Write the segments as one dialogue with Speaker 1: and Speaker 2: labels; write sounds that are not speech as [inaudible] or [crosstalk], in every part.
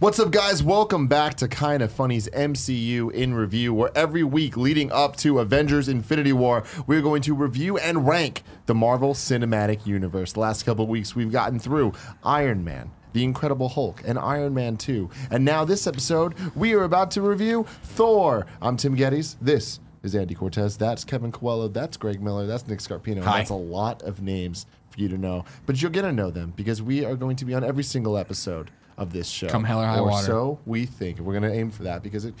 Speaker 1: What's up, guys? Welcome back to Kind of Funny's MCU in Review, where every week leading up to Avengers Infinity War, we're going to review and rank the Marvel Cinematic Universe. The last couple of weeks, we've gotten through Iron Man. The Incredible Hulk and Iron Man 2. And now, this episode, we are about to review Thor. I'm Tim Geddes. This is Andy Cortez. That's Kevin Coelho. That's Greg Miller. That's Nick Scarpino. and
Speaker 2: Hi.
Speaker 1: That's a lot of names for you to know. But you're going to know them because we are going to be on every single episode of this show
Speaker 2: Come hell or high water.
Speaker 1: so we think. We're going to aim for that because it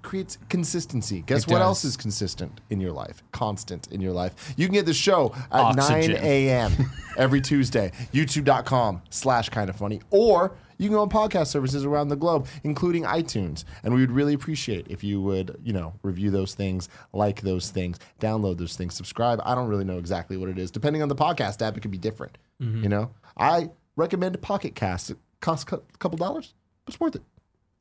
Speaker 1: creates consistency. Guess
Speaker 2: It
Speaker 1: what
Speaker 2: does.
Speaker 1: else is consistent in your life? Constant in your life. You can get the show at
Speaker 2: Oxygen.
Speaker 1: 9 a.m. every Tuesday. YouTube.com slash kind of funny. Or you can go on podcast services around the globe, including iTunes. And we would really appreciate if you would, you know, review those things, like those things, download those things, subscribe. I don't really know exactly what it is. Depending on the podcast app, it could be different. You know, I recommend Pocket Cast. It costs a couple dollars. It's worth it.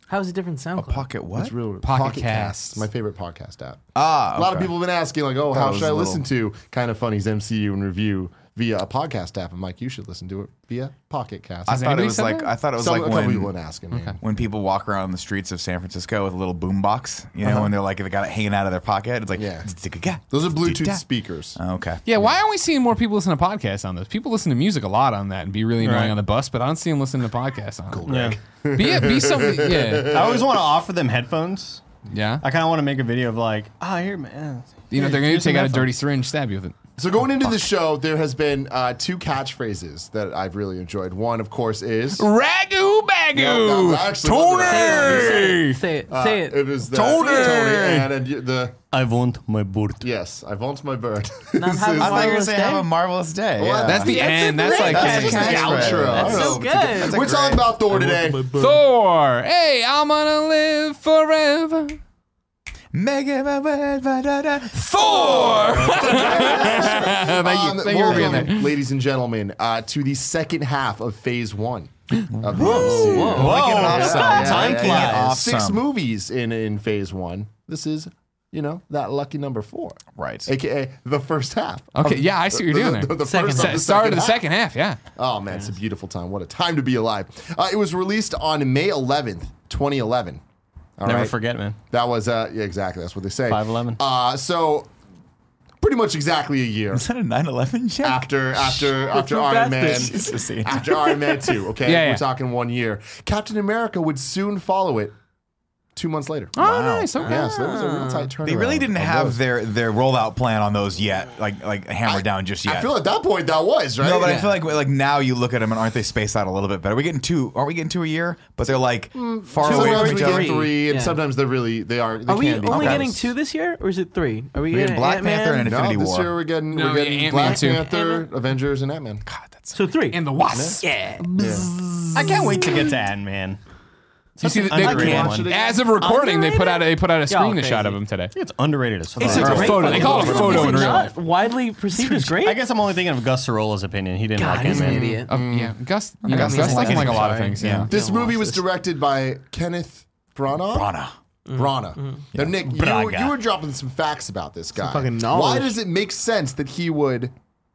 Speaker 3: How is it different SoundCloud?
Speaker 2: Pocket what?
Speaker 1: It's real.
Speaker 2: Pocket
Speaker 1: Casts,
Speaker 2: Casts.
Speaker 1: my favorite podcast app.
Speaker 2: Ah,
Speaker 1: A lot of
Speaker 2: okay.
Speaker 1: people have been asking, like, oh, how
Speaker 2: it was
Speaker 1: should I
Speaker 2: a
Speaker 1: listen to Kind of Funny's MCU and review via a podcast app? I'm like, you should listen to it via Pocket Cast.
Speaker 2: I
Speaker 1: Some-
Speaker 2: thought
Speaker 3: anybody
Speaker 2: it was
Speaker 3: said
Speaker 2: like
Speaker 3: that?
Speaker 2: I thought it was
Speaker 1: a
Speaker 2: like
Speaker 1: couple people have
Speaker 2: when
Speaker 1: been asking me.
Speaker 2: when people walk around the streets of San Francisco with a little boombox, you know, and they're like they got it hanging out of their pocket. It's like
Speaker 1: Uh-huh. Yeah.
Speaker 2: yeah.
Speaker 1: Those are Bluetooth speakers.
Speaker 2: Oh, Okay.
Speaker 4: Yeah, why aren't we seeing more people listen to podcasts on this? People listen to music a lot on that and be really annoying
Speaker 5: Right.
Speaker 4: on the bus, but I don't see them listening to podcasts on it.
Speaker 5: Yeah.
Speaker 4: Be, yeah, be something. [laughs] Yeah.
Speaker 5: I always want to offer them headphones.
Speaker 4: Yeah.
Speaker 5: I kind of want to make a video of like, ah, here, man.
Speaker 4: You know, they're going
Speaker 5: Here's
Speaker 4: to take out
Speaker 5: some
Speaker 4: a
Speaker 5: headphones.
Speaker 4: dirty syringe, stab you with it.
Speaker 1: So going into the show, there has been uh, two catchphrases that I've really enjoyed. One, of course, is
Speaker 4: Ragu
Speaker 1: No, no, I
Speaker 4: bagu.
Speaker 1: actually love that.
Speaker 4: Tony!
Speaker 3: Say it.
Speaker 1: Uh,
Speaker 3: Say it.
Speaker 1: it was that
Speaker 4: Tony!
Speaker 1: Tony and, and you- the
Speaker 5: I want my board.
Speaker 1: yes, I want my bird. [laughs]
Speaker 3: Not how-
Speaker 1: This is-
Speaker 2: I thought you were
Speaker 3: Marvelous
Speaker 2: saying
Speaker 3: day?
Speaker 2: have a marvelous day.
Speaker 1: Well,
Speaker 2: yeah.
Speaker 4: That's the end. That's like
Speaker 1: That's
Speaker 4: his
Speaker 1: just the
Speaker 2: catchphrase.
Speaker 1: outro.
Speaker 2: That's
Speaker 1: I don't
Speaker 3: so
Speaker 1: know.
Speaker 3: good. That's
Speaker 2: a
Speaker 1: We're talking
Speaker 2: great-
Speaker 1: about Thor today.
Speaker 4: Thor! Hey, I'm going to live forever.
Speaker 2: Mega da, da, da, da.
Speaker 4: Thor! Thank you.
Speaker 1: Um,
Speaker 4: Thank you for being
Speaker 1: welcome,
Speaker 4: there.
Speaker 1: Ladies and gentlemen, uh, to the second half of phase one. Of whoa,
Speaker 2: Am I getting off some?
Speaker 5: Time
Speaker 2: Am I getting
Speaker 5: flies.
Speaker 2: off
Speaker 1: Six
Speaker 2: some?
Speaker 1: movies in, in phase one. This is, you know, that lucky number four.
Speaker 2: Right.
Speaker 1: AKA the first half.
Speaker 4: Okay,
Speaker 1: of
Speaker 4: yeah, I see what you're doing
Speaker 1: the,
Speaker 4: there.
Speaker 1: The, the
Speaker 4: [laughs]
Speaker 3: Second
Speaker 1: first
Speaker 3: half.
Speaker 1: of the
Speaker 4: Start of the
Speaker 1: half.
Speaker 4: second half, yeah.
Speaker 1: Oh man, it's a beautiful time. What a time to be alive. Uh, it was released on May 11th, 2011. All
Speaker 5: Never
Speaker 1: right?
Speaker 5: forget, man.
Speaker 1: That was uh, yeah, exactly. That's what they say.
Speaker 5: 5'11".
Speaker 1: Uh, so pretty much exactly a year
Speaker 2: Is that a 9/11 check?
Speaker 1: after after after
Speaker 2: How
Speaker 1: Iron
Speaker 2: fast
Speaker 1: Man.
Speaker 2: is Jesus, Ian?
Speaker 1: After Iron Man 2, okay?
Speaker 4: Yeah, yeah.
Speaker 1: We're talking one year. Captain America would soon follow it two months later.
Speaker 4: Oh, nice. Okay.
Speaker 1: Yeah, so that was a real tight turnaround.
Speaker 2: They really didn't
Speaker 1: of
Speaker 2: have
Speaker 1: those.
Speaker 2: their their rollout plan on those yet, like like hammered down just yet.
Speaker 1: I feel at that point that was, right?
Speaker 2: No, but I
Speaker 4: Yeah.
Speaker 2: feel like like now you look at them and aren't they spaced out a little bit better? We're getting two, aren't we getting two a year? But they're like
Speaker 4: Mm,
Speaker 2: far away
Speaker 1: sometimes
Speaker 2: from
Speaker 1: we
Speaker 2: each
Speaker 1: get
Speaker 2: other.
Speaker 1: three, and
Speaker 3: Yeah.
Speaker 1: sometimes they're really, they are, they
Speaker 3: Are we
Speaker 1: can be.
Speaker 3: only
Speaker 1: Okay.
Speaker 3: getting two this year, or is it three? Are we
Speaker 2: We're
Speaker 3: getting
Speaker 2: getting Black
Speaker 3: Ant-Man?
Speaker 2: Panther and
Speaker 1: No,
Speaker 2: Infinity
Speaker 1: this
Speaker 2: War.
Speaker 1: year we're getting,
Speaker 4: No,
Speaker 1: we're getting
Speaker 4: yeah, Ant-Man
Speaker 1: Black
Speaker 4: too.
Speaker 1: Panther, Avengers, and Ant-Man.
Speaker 2: God, that's
Speaker 3: So three.
Speaker 4: And the wasp. Yeah.
Speaker 5: I can't wait to get to Ant Man.
Speaker 4: You see,
Speaker 5: an
Speaker 4: that they,
Speaker 5: underrated
Speaker 4: they-
Speaker 5: one.
Speaker 4: as of recording, they put out a, they put out a screen
Speaker 3: crazy.
Speaker 4: shot of him today.
Speaker 5: It's underrated as fuck.
Speaker 3: It's a
Speaker 4: Or a
Speaker 3: great
Speaker 4: photo. They call it a
Speaker 3: fucking
Speaker 4: photo
Speaker 3: movie.
Speaker 4: in
Speaker 3: Is it
Speaker 4: real life.
Speaker 3: not widely perceived as great.
Speaker 5: I guess I'm only thinking of Gus Sarola's opinion. He didn't
Speaker 3: God,
Speaker 5: like
Speaker 3: he's
Speaker 5: Ant
Speaker 3: an
Speaker 5: Man.
Speaker 3: idiot.
Speaker 4: Of- Oh, yeah, Gus. Yeah,
Speaker 2: got
Speaker 4: Gus
Speaker 2: me
Speaker 4: like
Speaker 2: thinking.
Speaker 4: him like a lot of
Speaker 2: Sorry.
Speaker 4: things. Yeah.
Speaker 1: This movie was directed by Kenneth Branagh.
Speaker 2: Brana.
Speaker 1: Brana. Now, Nick, you,
Speaker 5: Braga.
Speaker 1: you were dropping some facts about this guy.
Speaker 3: fucking knowledge.
Speaker 1: Why does it make sense that he would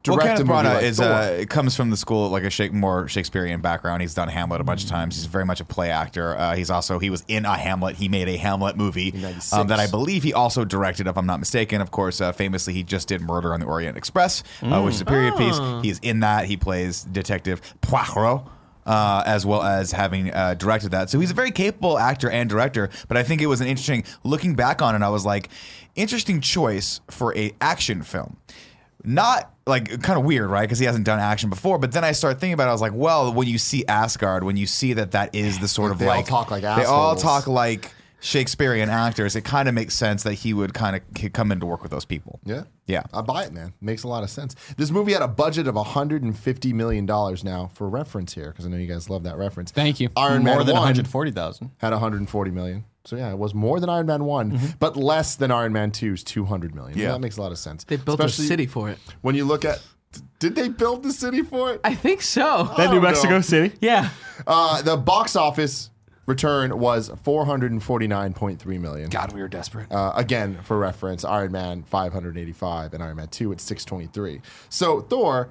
Speaker 2: Well,
Speaker 1: direct a
Speaker 2: Kenneth
Speaker 1: movie
Speaker 2: Branagh
Speaker 1: like
Speaker 2: is
Speaker 1: Thor?
Speaker 2: uh, it comes from the school like a Shake, more Shakespearean background. He's done Hamlet a bunch
Speaker 1: Mm.
Speaker 2: of times. He's very much a play actor. Uh, he's also he was in a Hamlet. He made a Hamlet movie um, that I believe he also directed, if I'm not mistaken. Of course, uh, famously he just did Murder on the Orient Express, uh, which is a period
Speaker 1: Mm.
Speaker 2: piece. He's in that. He plays Detective Poirot. uh, as well as having uh, directed that. So he's a very capable actor and director. But I think it was an interesting looking back on it. I was like, interesting choice for a action film. Not like kind of weird, right? Because he hasn't done action before. But then I start thinking about it. I was like, well, when you see Asgard, when you see that that is the sort of
Speaker 1: They all
Speaker 2: like
Speaker 1: talk like
Speaker 2: they all
Speaker 1: assholes.
Speaker 2: talk like Shakespearean actors, it kind of makes sense that he would kind of come in to work with those people.
Speaker 1: Yeah.
Speaker 2: Yeah.
Speaker 1: I buy it, man. Makes a lot of sense. This movie had a budget of $150 million now for reference here, because I know you guys love that reference.
Speaker 4: Thank you.
Speaker 1: Iron
Speaker 5: More
Speaker 1: Man
Speaker 5: than
Speaker 1: 1
Speaker 5: 140,000.
Speaker 1: had 140 million. So yeah, it was more than Iron Man one but less than Iron Man 2's 200 million. Yeah.
Speaker 2: Yeah.
Speaker 1: that makes a lot of sense.
Speaker 3: They built
Speaker 1: Especially
Speaker 3: a city for it.
Speaker 1: When you look at, did they build the city for it?
Speaker 3: I think so.
Speaker 1: New Mexico
Speaker 5: City?
Speaker 3: yeah.
Speaker 1: Uh, the box office return was 449.3 million.
Speaker 4: God, we were desperate.
Speaker 1: Uh, again, for reference, Iron Man 585 and Iron Man 2 at 623. So Thor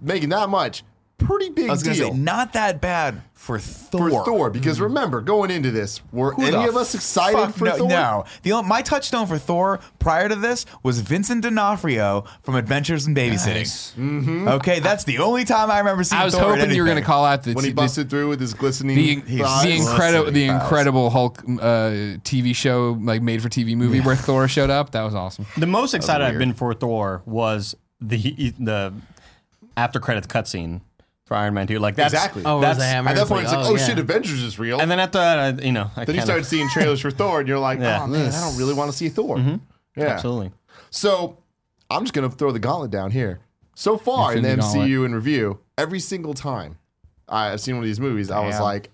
Speaker 1: making that much, pretty big
Speaker 2: I was
Speaker 1: deal.
Speaker 2: going to say, not that bad for Thor.
Speaker 1: for Thor, because remember, going into this, were
Speaker 2: Who
Speaker 1: any
Speaker 2: the
Speaker 1: of us excited
Speaker 2: fuck
Speaker 1: for
Speaker 2: no,
Speaker 1: Thor?
Speaker 2: No. The only, my touchstone for Thor prior to this was Vincent D'Onofrio from Adventures in Babysitting.
Speaker 1: Mm-hmm.
Speaker 2: Okay, that's the only time I remember seeing
Speaker 4: I was
Speaker 2: Thor in
Speaker 4: hoping you were going to
Speaker 2: anything.
Speaker 4: call out the
Speaker 1: When he
Speaker 4: the-
Speaker 1: busted through with his glistening
Speaker 4: the,
Speaker 1: thighs.
Speaker 4: the incredible the
Speaker 2: thighs.
Speaker 4: incredible Hulk uh, TV show like made for TV movie where Thor showed up. That was awesome.
Speaker 5: The most excited I've been for Thor was the the after credits cutscene for Iron Man 2. Like that's
Speaker 1: Exactly.
Speaker 3: Oh,
Speaker 5: that's
Speaker 3: that's, a hammer.
Speaker 1: At that point, it's like, oh,
Speaker 3: yeah.
Speaker 1: shit, Avengers is real.
Speaker 5: And then after that, I, you know, I
Speaker 1: then you
Speaker 5: kinda-
Speaker 1: start seeing trailers for Thor, and you're like,
Speaker 5: Yeah.
Speaker 1: oh man, I don't really want to see Thor.
Speaker 2: Mm-hmm.
Speaker 1: Yeah,
Speaker 5: absolutely.
Speaker 1: So I'm just gonna throw the gauntlet down here. So far in the
Speaker 4: Infinity
Speaker 1: MCU in review, every single time I've seen one of these movies, I was
Speaker 5: Damn.
Speaker 1: like,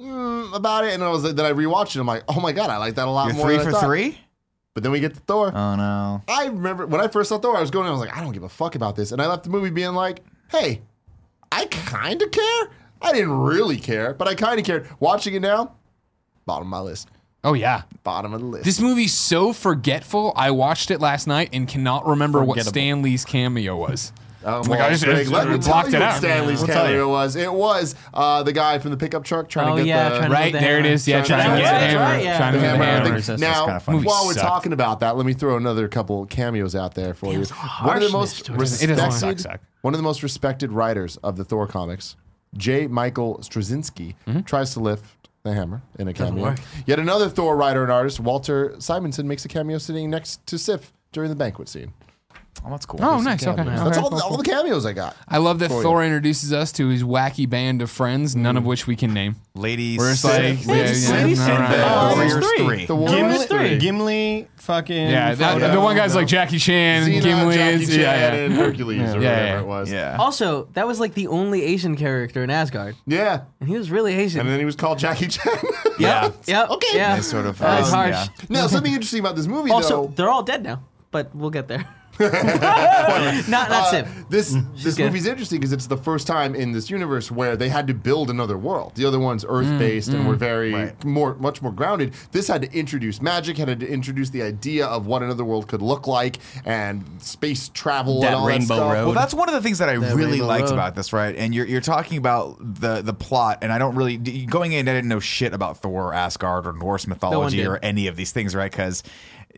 Speaker 1: mm, about it, and I was like, then I rewatched it. I'm like, oh my god, I like that a lot
Speaker 2: You're
Speaker 1: more.
Speaker 2: three
Speaker 1: than I
Speaker 2: for
Speaker 1: thought.
Speaker 2: three?
Speaker 1: But then we get to Thor.
Speaker 2: Oh, no.
Speaker 1: I remember when I first saw Thor, I was going, I was like, I don't give a fuck about this. And I left the movie being like, hey, I kind of care. I didn't really care, but I kind of cared. Watching it now, bottom of my list.
Speaker 4: Oh yeah,
Speaker 1: Bottom of the list.
Speaker 4: this movie's so forgetful. I watched it last night and cannot remember what
Speaker 5: Forgettable.
Speaker 4: Stan Lee's cameo was.
Speaker 1: Oh,
Speaker 4: Like, I just-
Speaker 1: Greg,
Speaker 4: just
Speaker 1: let me tell
Speaker 4: blocked
Speaker 1: you
Speaker 4: it
Speaker 1: what
Speaker 4: out.
Speaker 1: Stanley's
Speaker 5: We'll tell
Speaker 1: cameo
Speaker 5: you.
Speaker 1: was. It was uh, the guy from the pickup truck trying
Speaker 3: Oh,
Speaker 1: to get
Speaker 3: yeah,
Speaker 1: the
Speaker 3: trying to
Speaker 4: Right
Speaker 3: the
Speaker 4: there it
Speaker 3: hammer.
Speaker 4: is. Yeah,
Speaker 1: Trying to
Speaker 4: trying
Speaker 1: get
Speaker 4: to get the
Speaker 1: the
Speaker 3: hammer.
Speaker 4: hammer.
Speaker 3: Yeah.
Speaker 4: Trying to
Speaker 1: the
Speaker 4: get the
Speaker 1: hammer.
Speaker 5: hammer.
Speaker 4: hammer.
Speaker 1: thing.
Speaker 5: That's
Speaker 1: Now,
Speaker 2: kinda funny.
Speaker 1: while we're
Speaker 4: Movie sucked.
Speaker 1: talking about that, let me throw another couple cameos out there for you. One of the
Speaker 3: harshness
Speaker 1: most
Speaker 3: to it. It is
Speaker 4: a
Speaker 1: respected,
Speaker 4: suck, suck.
Speaker 1: one of the most respected writers of the Thor comics, J. Michael Straczynski,
Speaker 4: Mm-hmm.
Speaker 1: tries to lift the hammer in a cameo.
Speaker 3: work.
Speaker 1: Yet another Thor writer and artist, Walter Simonson, makes a cameo sitting next to Sif during the banquet scene.
Speaker 2: Oh, that's cool.
Speaker 4: Oh, nice. Okay.
Speaker 1: That's
Speaker 4: Okay.
Speaker 1: all, the, all the cameos I got.
Speaker 4: I love that
Speaker 1: Thor.
Speaker 4: Thor introduces us to his wacky band of friends, none
Speaker 1: Mm.
Speaker 4: of which we can name.
Speaker 2: Lady
Speaker 4: We're just like,
Speaker 2: Sif,
Speaker 4: yeah,
Speaker 2: Lady
Speaker 4: yeah,
Speaker 2: Sif,
Speaker 4: all
Speaker 2: and
Speaker 4: right.
Speaker 2: the
Speaker 1: Oh,
Speaker 2: Warriors
Speaker 5: there's three.
Speaker 2: three.
Speaker 1: The Warriors
Speaker 5: Gimli,
Speaker 1: three.
Speaker 5: Gimli, fucking
Speaker 4: Yeah, that,
Speaker 5: Frodo.
Speaker 4: the one guy's like Jackie Chan,
Speaker 1: Xena,
Speaker 4: Gimli
Speaker 1: Jackie
Speaker 4: is,
Speaker 1: Chan,
Speaker 4: yeah, yeah.
Speaker 1: and Hercules or
Speaker 4: Yeah,
Speaker 1: whatever
Speaker 4: yeah.
Speaker 1: it was.
Speaker 2: Yeah.
Speaker 3: Also, that was like the only Asian character in Asgard,
Speaker 1: Yeah.
Speaker 3: and he was really Asian.
Speaker 1: And then he was called Jackie Chan. [laughs]
Speaker 2: Yeah.
Speaker 3: yep.
Speaker 1: Okay.
Speaker 3: Yeah.
Speaker 2: It's sort of
Speaker 3: That was
Speaker 2: um,
Speaker 3: harsh.
Speaker 2: yeah.
Speaker 1: now, something interesting about this movie,
Speaker 3: Also,
Speaker 1: though.
Speaker 3: they're all dead now, but we'll get
Speaker 2: [laughs]
Speaker 3: there. [laughs] not
Speaker 2: Uh,
Speaker 3: not Sif.
Speaker 1: This this
Speaker 3: good.
Speaker 1: movie's interesting because it's the first time in this universe where they had to build another world. The other one's Earth based and were very
Speaker 2: Right.
Speaker 1: more much more grounded. This had to introduce magic, had to introduce the idea of what another world could look like and space travel
Speaker 5: That
Speaker 1: and all
Speaker 5: Rainbow
Speaker 1: that stuff.
Speaker 5: Road.
Speaker 2: Well, that's one of the things that I really
Speaker 3: Rainbow
Speaker 2: liked
Speaker 3: Road.
Speaker 2: about this, right? And you're, you're talking about the the plot, and I don't really d- going in. I didn't know shit about Thor, or Asgard, or Norse mythology,
Speaker 3: did.
Speaker 2: or any of these things, right? Because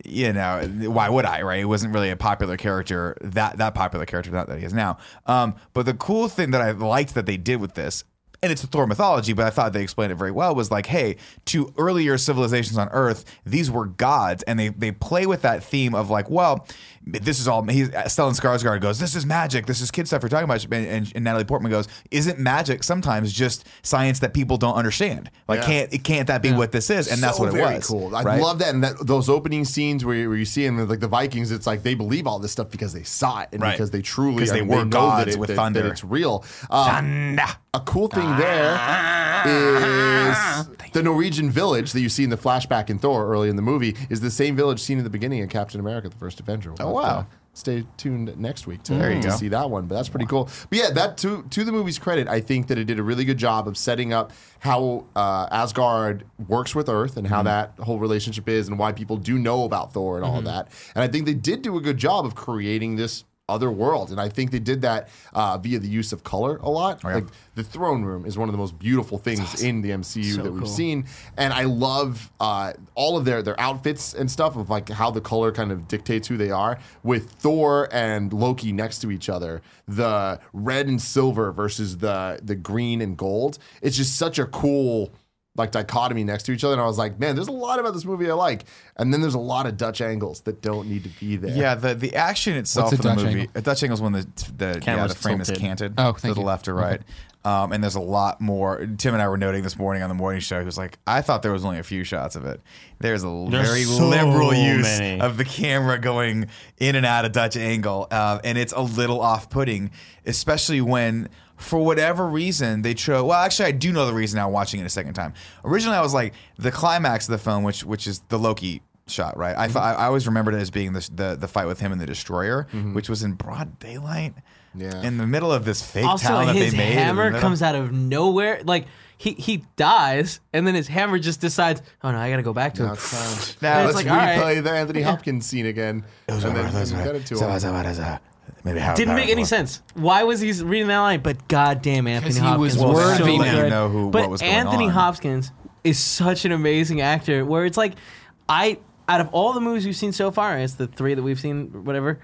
Speaker 2: you know, why would I, right? It wasn't really a popular character that that popular character, not that he is now. Um, but the cool thing that I liked that they did with this. And it's Thor mythology, but I thought they explained it very well. Was like, hey, to earlier civilizations on Earth, these were gods, and they they play with that theme of like, well, this is all. He's, Stellan Skarsgård goes, "This is magic. This is kid stuff you're talking about." And, and, and Natalie Portman goes, "Isn't magic sometimes just science that people don't understand? Like,
Speaker 1: Yeah.
Speaker 2: can't it can't that be what this is?" And that's
Speaker 1: so
Speaker 2: what it
Speaker 1: very
Speaker 2: was.
Speaker 1: Cool. I
Speaker 2: right?
Speaker 1: love that. And that, those opening scenes where you, where you see them, like the Vikings, it's like they believe all this stuff because they saw it and
Speaker 2: Right.
Speaker 1: because they truly
Speaker 2: 'Cause
Speaker 1: I
Speaker 2: they
Speaker 1: mean,
Speaker 2: were
Speaker 1: know
Speaker 2: gods
Speaker 1: that it,
Speaker 2: with
Speaker 1: that- that
Speaker 2: thunder.
Speaker 1: it's real. Um, A cool thing there
Speaker 2: Ah.
Speaker 1: is the Norwegian village that you see in the flashback in Thor early in the movie is the same village seen in the beginning of Captain America: The First Avenger. Oh
Speaker 2: wow.
Speaker 1: Stay tuned next week to,
Speaker 2: you
Speaker 1: to
Speaker 2: go.
Speaker 1: see that one, but that's pretty cool. But yeah, that to to the movie's credit, I think that it did a really good job of setting up how uh, Asgard works with Earth and how
Speaker 2: Mm-hmm.
Speaker 1: that whole relationship is, and why people do know about Thor and all of that. And I think they did do a good job of creating this other world, and I think they did that uh, via the use of color a lot. Like the throne room is one of the most beautiful things in the MCU that we've seen, and I love uh, all of their their outfits and stuff of like how the color kind of dictates who they are. With Thor and Loki next to each other, the red and silver versus the the green and gold. It's just such a cool like dichotomy next to each other, and I was like, man, there's a lot about this movie I like, and then there's a lot of Dutch angles that don't need to be there.
Speaker 2: Yeah, the, the action itself
Speaker 4: What's a
Speaker 2: of the
Speaker 4: Dutch
Speaker 2: movie.
Speaker 4: angle?
Speaker 2: A Dutch angle is when the the, yeah,
Speaker 5: Camera's
Speaker 2: the frame is
Speaker 5: tilted.
Speaker 2: canted
Speaker 4: Oh,
Speaker 2: to
Speaker 4: thank
Speaker 2: the
Speaker 4: you.
Speaker 2: left or right. Um, and there's a lot more. Tim and I were noting this morning on the morning show. He was like, "I thought there was only a few shots of it. There's a
Speaker 5: There's
Speaker 2: very
Speaker 5: so
Speaker 2: liberal use
Speaker 5: many.
Speaker 2: of the camera going in and out of Dutch angle, uh, and it's a little off-putting, especially when." For whatever reason, they chose. Well, actually, I do know the reason now. Watching it a second time, originally I was like the climax of the film, which which is the Loki shot, right?
Speaker 1: Mm-hmm.
Speaker 2: I, thought- I always remembered it as being the, the the fight with him and the Destroyer, which was in broad daylight,
Speaker 1: Mm-hmm. Yeah.
Speaker 2: in the middle of this fake
Speaker 3: Also,
Speaker 2: town that
Speaker 3: his
Speaker 2: they made. in the
Speaker 3: hammer
Speaker 2: middle.
Speaker 3: comes out of nowhere. Like he he dies, and then his hammer just decides, oh no, I gotta go back to him.
Speaker 2: Now
Speaker 3: And
Speaker 1: Let's
Speaker 3: it's like, all
Speaker 1: replay
Speaker 3: right.
Speaker 1: the Anthony Hopkins scene again. And then you got it to him.
Speaker 2: Maybe how
Speaker 3: Didn't make any sense. Why was he reading that line? But goddamn, Anthony
Speaker 4: 'Cause he
Speaker 3: Hopkins
Speaker 4: was
Speaker 3: was
Speaker 4: worthy
Speaker 3: so
Speaker 4: now.
Speaker 3: good.
Speaker 2: You know who-
Speaker 3: but
Speaker 2: what was going
Speaker 3: Anthony
Speaker 2: on.
Speaker 3: Hopkins is such an amazing actor. Where it's like, I out of all the movies we've seen so far, it's the three that we've seen, whatever.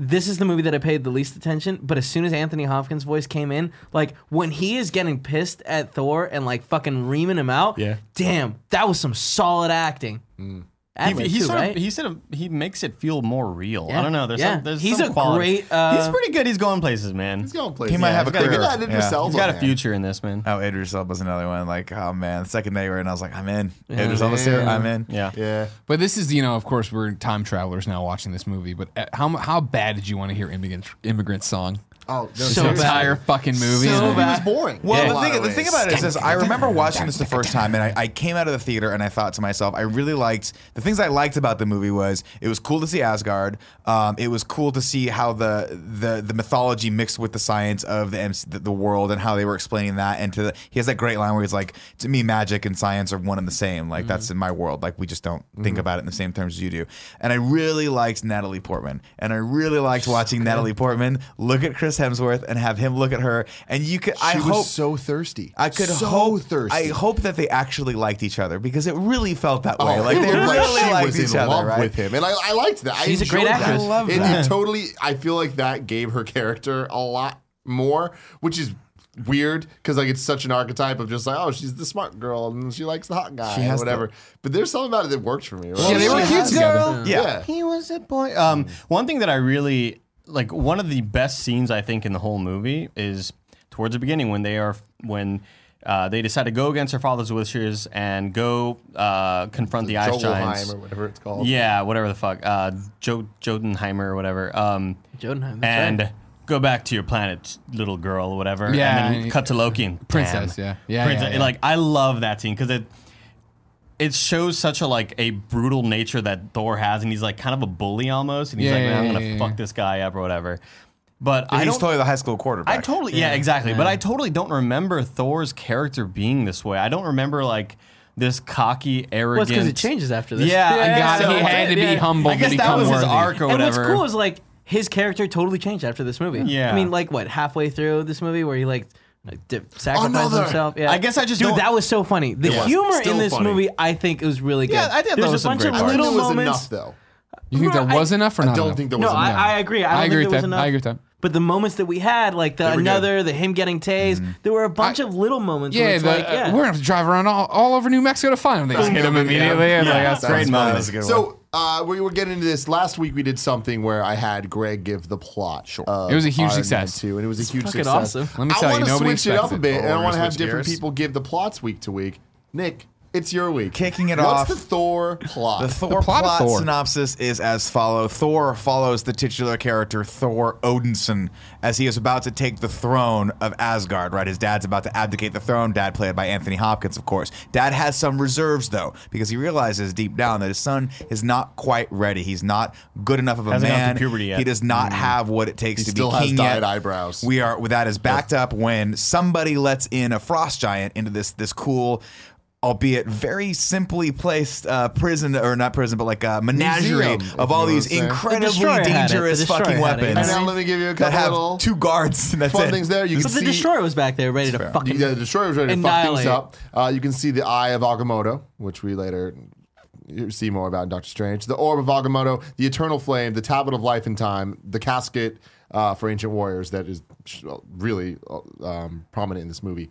Speaker 3: This is the movie that I paid the least attention. But as soon as Anthony Hopkins' voice came in, like when he is getting pissed at Thor and like fucking reaming him out,
Speaker 5: Yeah.
Speaker 3: damn, that was some solid acting.
Speaker 2: Mm.
Speaker 3: Adlib
Speaker 5: he, he
Speaker 3: too,
Speaker 5: sort
Speaker 3: right?
Speaker 5: of he sort of he makes it feel more real.
Speaker 3: Yeah.
Speaker 5: I don't know. There's
Speaker 3: Yeah.
Speaker 5: some, there's
Speaker 3: He's
Speaker 5: some
Speaker 3: a
Speaker 5: quality.
Speaker 3: great, uh,
Speaker 5: he's pretty good. He's going places, man.
Speaker 1: He's going places.
Speaker 2: He might
Speaker 1: Yeah,
Speaker 2: have a
Speaker 1: he's got
Speaker 2: career.
Speaker 1: Look at that
Speaker 2: Yeah.
Speaker 1: Idris
Speaker 2: He's
Speaker 1: Elba,
Speaker 5: he's got a
Speaker 1: man.
Speaker 5: future in this, man.
Speaker 2: Oh, Idris Elba's another one. Like, oh man, the second they were in, I was like, I'm in. Idris Elba's here. I'm in.
Speaker 5: Yeah.
Speaker 1: Yeah.
Speaker 4: But this is, you know, of course, we're time travelers now watching this movie. But uh, how mu- how bad did you want to hear immigrant immigrant song?
Speaker 1: Oh, no,
Speaker 3: So
Speaker 4: The
Speaker 1: seriously.
Speaker 4: entire fucking movie.
Speaker 1: This
Speaker 3: So
Speaker 4: And-
Speaker 1: movie was
Speaker 3: bad.
Speaker 1: boring.
Speaker 2: Well,
Speaker 1: in a lot
Speaker 2: the,
Speaker 1: of
Speaker 2: thing, the thing
Speaker 1: ways.
Speaker 2: about it is, this, I remember watching this the first time, and I, I came out of the theater and I thought to myself, I really liked the things I liked about the movie was it was cool to see Asgard. Um, it was cool to see how the the the mythology mixed with the science of the, MC, the the world and how they were explaining that. And to the, he has that great line where he's like, "To me, magic and science are one and the same.
Speaker 1: Mm-hmm.
Speaker 2: Like that's in my world. Like we just don't think about it in the same terms as you do." And I really liked Natalie Portman, and I really liked watching Natalie Portman look at Chris Hemsworth and have him look at her. And you could, I
Speaker 1: She
Speaker 2: hope
Speaker 1: was so thirsty.
Speaker 2: I could
Speaker 1: so
Speaker 2: hope.
Speaker 1: thirsty.
Speaker 2: I hope that they actually liked each other because it really felt that way.
Speaker 1: Oh,
Speaker 2: like
Speaker 1: it [laughs]
Speaker 2: they
Speaker 1: looked
Speaker 2: really
Speaker 1: she
Speaker 2: liked
Speaker 1: was
Speaker 2: each
Speaker 1: in
Speaker 2: other,
Speaker 1: love
Speaker 2: right?
Speaker 1: with him, and I, I liked that.
Speaker 3: She's
Speaker 1: I
Speaker 3: a great
Speaker 1: enjoyed
Speaker 3: actress.
Speaker 1: That.
Speaker 3: I
Speaker 2: love
Speaker 1: It- it
Speaker 2: that.
Speaker 1: totally, I feel like that gave her character a lot more, which is weird because like it's such an archetype of just like oh she's the smart girl and she likes the hot guy
Speaker 2: She
Speaker 1: or
Speaker 2: has
Speaker 1: whatever. but there's something about it that worked for me. Right?
Speaker 4: Yeah, they were
Speaker 5: She
Speaker 4: cute
Speaker 5: has-
Speaker 4: together.
Speaker 5: Girl.
Speaker 2: Yeah.
Speaker 5: He was a boy. Um, one thing that I really like, one of the best scenes I think in the whole movie is towards the beginning when they are when uh, they decide to go against their father's wishes and go uh, confront the, ice giants.
Speaker 1: Jotunheim or whatever it's called.
Speaker 5: Yeah, whatever the fuck, uh, jo- Jotunheimer or whatever. Um,
Speaker 3: Jotunheim, that's
Speaker 5: and go back to your planet, little girl, or whatever.
Speaker 4: Yeah,
Speaker 5: and then
Speaker 4: and-
Speaker 5: cut to Loki and
Speaker 4: Princess,
Speaker 5: damn.
Speaker 4: yeah. Yeah,
Speaker 5: Princess-
Speaker 4: yeah, yeah.
Speaker 5: Like I love that scene because it it shows such a like a brutal nature that Thor has, and he's like kind of a bully almost, and he's
Speaker 4: Yeah,
Speaker 5: like,
Speaker 4: yeah,
Speaker 5: man, I'm
Speaker 4: yeah,
Speaker 5: gonna
Speaker 4: yeah,
Speaker 5: fuck
Speaker 4: yeah.
Speaker 5: this guy up or whatever. But I
Speaker 2: I
Speaker 5: don't.
Speaker 2: He's totally the high school quarterback.
Speaker 5: I totally, yeah, exactly. But I totally don't remember Thor's character being this way. I don't remember like this cocky,
Speaker 3: Well,
Speaker 5: arrogant.
Speaker 3: it's because it changes after this.
Speaker 5: Yeah, I
Speaker 4: Yeah,
Speaker 5: guess
Speaker 4: God,
Speaker 5: so.
Speaker 4: he had to be
Speaker 3: Yeah.
Speaker 4: humble
Speaker 5: I guess
Speaker 4: to
Speaker 5: that
Speaker 4: become
Speaker 5: was his
Speaker 4: worthy.
Speaker 5: arc or whatever.
Speaker 3: And what's cool is like his character totally changed after this movie.
Speaker 5: Yeah.
Speaker 3: I mean, like what halfway through this movie where he like. like, dip- Sacrificed
Speaker 1: Another.
Speaker 3: himself. Yeah,
Speaker 5: I guess I just
Speaker 3: dude,
Speaker 5: don't-
Speaker 3: that was so funny. The
Speaker 1: was.
Speaker 3: humor
Speaker 1: Still
Speaker 3: in this
Speaker 1: funny.
Speaker 3: movie, I think, was really good.
Speaker 5: Yeah, I think there
Speaker 3: There's
Speaker 5: was
Speaker 3: a
Speaker 5: some
Speaker 3: bunch
Speaker 5: great
Speaker 3: of
Speaker 1: I
Speaker 5: parts.
Speaker 1: think
Speaker 3: little
Speaker 1: there was
Speaker 3: moments.
Speaker 1: enough though.
Speaker 4: you think there
Speaker 3: I-
Speaker 4: was enough or not?
Speaker 1: I don't
Speaker 4: enough?
Speaker 1: think there
Speaker 3: No,
Speaker 1: was
Speaker 3: I,
Speaker 1: enough.
Speaker 3: I agree. I,
Speaker 4: I
Speaker 3: don't
Speaker 4: agree
Speaker 3: think
Speaker 4: with
Speaker 3: there was
Speaker 4: that.
Speaker 3: enough.
Speaker 4: I agree with that.
Speaker 3: But the moments that we had, like the
Speaker 1: were good.
Speaker 3: another, the him getting tased, there were a bunch of little moments. where
Speaker 4: Yeah,
Speaker 3: it's
Speaker 4: the,
Speaker 3: like,
Speaker 4: uh,
Speaker 3: yeah.
Speaker 4: we're gonna have to drive around all, all over New Mexico to find him. They just hit him immediately. and, like, that's
Speaker 2: That was
Speaker 4: great.
Speaker 2: fun. That was a good one.
Speaker 1: So uh, we were getting into this last week. We did something where I had Greg give the plot. Sure,
Speaker 4: It was a huge success.
Speaker 1: too, and it was a huge
Speaker 3: fucking
Speaker 1: success.
Speaker 3: awesome.
Speaker 4: Let me tell
Speaker 1: I
Speaker 4: you,
Speaker 1: wanna
Speaker 4: nobody
Speaker 1: switch it up
Speaker 4: expects
Speaker 1: a
Speaker 4: it.
Speaker 1: bit,
Speaker 2: Oh,
Speaker 1: and I
Speaker 2: we're
Speaker 1: want to
Speaker 2: gonna
Speaker 1: have
Speaker 2: switch
Speaker 1: different
Speaker 2: gears?
Speaker 1: people give the plots week to week. Nick, it's your week.
Speaker 2: Kicking it off.
Speaker 1: What's the Thor plot?
Speaker 2: The Thor
Speaker 4: plot
Speaker 2: plot,
Speaker 4: of Thor.
Speaker 2: synopsis is as follows: Thor follows the titular character Thor Odinson as he is about to take the throne of Asgard. Right, his dad's about to abdicate the throne. Dad, played by Anthony Hopkins, of course. Dad has some reserves though, because he realizes deep down that his son is not quite ready. He's not good enough of a
Speaker 5: Hasn't gone through
Speaker 2: man.
Speaker 5: puberty yet.
Speaker 2: He does not have what it takes
Speaker 1: He
Speaker 2: to
Speaker 1: still
Speaker 2: be
Speaker 1: has
Speaker 2: king
Speaker 1: dyed
Speaker 2: yet.
Speaker 1: eyebrows.
Speaker 2: We are that is backed up when somebody lets in a frost giant into this this cool albeit very simply placed uh, prison or not prison but like a menagery
Speaker 1: Museum, if
Speaker 2: of all
Speaker 1: you
Speaker 2: these
Speaker 1: know what I'm saying.
Speaker 3: The Destroyer
Speaker 2: incredibly
Speaker 3: had it. The
Speaker 2: dangerous
Speaker 3: Destroyer
Speaker 2: fucking
Speaker 3: had it.
Speaker 2: weapons
Speaker 1: and now let me give you a
Speaker 2: that
Speaker 1: couple
Speaker 2: have
Speaker 1: little
Speaker 2: two guards and that's
Speaker 1: fun
Speaker 2: it.
Speaker 1: things there. You can
Speaker 3: but the
Speaker 1: see
Speaker 3: destroyer was back there, ready to fucking.
Speaker 1: Yeah, the destroyer was ready to fuck things
Speaker 3: annihilate.
Speaker 1: up. Uh, you can see the eye of Agamotto, which we later see more about in Doctor Strange. The orb of Agamotto, the eternal flame, the tablet of life and time, the casket uh, for ancient warriors that is really um, prominent in this movie,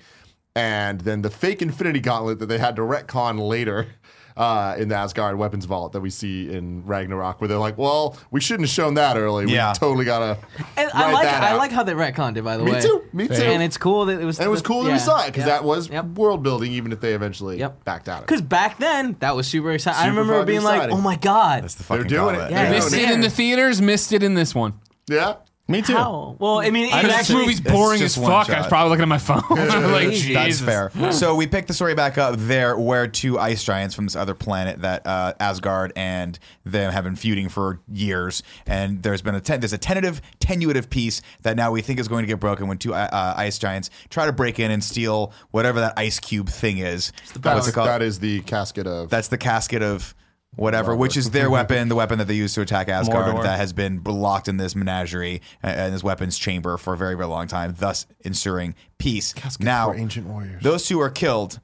Speaker 1: and then the fake Infinity Gauntlet that they had to retcon later. [laughs] uh, in the Asgard weapons vault that we see in Ragnarok, where they're like, "Well, we shouldn't have shown that early.
Speaker 2: Yeah.
Speaker 1: We totally gotta."
Speaker 3: And I
Speaker 1: write
Speaker 3: like
Speaker 1: that
Speaker 3: I
Speaker 1: out."
Speaker 3: like how they retconned it by the
Speaker 1: Me
Speaker 3: way.
Speaker 1: too, me too.
Speaker 3: And it's cool that it was.
Speaker 1: And it was cool that we saw it because that was
Speaker 3: Yep.
Speaker 1: world building, even if they eventually
Speaker 3: Yep.
Speaker 1: backed out of it.
Speaker 3: Because back then, that was super exciting. I
Speaker 1: Super
Speaker 3: remember
Speaker 1: fucking
Speaker 3: being like,
Speaker 1: exciting.
Speaker 3: "Oh my god!"
Speaker 2: That's the fucking
Speaker 1: doing
Speaker 2: gauntlet.
Speaker 1: it.
Speaker 3: Yeah.
Speaker 1: They're
Speaker 4: Missed
Speaker 1: doing
Speaker 4: it in the theaters, missed it in this one.
Speaker 1: Yeah.
Speaker 5: Me too.
Speaker 3: How? Well, I mean, it
Speaker 2: just-
Speaker 4: This
Speaker 3: actually,
Speaker 4: movie's
Speaker 2: It's
Speaker 4: boring as
Speaker 2: just one
Speaker 4: fuck. I was
Speaker 2: shot.
Speaker 4: probably looking at my phone. [laughs] like,
Speaker 3: That's
Speaker 4: Jesus.
Speaker 2: That's fair. so we pick the story back up there where two ice giants from this other planet that uh, Asgard and them have been feuding for years, and there's been a ten- there's a tentative, tenuative peace that now we think is going to get broken when two i- uh, ice giants try to break in and steal whatever that ice cube thing is. What's
Speaker 1: That's,
Speaker 2: it called?
Speaker 1: that is the casket of.
Speaker 2: That's the casket of whatever, which is their weapon, the weapon that they use to attack Asgard
Speaker 5: Mordor.
Speaker 2: that has been locked in this menagerie uh, and this weapons chamber for a very, very long time, thus ensuring peace. now,
Speaker 1: ancient warriors.
Speaker 2: those two are killed.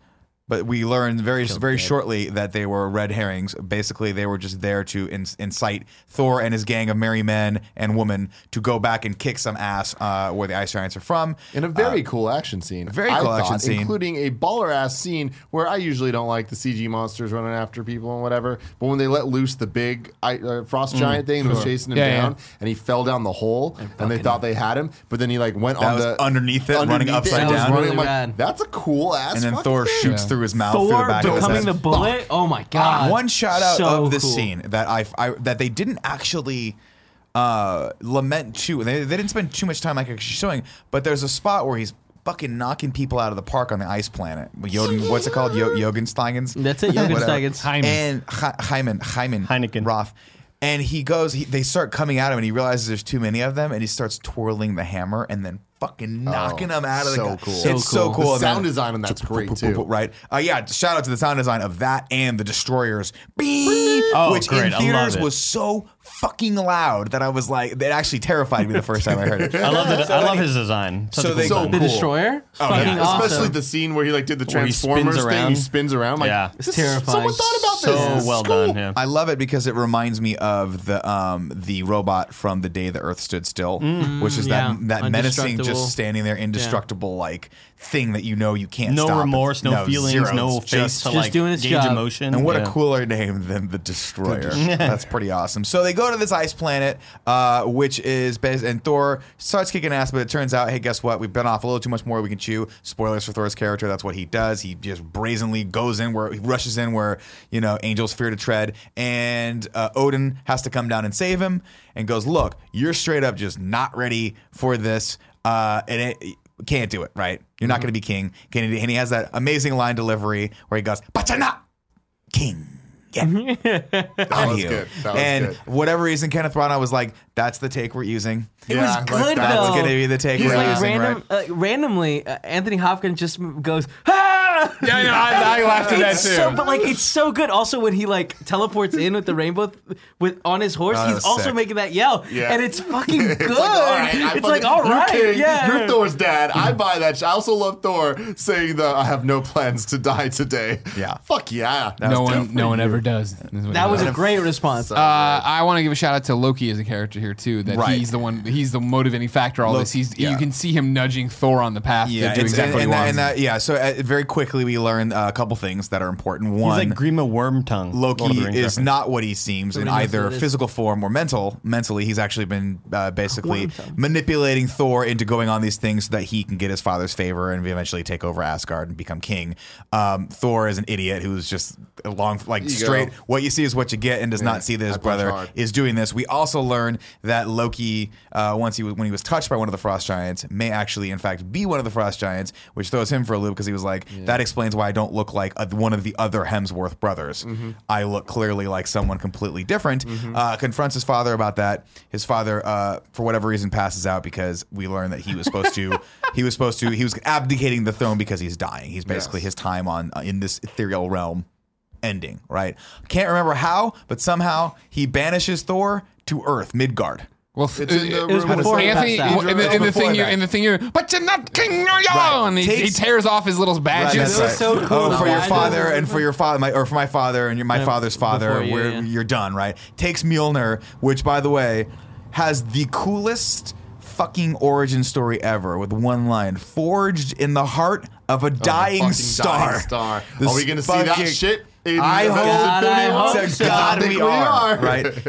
Speaker 2: But we learned very, very shortly that they were red herrings. Basically, they were just there to in- incite Thor and his gang of merry men and women to go back and kick some ass uh, where the ice giants are from.
Speaker 1: In a very cool action scene.
Speaker 2: uh, very
Speaker 1: I
Speaker 2: cool
Speaker 1: thought,
Speaker 2: action scene.
Speaker 1: Including a baller ass scene where I usually don't like the CG monsters running after people and whatever. But when they let loose the big I, uh,
Speaker 2: Mm,
Speaker 1: frost giant thing that was chasing him
Speaker 4: Yeah, yeah.
Speaker 1: down and he fell down the hole and, they thought they had him, but then he like went on
Speaker 2: was
Speaker 1: the.
Speaker 2: underneath it, running
Speaker 1: underneath
Speaker 2: upside
Speaker 1: and was
Speaker 2: down.
Speaker 1: running.
Speaker 3: Really
Speaker 1: I'm like,
Speaker 3: rad.
Speaker 1: That's a cool ass.
Speaker 2: and then
Speaker 1: fucking
Speaker 2: Thor
Speaker 1: thing.
Speaker 2: shoots through his mouth through the
Speaker 3: Thor
Speaker 2: back of his
Speaker 3: becoming
Speaker 2: head.
Speaker 3: the bullet. Oh my god!
Speaker 2: one shout out
Speaker 3: So
Speaker 2: of this
Speaker 3: cool.
Speaker 2: scene that I, I that they didn't actually uh, lament too. They, they didn't spend too much time like actually showing, but there's a spot where he's fucking knocking people out of the park on the ice planet. Yoden, what's it called? Yo, Jogensteingens?
Speaker 3: That's it,
Speaker 2: [laughs] Whatever.
Speaker 3: Jogensteingens.
Speaker 4: Hyman.
Speaker 2: And Hy- Hyman, Hyman,
Speaker 5: Heineken.
Speaker 2: Roth. And he goes, he, they start coming at him, and he realizes there's too many of them, and he starts twirling the hammer and then fucking knocking them out of the
Speaker 1: Oh, so
Speaker 2: gu-
Speaker 1: cool.
Speaker 2: It's
Speaker 3: cool.
Speaker 2: so cool.
Speaker 1: The
Speaker 2: And then-
Speaker 1: sound design on that's great too.
Speaker 2: Right. Uh, yeah. Shout out to the sound design of that and the destroyers. Beep,
Speaker 5: Oh,
Speaker 2: which
Speaker 5: great, I
Speaker 2: in
Speaker 5: love
Speaker 2: theaters
Speaker 5: it.
Speaker 2: was so fucking loud that I was like, it actually terrified me the first time I heard
Speaker 5: [laughs]
Speaker 2: it.
Speaker 5: I
Speaker 2: [laughs]
Speaker 5: love that. I love his design. Such
Speaker 2: So
Speaker 5: a cool
Speaker 2: they-
Speaker 5: design.
Speaker 3: The
Speaker 1: Cool.
Speaker 3: destroyer.
Speaker 2: Oh,
Speaker 3: Fucking awesome.
Speaker 1: Especially the scene where he like did the
Speaker 5: Where he spins
Speaker 1: Transformers thing. He
Speaker 5: around.
Speaker 1: spins around. Like,
Speaker 5: Yeah.
Speaker 3: It's
Speaker 1: this-
Speaker 3: terrifying.
Speaker 1: Someone thought about
Speaker 5: so
Speaker 1: this. This is
Speaker 5: well
Speaker 1: cool.
Speaker 5: done. Yeah.
Speaker 2: I love it because it reminds me of the um, the robot from the day the Earth stood still,
Speaker 5: Mm,
Speaker 2: which is
Speaker 3: yeah.
Speaker 2: that that menacing,
Speaker 3: Undestructible.
Speaker 2: just standing there, indestructible like thing that you know you can't.
Speaker 5: no
Speaker 2: stop.
Speaker 5: remorse,
Speaker 2: It's-
Speaker 5: no, feelings,
Speaker 2: zero.
Speaker 5: no
Speaker 2: It's
Speaker 5: face
Speaker 2: just-
Speaker 5: to
Speaker 3: just
Speaker 5: like
Speaker 3: doing its
Speaker 5: gauge
Speaker 3: job.
Speaker 5: emotion.
Speaker 2: And what
Speaker 5: Yeah.
Speaker 2: a cooler name than the Destroyer. That's pretty awesome. So they go to this ice planet, uh, which is based, and Thor starts kicking ass, but it turns out, hey, guess what? We've been off a little too much more. We can chew. Spoilers for Thor's character. That's what he does. He just brazenly goes in where he rushes in where you know angels fear to tread, and uh, Odin has to come down and save him, and goes, look, you're straight up just not ready for this, uh, and it. Can't do it, right? You're not going to be king. Can he, and he has that amazing line delivery where he goes, "Pachana, king.
Speaker 3: [laughs]
Speaker 2: Yeah.
Speaker 1: That was
Speaker 2: you.
Speaker 1: good. That was
Speaker 2: and
Speaker 1: good.
Speaker 2: whatever reason, Kenneth Branagh was like, "That's the take we're using."
Speaker 3: It
Speaker 1: Yeah,
Speaker 3: was
Speaker 1: like,
Speaker 3: good
Speaker 2: that was
Speaker 3: though. [laughs]
Speaker 2: gonna be the take
Speaker 3: He's
Speaker 2: we're
Speaker 3: like
Speaker 2: using,
Speaker 3: random, uh, randomly, uh, Anthony Hopkins just m- goes. Ah!
Speaker 4: Yeah, I know, I, I laughed at that too.
Speaker 3: It's so, but like it's so good. Also, when he like teleports in with the rainbow th- with on his horse,
Speaker 2: Oh, that
Speaker 3: he's
Speaker 2: was
Speaker 3: also
Speaker 2: sick.
Speaker 3: making that yell,
Speaker 1: Yeah.
Speaker 3: and it's fucking good.
Speaker 1: [laughs] [laughs] It's like, all right, I
Speaker 3: it's like
Speaker 1: fucking-
Speaker 3: all right,
Speaker 1: you're king,
Speaker 3: yeah.
Speaker 1: You're Thor's dad. I buy that. shit. I also love Thor saying the I have no plans to die today.
Speaker 2: Yeah.
Speaker 1: Fuck yeah.
Speaker 4: no one, no one ever does.
Speaker 3: that was a great response.
Speaker 4: Uh, I want to give a shout out to Loki as a character here too. That
Speaker 2: Right.
Speaker 4: he's the one, he's the motivating factor. All this, he's
Speaker 2: yeah.
Speaker 4: you can see him nudging Thor on the path
Speaker 2: Yeah,
Speaker 4: to do
Speaker 2: it's-
Speaker 4: exactly
Speaker 2: and, and
Speaker 4: what
Speaker 2: that,
Speaker 4: he
Speaker 2: and
Speaker 4: wants.
Speaker 2: that, yeah. So uh, very quickly, we learn uh, a couple things that are important.
Speaker 5: He's
Speaker 2: One,
Speaker 5: like Grima Wormtongue. Lord of
Speaker 2: Loki
Speaker 5: the
Speaker 2: is
Speaker 5: Rings reference.
Speaker 2: not what he seems in
Speaker 3: Nobody knows
Speaker 2: either
Speaker 3: who it is.
Speaker 2: physical form or mental. Mentally, he's actually been uh, basically manipulating Thor into going on these things so that he can get his father's favor and eventually take over Asgard and become king. Um, Thor is an idiot who's just along like straight. What you see is what you get, and does not see that his
Speaker 1: I punch
Speaker 2: brother
Speaker 1: hard.
Speaker 2: is doing this. We also learn that Loki, uh, once he was, when he was touched by one of the frost giants, may actually in fact be one of the frost giants, which throws him for a loop because he was like, that explains why I don't look like a, one of the other Hemsworth brothers.
Speaker 1: Mm-hmm.
Speaker 2: I look clearly like someone completely different. Uh, confronts his father about that. His father, uh, for whatever reason, passes out because we learn that he was supposed to, he was supposed to, he was abdicating the throne because he's dying. He's basically his time on uh, in this ethereal realm ending, right? Can't remember how, but somehow he banishes Thor to Earth, Midgard.
Speaker 4: Well, th-
Speaker 1: It's in the
Speaker 4: uh,
Speaker 1: room
Speaker 3: was
Speaker 1: with
Speaker 3: before
Speaker 1: the-
Speaker 4: Anthony,
Speaker 3: passed out.
Speaker 4: in the, in the
Speaker 1: Before
Speaker 4: thing you,
Speaker 1: that.
Speaker 4: in the thing you, but you're not king, you're young. And he, he
Speaker 2: Takes-
Speaker 4: tears off his little badge.
Speaker 2: Right,
Speaker 4: It's
Speaker 3: was
Speaker 2: that's
Speaker 3: so cool.
Speaker 2: Oh, for
Speaker 3: No,
Speaker 2: your
Speaker 3: I
Speaker 2: father
Speaker 3: don't-
Speaker 2: and for your father, my, or for my father and your, my father's father,
Speaker 3: before you,
Speaker 2: where
Speaker 3: yeah.
Speaker 2: you're done, right? Takes Mjolnir, which, by the way, has the coolest fucking origin story ever with one line forged in the heart of a dying
Speaker 1: Fucking
Speaker 2: star.
Speaker 1: Dying star.
Speaker 2: This
Speaker 1: Are we gonna see that
Speaker 2: fucking-
Speaker 1: shit? in
Speaker 2: I
Speaker 1: Avengers
Speaker 2: hope,
Speaker 3: God,
Speaker 1: Infinity
Speaker 3: I
Speaker 1: War?
Speaker 3: hope
Speaker 2: to
Speaker 1: Because I
Speaker 2: God
Speaker 1: think
Speaker 2: we
Speaker 1: [laughs]
Speaker 2: are,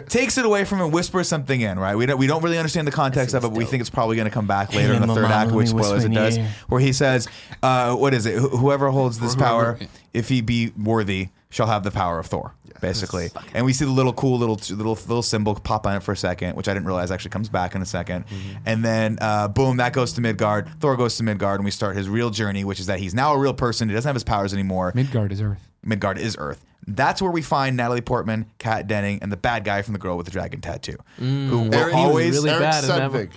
Speaker 2: right? Takes it away from it, whispers something in, right? We don't, we don't really understand the context of it, but we think it's probably going to come back later in the
Speaker 5: then,
Speaker 2: third
Speaker 5: Mama,
Speaker 2: act,
Speaker 5: let
Speaker 2: which
Speaker 5: me whisper
Speaker 2: spoilers it
Speaker 5: in your
Speaker 2: does,
Speaker 5: ear.
Speaker 2: where he says, uh, what is it? Wh- Whoever holds this power, if he be worthy, shall have the power of Thor, basically. And we see the little cool little little little symbol pop on it for a second, which I didn't realize actually comes back in a 2nd And then uh, boom, that goes to Midgard. Thor goes to Midgard, and we start his real journey, which is that he's now a real person. He doesn't have his powers anymore.
Speaker 4: Midgard is Earth.
Speaker 2: Midgard is Earth. That's where we find Natalie Portman, Kat Denning, and the bad guy from The Girl with the Dragon Tattoo, who will
Speaker 1: Eric-
Speaker 2: always
Speaker 3: really
Speaker 1: Eric
Speaker 3: bad in that
Speaker 1: Sudvig.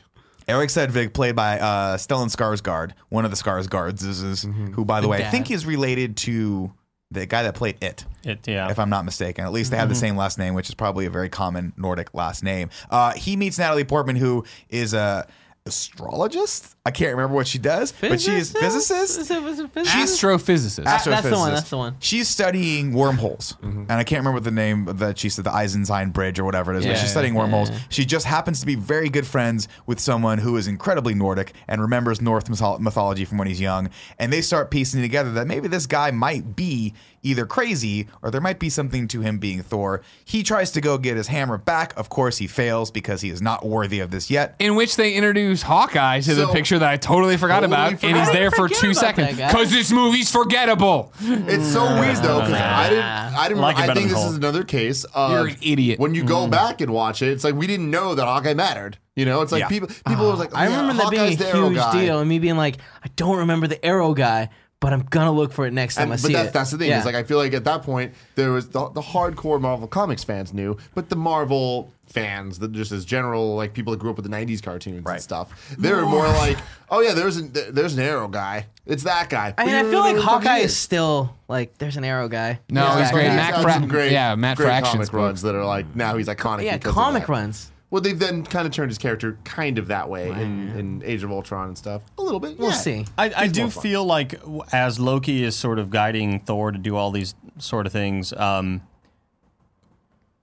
Speaker 2: Eric Sedvig, played by uh, Stellan Skarsgård, one of the Skarsgårds, is- is-
Speaker 5: Mm-hmm.
Speaker 2: who, by the, way, I think is related to the guy that played It,
Speaker 5: It, yeah.
Speaker 2: if I'm not mistaken. At least they have the same last name, which is probably a very common Nordic last name. Uh, he meets Natalie Portman, who is a astrologist. I can't remember what she does, but she is physicist.
Speaker 3: Is it- was it physicist?
Speaker 4: Astrophysicist. Mm-hmm.
Speaker 3: That's the one,
Speaker 2: astrophysicist.
Speaker 3: that's the one.
Speaker 2: She's studying wormholes, and I can't remember the name that she said, the Eisenstein Bridge or whatever it is.
Speaker 4: Yeah,
Speaker 2: but she's
Speaker 4: yeah,
Speaker 2: studying wormholes. She just happens to be very good friends with someone who is incredibly Nordic and remembers Norse mytho- mythology from when he's young, and they start piecing together that maybe this guy might be either crazy or there might be something to him being Thor. He tries to go get his hammer back. Of course, he fails because he is not worthy of this yet.
Speaker 4: in which they introduce Hawkeye to the
Speaker 1: So-
Speaker 4: picture that I totally forgot
Speaker 1: Totally
Speaker 4: about,
Speaker 1: forgot.
Speaker 4: and he's there for
Speaker 3: Forget
Speaker 4: two
Speaker 3: about
Speaker 4: seconds
Speaker 3: that guy.
Speaker 4: because this movie's forgettable.
Speaker 1: It's so
Speaker 3: Mm.
Speaker 1: weird though because I didn't. I didn't.
Speaker 5: Like it
Speaker 1: I
Speaker 5: better
Speaker 1: think
Speaker 5: than
Speaker 1: this
Speaker 5: Hulk.
Speaker 1: is another case. Of
Speaker 4: You're an idiot.
Speaker 1: When you
Speaker 3: Mm.
Speaker 1: go back and watch it, it's like we didn't know that Hawkeye mattered. You know, it's like
Speaker 2: Yeah.
Speaker 1: people. People were like, "Oh,
Speaker 3: I
Speaker 1: "Yeah,
Speaker 3: remember that
Speaker 1: Hawkeye's
Speaker 3: being
Speaker 1: the
Speaker 3: a
Speaker 1: Arrow
Speaker 3: huge
Speaker 1: guy."
Speaker 3: deal, and me being like, I don't remember the arrow guy, but I'm gonna look for it next time
Speaker 1: And-
Speaker 3: I
Speaker 1: but
Speaker 3: see
Speaker 1: that's,
Speaker 3: it.
Speaker 1: that's the thing.
Speaker 3: Yeah.
Speaker 1: Is like I feel like at that point there was the, the hardcore Marvel comics fans knew, but the Marvel fans, that just as general like people that grew up with the '90s cartoons and stuff, they were
Speaker 3: [laughs]
Speaker 1: more like, "Oh yeah, there's an there's an Arrow guy. It's that guy."
Speaker 3: I mean, I
Speaker 1: We
Speaker 3: feel
Speaker 1: don't
Speaker 3: like
Speaker 1: know who the fuck he
Speaker 3: Hawkeye is still like there's an arrow guy.
Speaker 4: No,
Speaker 3: There's
Speaker 4: he's
Speaker 3: that
Speaker 4: great.
Speaker 3: guy.
Speaker 4: Matt
Speaker 1: He's
Speaker 4: Fra-
Speaker 1: had some great,
Speaker 4: yeah, Matt
Speaker 1: great
Speaker 4: Fraction's
Speaker 1: comic runs that are like now he's iconic.
Speaker 3: Yeah,
Speaker 1: because of
Speaker 3: comic
Speaker 1: that.
Speaker 3: runs.
Speaker 1: Well, they've then kind of turned his character kind of that way in, in Age of Ultron and stuff. A little bit.
Speaker 3: We'll
Speaker 1: yeah.
Speaker 3: see.
Speaker 5: I, I
Speaker 1: He's
Speaker 5: do
Speaker 1: more fun.
Speaker 5: feel like w- as Loki is sort of guiding Thor to do all these sort of things, um,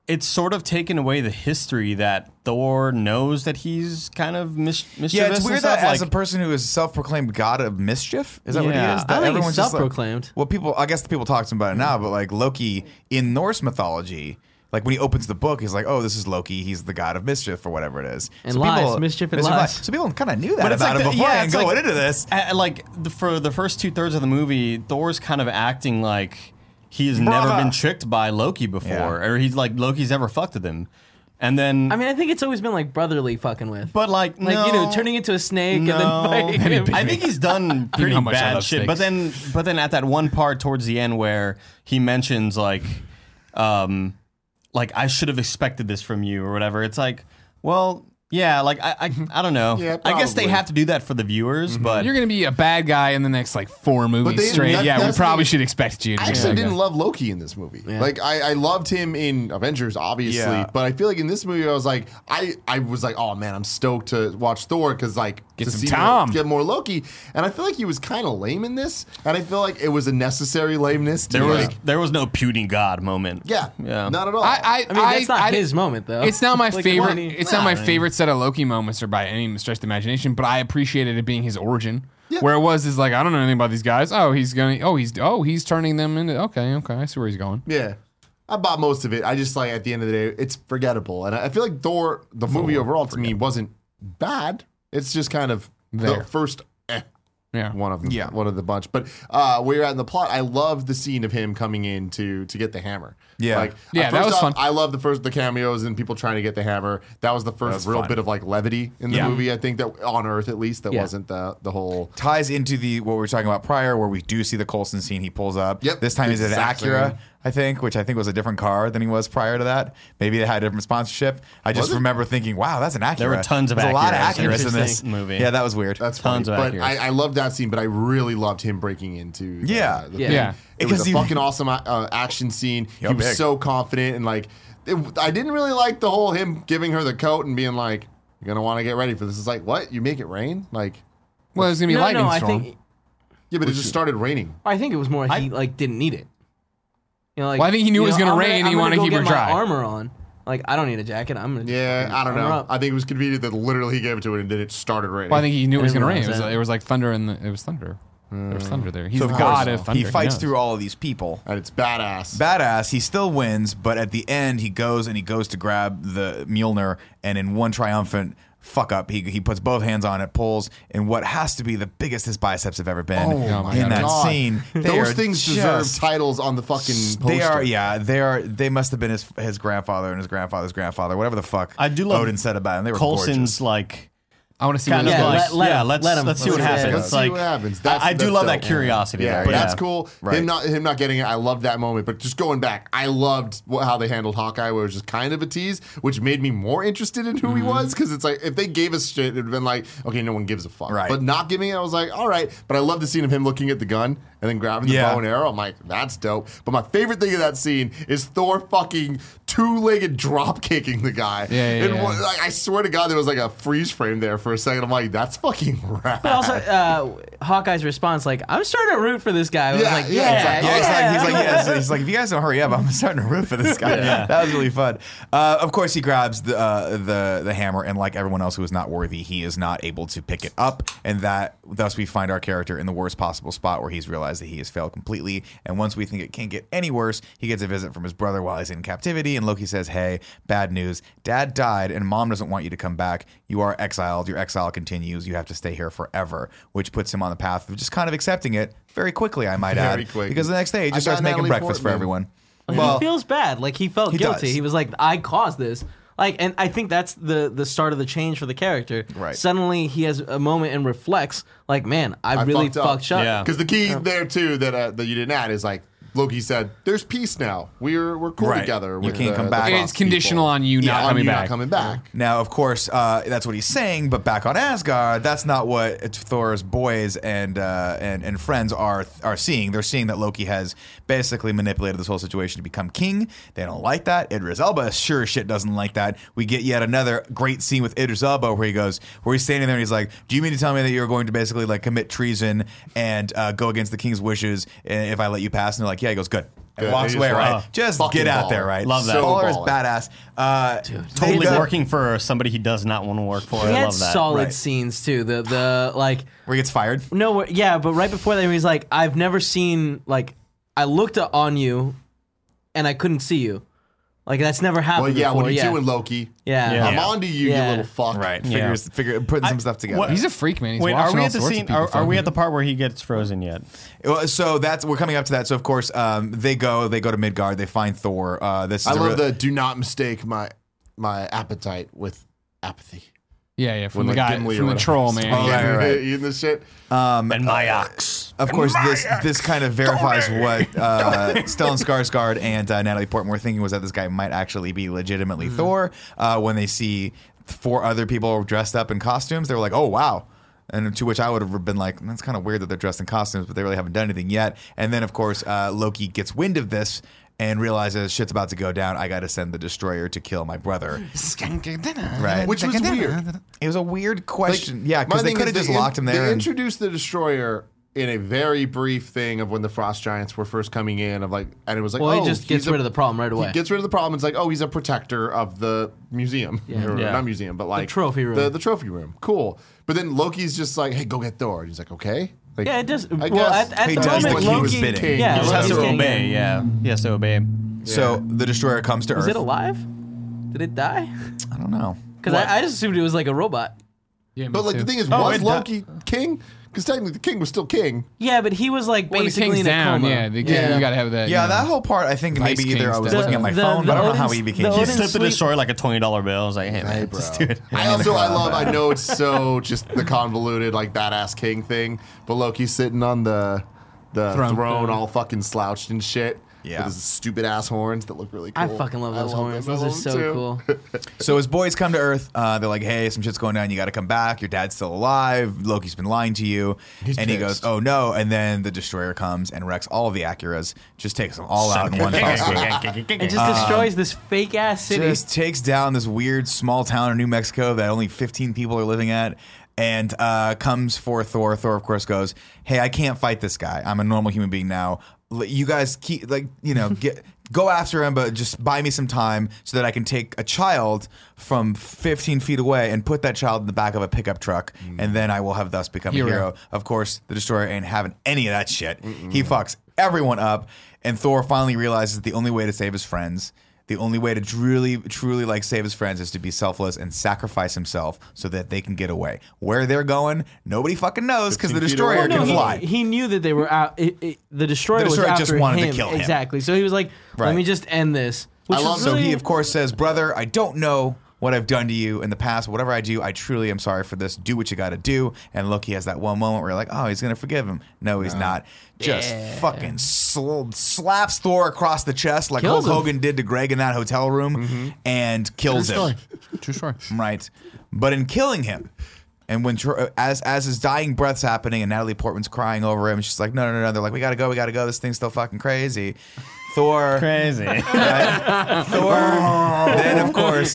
Speaker 5: it's sort of taken away the history that Thor knows that he's kind of mis- mischievous.
Speaker 2: Yeah, it's
Speaker 5: and
Speaker 2: weird
Speaker 5: stuff,
Speaker 2: that
Speaker 5: like,
Speaker 2: as a person who is self-proclaimed god of mischief, is that what he
Speaker 5: Yeah.
Speaker 2: is?
Speaker 5: I
Speaker 2: That
Speaker 3: don't think he's
Speaker 2: everyone's just like-
Speaker 3: self-proclaimed.
Speaker 2: well, people, I guess the people talk to him about it now, but like Loki in Norse mythology, like when he opens the book, he's like, "Oh, this is Loki. He's the god of mischief or whatever it is."
Speaker 3: And lies, mischief and lies.
Speaker 2: So people kind of knew that
Speaker 5: But it's
Speaker 2: about
Speaker 5: like
Speaker 2: him
Speaker 5: the-
Speaker 2: before
Speaker 5: yeah,
Speaker 2: and
Speaker 5: it's
Speaker 2: go
Speaker 5: like-
Speaker 2: into this.
Speaker 5: a- like the, for the first two thirds of the movie, Thor's kind of acting like he has never
Speaker 2: Brother.
Speaker 5: been tricked by Loki before,
Speaker 2: Yeah.
Speaker 5: or he's like Loki's ever fucked with him, and then
Speaker 3: I mean, I think it's always been like brotherly fucking with.
Speaker 5: but like
Speaker 3: like you
Speaker 5: no.
Speaker 3: know, turning into a snake
Speaker 5: No.
Speaker 3: and then
Speaker 4: he
Speaker 3: fighting him.
Speaker 4: bit
Speaker 5: I think he's done
Speaker 4: You know
Speaker 5: pretty
Speaker 4: how much I
Speaker 5: bad
Speaker 4: love
Speaker 5: shit. But then, but then at that one part towards the end where he mentions like, um, like I should have expected this from you or whatever. It's like, well, yeah, like I, I,
Speaker 3: Mm-hmm.
Speaker 5: I don't know.
Speaker 1: Yeah,
Speaker 5: I guess they
Speaker 1: probably.
Speaker 5: have to do that for the viewers,
Speaker 4: [laughs]
Speaker 5: but
Speaker 4: You're gonna be a bad guy in the next like four movies
Speaker 1: they-
Speaker 4: straight.
Speaker 1: that-
Speaker 4: yeah, we
Speaker 1: that's the-
Speaker 4: probably should expect you. To
Speaker 1: I
Speaker 4: be a
Speaker 1: actually
Speaker 4: bad
Speaker 1: didn't
Speaker 4: guy.
Speaker 1: love Loki in this movie. Like I, I loved him in Avengers, obviously,
Speaker 2: Yeah.
Speaker 1: but I feel like in this movie I was like I, I was like, oh man, I'm stoked to watch Thor because like
Speaker 4: Get
Speaker 1: to
Speaker 4: some
Speaker 1: see
Speaker 4: Tom.
Speaker 1: More, get more Loki. And I feel like he was kind of lame in this, and I feel like it was a necessary lameness. To
Speaker 5: there was
Speaker 1: like,
Speaker 5: there was no puny god moment.
Speaker 1: yeah,
Speaker 5: yeah.
Speaker 1: not at all.
Speaker 4: I, I,
Speaker 3: I mean, that's not
Speaker 4: I-
Speaker 3: his moment though.
Speaker 4: It's
Speaker 5: [laughs]
Speaker 4: not my
Speaker 3: Like,
Speaker 4: favorite.
Speaker 3: come on, he-
Speaker 4: it's not my favorite set of Loki moments, or by any stretch of the imagination. But I appreciated it being his origin. Where it was is like I don't know anything about these guys. Oh, he's gonna. Oh, he's. Oh, he's turning them into. Okay, okay. I see where he's going.
Speaker 1: Yeah. I bought most of it. I just like at the end of the day, it's forgettable. And I I feel like Thor, the movie overall to me wasn't bad. It's just kind of
Speaker 4: There.
Speaker 1: the first eh,
Speaker 4: Yeah.
Speaker 1: one of them,
Speaker 2: Yeah.
Speaker 1: one of the bunch. But uh, where you're at in the plot, I love the scene of him coming in to to get the hammer.
Speaker 2: Yeah.
Speaker 1: like
Speaker 4: Yeah,
Speaker 1: uh,
Speaker 4: that
Speaker 1: first
Speaker 4: was
Speaker 1: off,
Speaker 4: fun.
Speaker 1: I love the first the cameos and people trying to get the hammer. That was the first
Speaker 2: was
Speaker 1: real
Speaker 2: fun.
Speaker 1: bit of like levity in the
Speaker 2: Yeah.
Speaker 1: movie. I think that on Earth at least that
Speaker 3: Yeah.
Speaker 1: wasn't the the whole
Speaker 2: Ties into the what we were talking about prior, where we do see the Colson scene. He pulls up.
Speaker 1: Yep,
Speaker 2: This time he's at an
Speaker 1: exactly.
Speaker 2: Acura, I think, which I think was a different car than he was prior to that. Maybe they had a different sponsorship. I just
Speaker 1: it?
Speaker 2: remember thinking, "Wow, that's an Acura."
Speaker 5: were tons of
Speaker 2: There's a lot of
Speaker 5: Acuras in
Speaker 2: Acuras in
Speaker 5: this
Speaker 2: this
Speaker 5: movie.
Speaker 2: Yeah, that was weird.
Speaker 1: That's
Speaker 5: Tons
Speaker 1: funny.
Speaker 5: of
Speaker 1: but
Speaker 5: accuracy.
Speaker 1: I, I loved that scene, but I really loved him breaking into. The,
Speaker 2: Yeah.
Speaker 1: the
Speaker 3: Yeah.
Speaker 1: thing.
Speaker 4: Yeah.
Speaker 1: It
Speaker 2: Because
Speaker 1: was a
Speaker 2: he-
Speaker 1: fucking awesome uh, action scene.
Speaker 2: Yeah,
Speaker 1: he was
Speaker 2: big.
Speaker 1: so confident and like, it, I didn't really like the whole him giving her the coat and being like, "You're gonna want to get ready for this." It's like, what? You make it rain? Like,
Speaker 4: Well, it's gonna be
Speaker 3: no,
Speaker 4: lightning
Speaker 3: no, I
Speaker 4: storm.
Speaker 3: think
Speaker 1: yeah, but it just started raining.
Speaker 3: I think it was more he like didn't need it. You know, like,
Speaker 4: Well, I think he knew it was
Speaker 3: you know,
Speaker 4: gonna
Speaker 3: I'm
Speaker 4: rain, he
Speaker 3: I'm
Speaker 4: wanted to
Speaker 3: go
Speaker 4: keep
Speaker 3: get
Speaker 4: her
Speaker 3: my
Speaker 4: dry.
Speaker 3: Armor on. Like I don't need a jacket. I'm gonna. just
Speaker 1: Yeah,
Speaker 3: fucking
Speaker 1: I don't
Speaker 3: armor
Speaker 1: know.
Speaker 3: up.
Speaker 1: I think it was convenient that literally he gave it to it and then it started raining.
Speaker 4: Well, I think he knew it was gonna rain. It
Speaker 3: Everyone's
Speaker 4: was,
Speaker 3: out.
Speaker 4: it was like thunder and it was thunder. There was thunder there. He's
Speaker 2: Mm. So of
Speaker 4: god
Speaker 2: course,
Speaker 4: of thunder.
Speaker 2: he fights
Speaker 4: knows.
Speaker 2: through all of these people.
Speaker 1: And it's badass.
Speaker 2: Badass, he still wins, but at the end he goes and he goes to grab the Mjolnir, and in one triumphant fuck up, he, he puts both hands on it, pulls, and what has to be the biggest his biceps have ever been
Speaker 4: my
Speaker 2: in that
Speaker 1: Oh God.
Speaker 2: scene. They
Speaker 1: Those
Speaker 2: are
Speaker 1: things deserve
Speaker 2: just-
Speaker 1: titles on the fucking poster.
Speaker 2: They are, yeah, they are. They must have been his his grandfather and his grandfather's grandfather, whatever the fuck.
Speaker 5: I do love
Speaker 2: Odin said about him. They were
Speaker 5: Colson's
Speaker 2: gorgeous.
Speaker 5: like
Speaker 4: I want to see
Speaker 5: kind
Speaker 4: what
Speaker 5: of
Speaker 4: yeah,
Speaker 3: Yeah,
Speaker 5: like
Speaker 3: let- let
Speaker 5: yeah,
Speaker 3: him.
Speaker 5: let's
Speaker 3: Let him.
Speaker 5: let's see what
Speaker 3: Let's see what
Speaker 5: happens.
Speaker 3: happens.
Speaker 1: Let's
Speaker 5: like
Speaker 1: see what happens.
Speaker 5: I-
Speaker 1: That's,
Speaker 5: I, do
Speaker 1: that's
Speaker 5: love
Speaker 1: dope.
Speaker 5: that curiosity.
Speaker 1: Yeah,
Speaker 5: there,
Speaker 1: but
Speaker 5: yeah.
Speaker 1: that's cool.
Speaker 2: Right.
Speaker 1: Him not him not getting it. I loved that moment. But just going back, I loved wh- how they handled Hawkeye, where it was just kind of a tease, which made me more interested in who he was. Because it's like if they gave us shit, it'd have been like, okay, no one gives a fuck.
Speaker 2: Right.
Speaker 1: But not giving it, I was like, all right. But I love the scene of him looking at the gun and then grabbing the
Speaker 2: Yeah.
Speaker 1: bow and arrow. I'm like, that's dope. But my favorite thing of that scene is Thor fucking two-legged drop kicking the guy.
Speaker 4: Yeah, yeah,
Speaker 1: And
Speaker 4: yeah.
Speaker 1: one- like, I swear to God, there was like a freeze frame there for a second. I'm like, that's fucking rad.
Speaker 3: But [laughs] also, uh, Hawkeye's response, like, I'm starting to root for this guy. I was
Speaker 1: Yeah,
Speaker 3: like,
Speaker 1: yeah,
Speaker 3: yeah,
Speaker 1: exactly.
Speaker 2: Yeah,
Speaker 3: yeah.
Speaker 2: he's like, he's like, yeah, so he's like, if you guys don't hurry up, I'm starting to root for this guy. [laughs] That was really fun. Uh, of course, he grabs the, uh, the the hammer, and like everyone else who is not worthy, he is not able to pick it up, and that thus we find our character in the worst possible spot where he's realized that he has failed completely. And once we think it can't get any worse, he gets a visit from his brother while he's in captivity, and Loki says, "Hey, bad news. Dad died, and Mom doesn't want you to come back. You are exiled. Your exile continues. You have to stay here forever," which puts him on the path of just kind of accepting it very quickly, I might add,
Speaker 1: Very quick.
Speaker 2: because the next day he
Speaker 1: I
Speaker 2: just starts
Speaker 1: got
Speaker 2: making
Speaker 1: Natalie
Speaker 2: breakfast for
Speaker 1: Portman.
Speaker 2: everyone.
Speaker 3: he feels bad. Like, he felt
Speaker 2: He
Speaker 3: guilty.
Speaker 2: does.
Speaker 3: He was like, I caused this. Like, and I think that's the the start of the change for the character.
Speaker 2: Right.
Speaker 3: Suddenly, he has a moment and reflects, like, man, I, really fucked, up.
Speaker 5: Yeah.
Speaker 1: Because the key there too that uh, that you didn't add is like Loki said, "There's peace now. We're we're cool
Speaker 2: Right.
Speaker 1: together.
Speaker 2: You
Speaker 1: with
Speaker 2: can't
Speaker 1: the-
Speaker 2: come
Speaker 1: the
Speaker 2: back.
Speaker 1: Frost
Speaker 4: It's conditional
Speaker 1: people."
Speaker 4: on you not
Speaker 1: on
Speaker 4: coming
Speaker 1: you
Speaker 4: back.
Speaker 1: coming back.
Speaker 2: Now, of course, uh, that's what he's saying. But back on Asgard, that's not what Thor's boys and uh, and and friends are are seeing. They're seeing that Loki has basically manipulated this whole situation to become king. They don't like that. Idris Elba sure as shit doesn't like that. We get yet another great scene with Idris Elba where he goes, where he's standing there and he's like, "Do you mean to tell me that you're going to basically like commit treason and uh, go against the king's wishes and if I let you pass?" And they're like, "Yeah." He goes, "Good." And
Speaker 1: Good.
Speaker 2: walks
Speaker 1: He's
Speaker 2: away,
Speaker 1: like,
Speaker 2: right?
Speaker 1: "Oh,
Speaker 2: Just
Speaker 1: fucking
Speaker 2: get out
Speaker 1: baller."
Speaker 2: there, right?
Speaker 5: Love that.
Speaker 2: So Baller is
Speaker 1: Baller.
Speaker 2: badass. Uh,
Speaker 5: totally
Speaker 2: they done-
Speaker 5: working for somebody he does not want to work for.
Speaker 3: He
Speaker 5: I
Speaker 3: had
Speaker 5: love that.
Speaker 3: solid
Speaker 2: Right.
Speaker 3: scenes, too. The, the, like,
Speaker 2: where he gets fired.
Speaker 3: No, we're- yeah, but right before that, he's like, "I've never seen like I looked a- on you, and I couldn't see you. Like that's never happened
Speaker 1: Well, yeah,
Speaker 3: before.
Speaker 1: what are you
Speaker 3: yeah.
Speaker 1: doing, Loki?
Speaker 3: yeah,
Speaker 5: Yeah.
Speaker 1: I'm onto you,
Speaker 3: Yeah.
Speaker 1: you little fuck.
Speaker 2: Figures, figure, putting some stuff together.
Speaker 5: what-
Speaker 4: He's a freak, man. He's
Speaker 5: Wait, are
Speaker 4: watching
Speaker 5: we
Speaker 4: all
Speaker 5: at the
Speaker 4: sorts of
Speaker 5: scene?
Speaker 4: people
Speaker 5: Are, are
Speaker 4: fuck
Speaker 5: we
Speaker 4: him.
Speaker 5: at the part where he gets frozen yet?
Speaker 2: Well, so that's we're coming up to that. So of course, um, they go, they go to Midgard, they find Thor. Uh, this is
Speaker 1: I
Speaker 2: a
Speaker 1: love
Speaker 2: real-
Speaker 1: the do not mistake my my appetite with apathy.
Speaker 4: Yeah, yeah, from
Speaker 1: When,
Speaker 4: the
Speaker 1: like,
Speaker 4: guy,
Speaker 1: Gimli or
Speaker 4: from the
Speaker 1: whatever.
Speaker 4: troll, man.
Speaker 2: Oh,
Speaker 4: Yeah.
Speaker 2: right,
Speaker 1: [laughs]
Speaker 2: right, right.
Speaker 1: Eating this shit.
Speaker 5: and my ox.
Speaker 2: Of course, this this kind of verifies what uh, Stellan Skarsgård and uh, Natalie Portman were thinking was that this guy might actually be legitimately
Speaker 1: Mm.
Speaker 2: Thor. Uh, when they see four other people dressed up in costumes, they were like, "Oh wow." And to which I would have been like, that's kind of weird that they're dressed in costumes, but they really haven't done anything yet. And then, of course, uh, Loki gets wind of this and realizes shit's about to go down. I got to send the destroyer to kill my brother.
Speaker 1: [laughs]
Speaker 2: Right.
Speaker 1: Which was weird.
Speaker 2: It was a weird question.
Speaker 1: Like,
Speaker 2: [laughs] yeah,
Speaker 1: my
Speaker 2: because they
Speaker 1: thing
Speaker 2: could
Speaker 1: is
Speaker 2: have just
Speaker 1: in-
Speaker 2: locked him there.
Speaker 1: They
Speaker 2: and-
Speaker 1: introduced the destroyer in a very brief thing of when the frost giants were first coming in. Of like, and it was like,
Speaker 3: Well,
Speaker 1: oh,
Speaker 3: he just
Speaker 1: he's
Speaker 3: gets
Speaker 1: a-
Speaker 3: rid of the problem right away.
Speaker 1: He gets rid of the problem. It's like, oh, he's a protector of the museum. Or
Speaker 5: Yeah.
Speaker 1: Not museum, but like
Speaker 3: trophy room.
Speaker 1: The, the trophy room. Cool. But then Loki's just like, hey, go get Thor. And he's like, okay. Like,
Speaker 3: Yeah, it does-
Speaker 1: I
Speaker 3: well,
Speaker 1: guess
Speaker 3: at- at
Speaker 2: He the does moment, what he was Loki- bidding.
Speaker 1: King.
Speaker 3: yeah,
Speaker 5: He just has
Speaker 3: Loki's
Speaker 5: to
Speaker 3: getting-
Speaker 5: obey. Yeah, he has to obey.
Speaker 3: Mm.
Speaker 2: so the destroyer comes to
Speaker 3: Is
Speaker 2: Earth.
Speaker 3: it alive? Did it die?
Speaker 2: I don't know.
Speaker 3: Because I, I just assumed it was like a robot.
Speaker 4: Yeah, me
Speaker 1: But like
Speaker 4: too.
Speaker 1: the thing is,
Speaker 5: Oh,
Speaker 1: was
Speaker 5: it-
Speaker 1: Loki king? Because technically, the king was still king.
Speaker 3: Yeah, but he was like
Speaker 4: Well, the
Speaker 3: basically
Speaker 4: king's
Speaker 3: in a
Speaker 4: down.
Speaker 3: coma.
Speaker 4: Yeah, the king,
Speaker 1: Yeah.
Speaker 4: you gotta have that.
Speaker 2: Yeah,
Speaker 4: you know.
Speaker 2: that whole part, I think maybe either
Speaker 4: Kings
Speaker 2: I was
Speaker 4: does.
Speaker 2: looking at my
Speaker 3: The-
Speaker 2: phone,
Speaker 3: the
Speaker 2: but I don't know how
Speaker 3: Odin's-
Speaker 2: he
Speaker 3: the
Speaker 2: became
Speaker 5: He
Speaker 3: Odin's-
Speaker 2: king.
Speaker 3: Odin
Speaker 5: slipped the
Speaker 3: sleep-
Speaker 5: destroyer like a twenty dollar bill. I was like, hey, man, just do it.
Speaker 1: I also I love I know it's so just the convoluted like badass king thing, but Loki's sitting on the the
Speaker 4: Throne.
Speaker 1: throne, all fucking slouched and shit.
Speaker 2: Yeah.
Speaker 1: with his stupid ass horns that look really cool.
Speaker 3: I fucking love those horns.
Speaker 1: them. I
Speaker 3: Those are
Speaker 1: love them
Speaker 3: so
Speaker 1: too.
Speaker 3: cool.
Speaker 2: So his boys come to Earth. Uh, they're like, "Hey, some shit's going down. You got to come back. Your dad's still alive. Loki's been lying to you." and he goes,
Speaker 1: pissed.
Speaker 2: "Oh no!" And then the destroyer comes and wrecks all of the Acuras. Just takes them all out in one fell swoop.
Speaker 3: It just
Speaker 5: Um,
Speaker 3: destroys this fake ass city.
Speaker 2: Just takes down this weird small town in New Mexico that only 15 people are living at. And uh, comes for Thor. Thor, of course, goes, "Hey, I can't fight this guy. I'm a normal human being now. L- You guys keep like, you know, get go after him, but just buy me some time so that I can take a child from 15 feet away and put that child in the back of a pickup truck, and then I will have thus become
Speaker 4: Hero.
Speaker 2: a hero. Of course, the destroyer ain't having any of that shit. He fucks everyone up, and Thor finally realizes the only way to save his friends. The only way to really, truly like save his friends is to be selfless and sacrifice himself so that they can get away. Where they're going, nobody fucking knows because the
Speaker 1: 15 feet away. Well,
Speaker 2: destroyer
Speaker 1: no,
Speaker 2: can
Speaker 3: he,
Speaker 2: fly.
Speaker 3: he knew that they were out. It, it, the destroyer,
Speaker 2: The destroyer
Speaker 3: was
Speaker 2: just
Speaker 3: after
Speaker 2: wanted to
Speaker 3: him.
Speaker 2: kill him.
Speaker 3: Exactly. So he was like, "Let
Speaker 2: Right.
Speaker 3: me just end this." Which
Speaker 2: I
Speaker 3: is
Speaker 2: love so
Speaker 3: really-
Speaker 2: he of course says, "Brother, I don't know what I've done to you in the past. Whatever I do, I truly am sorry for this. Do what you got to do." And look, he has that one moment where you're like, "Oh, he's gonna forgive him." No, he's not. Just fucking sl- slaps Thor across the chest like
Speaker 3: Kills
Speaker 2: Hulk
Speaker 3: him.
Speaker 2: Hogan did to Greg in that hotel room, and kills
Speaker 4: True
Speaker 2: him.
Speaker 4: story. True story.
Speaker 2: Right. But in killing him, and when Tro- as as his dying breath's happening, and Natalie Portman's crying over him, she's like, "No, no, no!" They're like, "We gotta go, we gotta go. This thing's still fucking crazy." Thor,
Speaker 5: [laughs] Crazy.
Speaker 2: Thor. then of course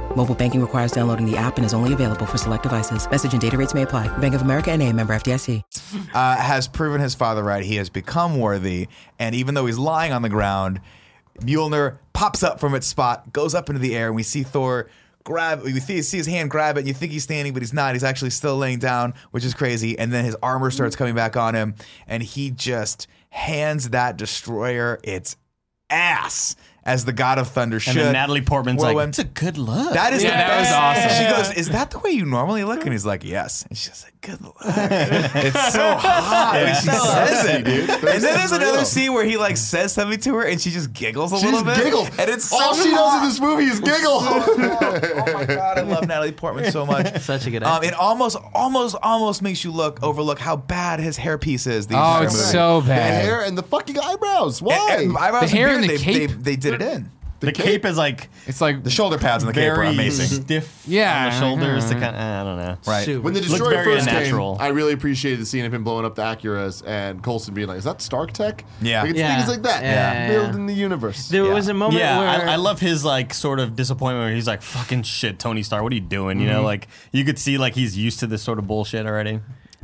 Speaker 6: Mobile banking requires downloading the app and is only available for select devices. Message and data rates may apply. Bank of America and a member FDIC.
Speaker 2: uh, has proven his father right. He has become worthy, and even though he's lying on the ground, Mjolnir pops up from its spot, goes up into the air, and we see Thor grab. You see, see his hand grab it, and you think he's standing, but he's not. He's actually still laying down, which is crazy. And then his armor starts coming back on him, and he just hands that destroyer its ass as the God of Thunder should.
Speaker 5: and then Natalie Portman's
Speaker 2: Well,
Speaker 5: like,
Speaker 2: when-
Speaker 5: "It's a good look."
Speaker 2: That is
Speaker 4: Yeah,
Speaker 2: the
Speaker 4: that was
Speaker 2: best.
Speaker 4: awesome.
Speaker 2: She goes, "Is that the way you normally look?" And he's like, "Yes." And she's like,
Speaker 1: [laughs]
Speaker 2: "Good luck." it's so hot. And she says it,
Speaker 1: dude.
Speaker 2: And then there's
Speaker 1: That's real.
Speaker 2: another scene where he like says something to her, and she just giggles a
Speaker 1: She
Speaker 2: little
Speaker 1: just
Speaker 2: bit.
Speaker 1: giggles.
Speaker 2: and it's so
Speaker 1: all she does
Speaker 2: hot.
Speaker 1: in this movie is giggle.
Speaker 2: oh my god, I love Natalie Portman
Speaker 4: [laughs]
Speaker 2: so much.
Speaker 3: Such a good
Speaker 2: Um,
Speaker 3: actor.
Speaker 2: it almost, almost, almost makes you look overlook how bad his hairpiece is. The
Speaker 4: Oh,
Speaker 2: entire
Speaker 4: it's
Speaker 2: movie.
Speaker 4: so
Speaker 1: the
Speaker 4: bad.
Speaker 1: hair and the fucking eyebrows. Why?
Speaker 2: And, and eyebrows
Speaker 4: The hair
Speaker 2: beard,
Speaker 4: and the
Speaker 2: they,
Speaker 4: cape.
Speaker 2: They, they did it in.
Speaker 5: the, cape, is like
Speaker 4: It's like
Speaker 2: The shoulder pads and the cape are
Speaker 5: very
Speaker 2: amazing.
Speaker 5: [laughs] stiff.
Speaker 4: Yeah,
Speaker 5: on the shoulders.
Speaker 4: yeah.
Speaker 5: The kind I don't know.
Speaker 2: Right.
Speaker 3: Super.
Speaker 1: When the
Speaker 5: Looked
Speaker 1: destroyer
Speaker 5: very
Speaker 1: first
Speaker 5: unnatural.
Speaker 1: came, I really appreciated the scene of him blowing up the Acuras and Colson being like, "Is that Stark Tech?"
Speaker 2: Yeah.
Speaker 1: like, it's
Speaker 3: Yeah.
Speaker 1: things like that.
Speaker 3: Yeah.
Speaker 1: building the universe.
Speaker 3: there
Speaker 2: Yeah.
Speaker 3: was a moment
Speaker 5: Yeah,
Speaker 3: where
Speaker 5: I, I love his like sort of disappointment where he's like, "Fucking shit, Tony Stark, what are you doing?" You know, like you could see like he's used to this sort of bullshit already.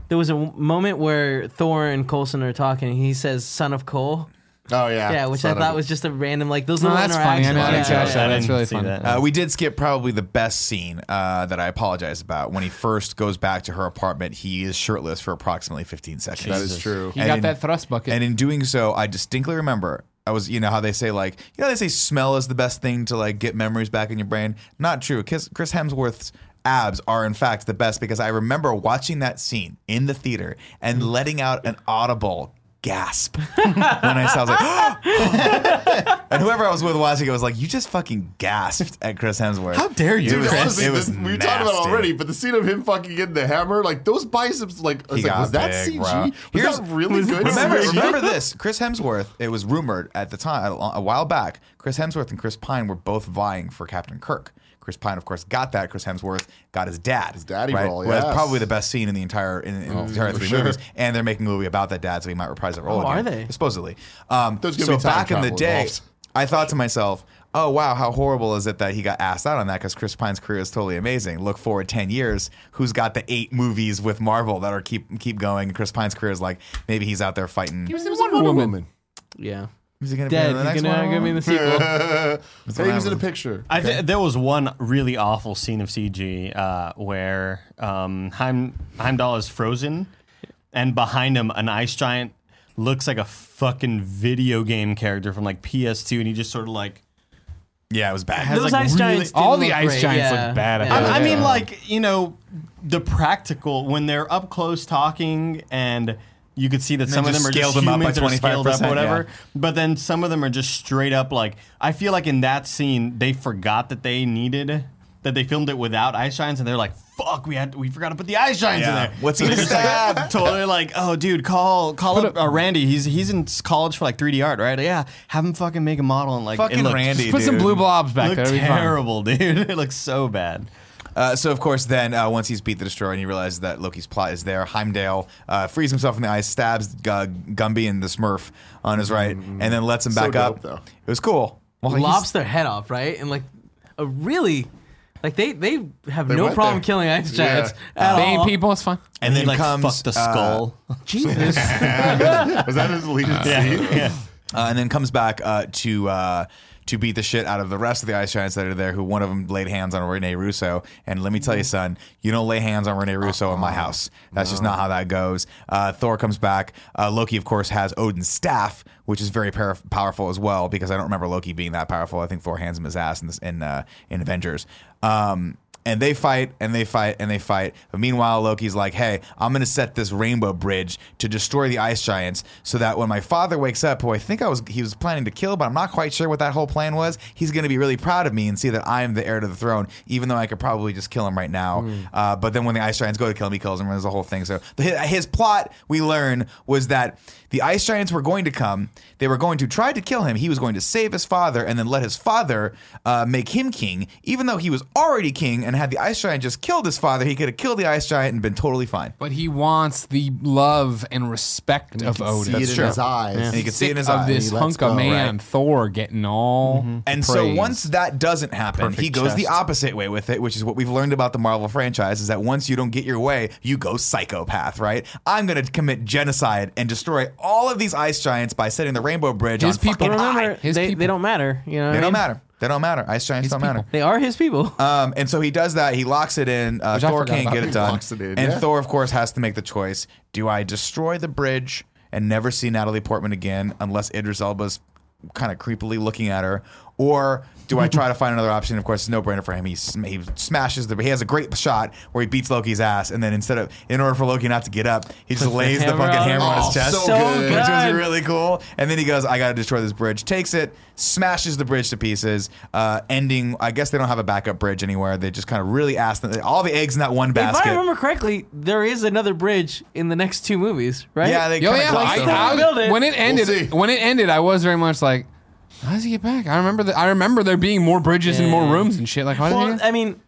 Speaker 3: there was a w- moment where Thor and Coulson are talking. and He says, "Son of Coal."
Speaker 1: oh yeah,
Speaker 3: Yeah, which I
Speaker 1: Son of
Speaker 3: thought
Speaker 1: a-
Speaker 3: was just a random like those
Speaker 4: No,
Speaker 3: little
Speaker 4: that's funny. I
Speaker 3: interactions.
Speaker 4: know.
Speaker 3: Yeah,
Speaker 4: That's
Speaker 3: yeah,
Speaker 4: actually-
Speaker 3: yeah.
Speaker 5: I
Speaker 4: that's
Speaker 5: didn't
Speaker 4: really
Speaker 5: see
Speaker 4: funny.
Speaker 5: that.
Speaker 2: Uh, we did skip probably the best scene uh, that I apologize about. When he first goes back to her apartment, he is shirtless for approximately 15 seconds.
Speaker 1: That is true.
Speaker 4: He
Speaker 2: And
Speaker 4: got
Speaker 2: in-
Speaker 4: that thrust bucket.
Speaker 2: And in doing so, I distinctly remember I was, you know, how they say like, you know, they say smell is the best thing to like get memories back in your brain. Not true. Chris, Chris Hemsworth's abs are in fact the best because I remember watching that scene in the theater and
Speaker 4: Mm.
Speaker 2: letting out an audible gasp [laughs] when I saw. I was like, [gasps] and whoever I was with watching it was like, you just fucking gasped at Chris Hemsworth.
Speaker 5: How dare you,
Speaker 2: It was,
Speaker 1: Dude, honestly,
Speaker 2: it was
Speaker 1: this- [laughs] we talked about it
Speaker 2: nasty.
Speaker 1: already, but the scene of him fucking getting the hammer, like those biceps, like, I was,
Speaker 2: He
Speaker 1: like,
Speaker 2: got
Speaker 1: was that
Speaker 2: big,
Speaker 1: CG?
Speaker 2: bro.
Speaker 1: Was
Speaker 2: Here's-
Speaker 1: that really good?
Speaker 2: Remember,
Speaker 1: CG?
Speaker 2: remember this. Chris Hemsworth, it was rumored at the time, a, a while back, Chris Hemsworth and Chris Pine were both vying for Captain Kirk. Chris Pine, of course, got that. Chris Hemsworth got his dad. His
Speaker 1: daddy role, yes. Oh,
Speaker 2: That's probably the best scene in the entire in, in the entire three movies. And they're making a movie about that dad, so he might reprise that role.
Speaker 3: Oh,
Speaker 2: again,
Speaker 3: are they?
Speaker 2: Supposedly. Um,
Speaker 1: There's gonna
Speaker 2: so
Speaker 1: be time
Speaker 2: back in the
Speaker 1: travel
Speaker 2: day,
Speaker 1: involved.
Speaker 2: I thought to myself, oh, wow, how horrible is it that he got asked out on that? Because Chris Pine's career is totally amazing. Look forward 10 years. Who's got the eight movies with Marvel that are keep keep going? Chris Pine's career is like, maybe he's out there fighting.
Speaker 1: He was in Wonder Woman.
Speaker 3: Yeah.
Speaker 2: Is he going to be
Speaker 3: Dead.
Speaker 2: in the
Speaker 3: You're
Speaker 2: next
Speaker 3: gonna
Speaker 2: one?
Speaker 3: give me the sequel.
Speaker 1: Hey, he was in a picture.
Speaker 5: I th- there was one really awful scene of CG uh, where um, Heim- Heimdall is frozen, and behind him, an ice giant looks like a fucking video game character from like PS2, and he just sort of like.
Speaker 2: Yeah, it was bad.
Speaker 5: Has,
Speaker 3: Those
Speaker 5: like,
Speaker 3: ice
Speaker 5: really-
Speaker 3: giants. didn't
Speaker 4: all the
Speaker 3: look
Speaker 4: ice
Speaker 3: great.
Speaker 4: giants
Speaker 3: yeah.
Speaker 4: look bad.
Speaker 3: Yeah.
Speaker 4: I
Speaker 5: I, I mean,
Speaker 4: Yeah.
Speaker 5: like you know, the practical when they're up close talking, and you could see that some of
Speaker 2: just
Speaker 5: them are
Speaker 2: scaled
Speaker 5: just
Speaker 2: them up by
Speaker 5: humans that are scaled up,
Speaker 2: 25%,
Speaker 5: whatever.
Speaker 2: yeah.
Speaker 5: But then some of them are just straight up like I feel like in that scene they forgot that they needed that they filmed it without ice giants, and they're like, "Fuck, we had we forgot to put the ice giants
Speaker 2: Yeah.
Speaker 5: in there." [laughs]
Speaker 2: What's
Speaker 5: So
Speaker 2: he
Speaker 5: they're
Speaker 2: gonna
Speaker 5: just like, totally like, "Oh, dude, call call up uh, Randy. He's he's in college for like 3D art, right? Yeah, have him fucking make a model and like it
Speaker 2: Fucking
Speaker 5: looked-
Speaker 2: Randy.
Speaker 4: Just put some
Speaker 2: dude.
Speaker 4: blue blobs back
Speaker 2: [laughs]
Speaker 5: Looked
Speaker 4: there. It'll be fine.
Speaker 5: terrible, dude. It looks so bad.
Speaker 2: Uh, so of course, then uh, once he's beat the Destroyer and he realizes that Loki's plot is there, Heimdall uh, frees himself from the ice, stabs uh, Gumby and the Smurf on his right, and then lets him back
Speaker 1: Mm-hmm. dope,
Speaker 2: up.
Speaker 1: though.
Speaker 2: It was cool. Well, [laughs] he's-
Speaker 3: lops their head off, right? And like a really like they they have no
Speaker 1: went
Speaker 3: problem
Speaker 1: there.
Speaker 3: killing ice giants at
Speaker 4: They
Speaker 3: all.
Speaker 4: ain't people. It's fine.
Speaker 2: and then
Speaker 5: he, like
Speaker 2: comes
Speaker 5: fucked the
Speaker 2: uh,
Speaker 5: skull.
Speaker 1: [laughs]
Speaker 3: Jesus.
Speaker 1: Was that
Speaker 2: [laughs]
Speaker 1: his allegiance?
Speaker 2: uh, and then comes back uh, to uh, to beat the shit out of the rest of the Ice Giants that are there. Who one of them laid hands on Rene Russo, and let me tell you, son, you don't lay hands on Rene Russo in my house. That's just not how that goes. Uh, Thor comes back. Uh, Loki, of course, has Odin's staff, which is very par- powerful as well. Because I don't remember Loki being that powerful. I think Thor hands him his ass in this, in, uh, in Avengers. Um, and they fight and they fight and they fight. But meanwhile, Loki's like, hey, I'm going to set this rainbow bridge to destroy the ice giants so that when my father wakes up, who I think I was he was planning to kill, but I'm not quite sure what that whole plan was, he's going to be really proud of me and see that I am the heir to the throne, even though I could probably just kill him right now. Uh, but then when the ice giants go to kill him, he kills him. and There's a whole thing. So the, his plot, we learn, was that the ice giants were going to come. They were going to try to kill him. He was going to save his father and then let his father uh, make him king, even though he was already king. And had the ice giant just killed his father, he could have killed the ice giant and been totally fine.
Speaker 4: But he wants the love and respect of Odin.
Speaker 1: See it in his eyes.
Speaker 2: And you could see it in his
Speaker 4: of
Speaker 2: eyes.
Speaker 4: this
Speaker 1: He lets
Speaker 4: hunk of
Speaker 1: go,
Speaker 4: man, Thor, getting all.
Speaker 2: And so
Speaker 4: praised.
Speaker 2: once that doesn't happen, he goes the opposite way with it, which is what we've learned about the Marvel franchise is that once you don't get your way, you go psychopath, right? I'm going to commit genocide and destroy all of these ice giants by setting the Rainbow Bridge
Speaker 4: His
Speaker 2: on
Speaker 4: people-
Speaker 2: fucking
Speaker 4: But
Speaker 3: Remember,
Speaker 2: high.
Speaker 4: His
Speaker 3: they,
Speaker 4: people.
Speaker 3: they don't matter. You know, what
Speaker 2: They
Speaker 3: I
Speaker 2: don't
Speaker 3: mean?
Speaker 2: matter. They don't matter. Ice giants don't matter.
Speaker 3: They are his people.
Speaker 2: Um, and so he does that. He locks it in. Uh,
Speaker 4: Which I
Speaker 2: Thor
Speaker 4: forgot
Speaker 2: can't
Speaker 4: about.
Speaker 2: get
Speaker 4: He
Speaker 2: it done.
Speaker 1: locks it in,
Speaker 2: and
Speaker 1: yeah.
Speaker 2: Thor, of course, has to make the choice: Do I destroy the bridge and never see Natalie Portman again, unless Idris Elba's kind of creepily looking at her, or do I try to find another option? Of course, it's no brainer for him. He sm- he smashes the. He has a great shot where he beats Loki's ass, and then instead of in order for Loki not to get up, he just lays the
Speaker 3: hammer
Speaker 2: fucking
Speaker 3: on him.
Speaker 2: hammer on
Speaker 1: Oh,
Speaker 2: his chest,
Speaker 1: so good.
Speaker 2: which was
Speaker 3: good.
Speaker 2: really cool. And then he goes, I gotta destroy this bridge. Takes it, smashes the bridge to pieces, uh, ending. I guess they don't have a backup bridge anywhere. They just kind of really asked them, all the eggs in that one
Speaker 3: if I
Speaker 2: basket.
Speaker 3: remember correctly, there is another bridge in the next two movies, right?
Speaker 2: yeah, they
Speaker 4: Yo,
Speaker 2: kinda
Speaker 4: yeah,
Speaker 2: glossed
Speaker 4: I,
Speaker 2: over it.
Speaker 4: I,
Speaker 3: Build it.
Speaker 4: when it ended,
Speaker 1: see.
Speaker 4: when it ended, I was very much like, how does he get back? I remember that. I remember there being more bridges and more rooms and shit. Like, how did he?
Speaker 3: Well,
Speaker 4: get-
Speaker 3: I mean,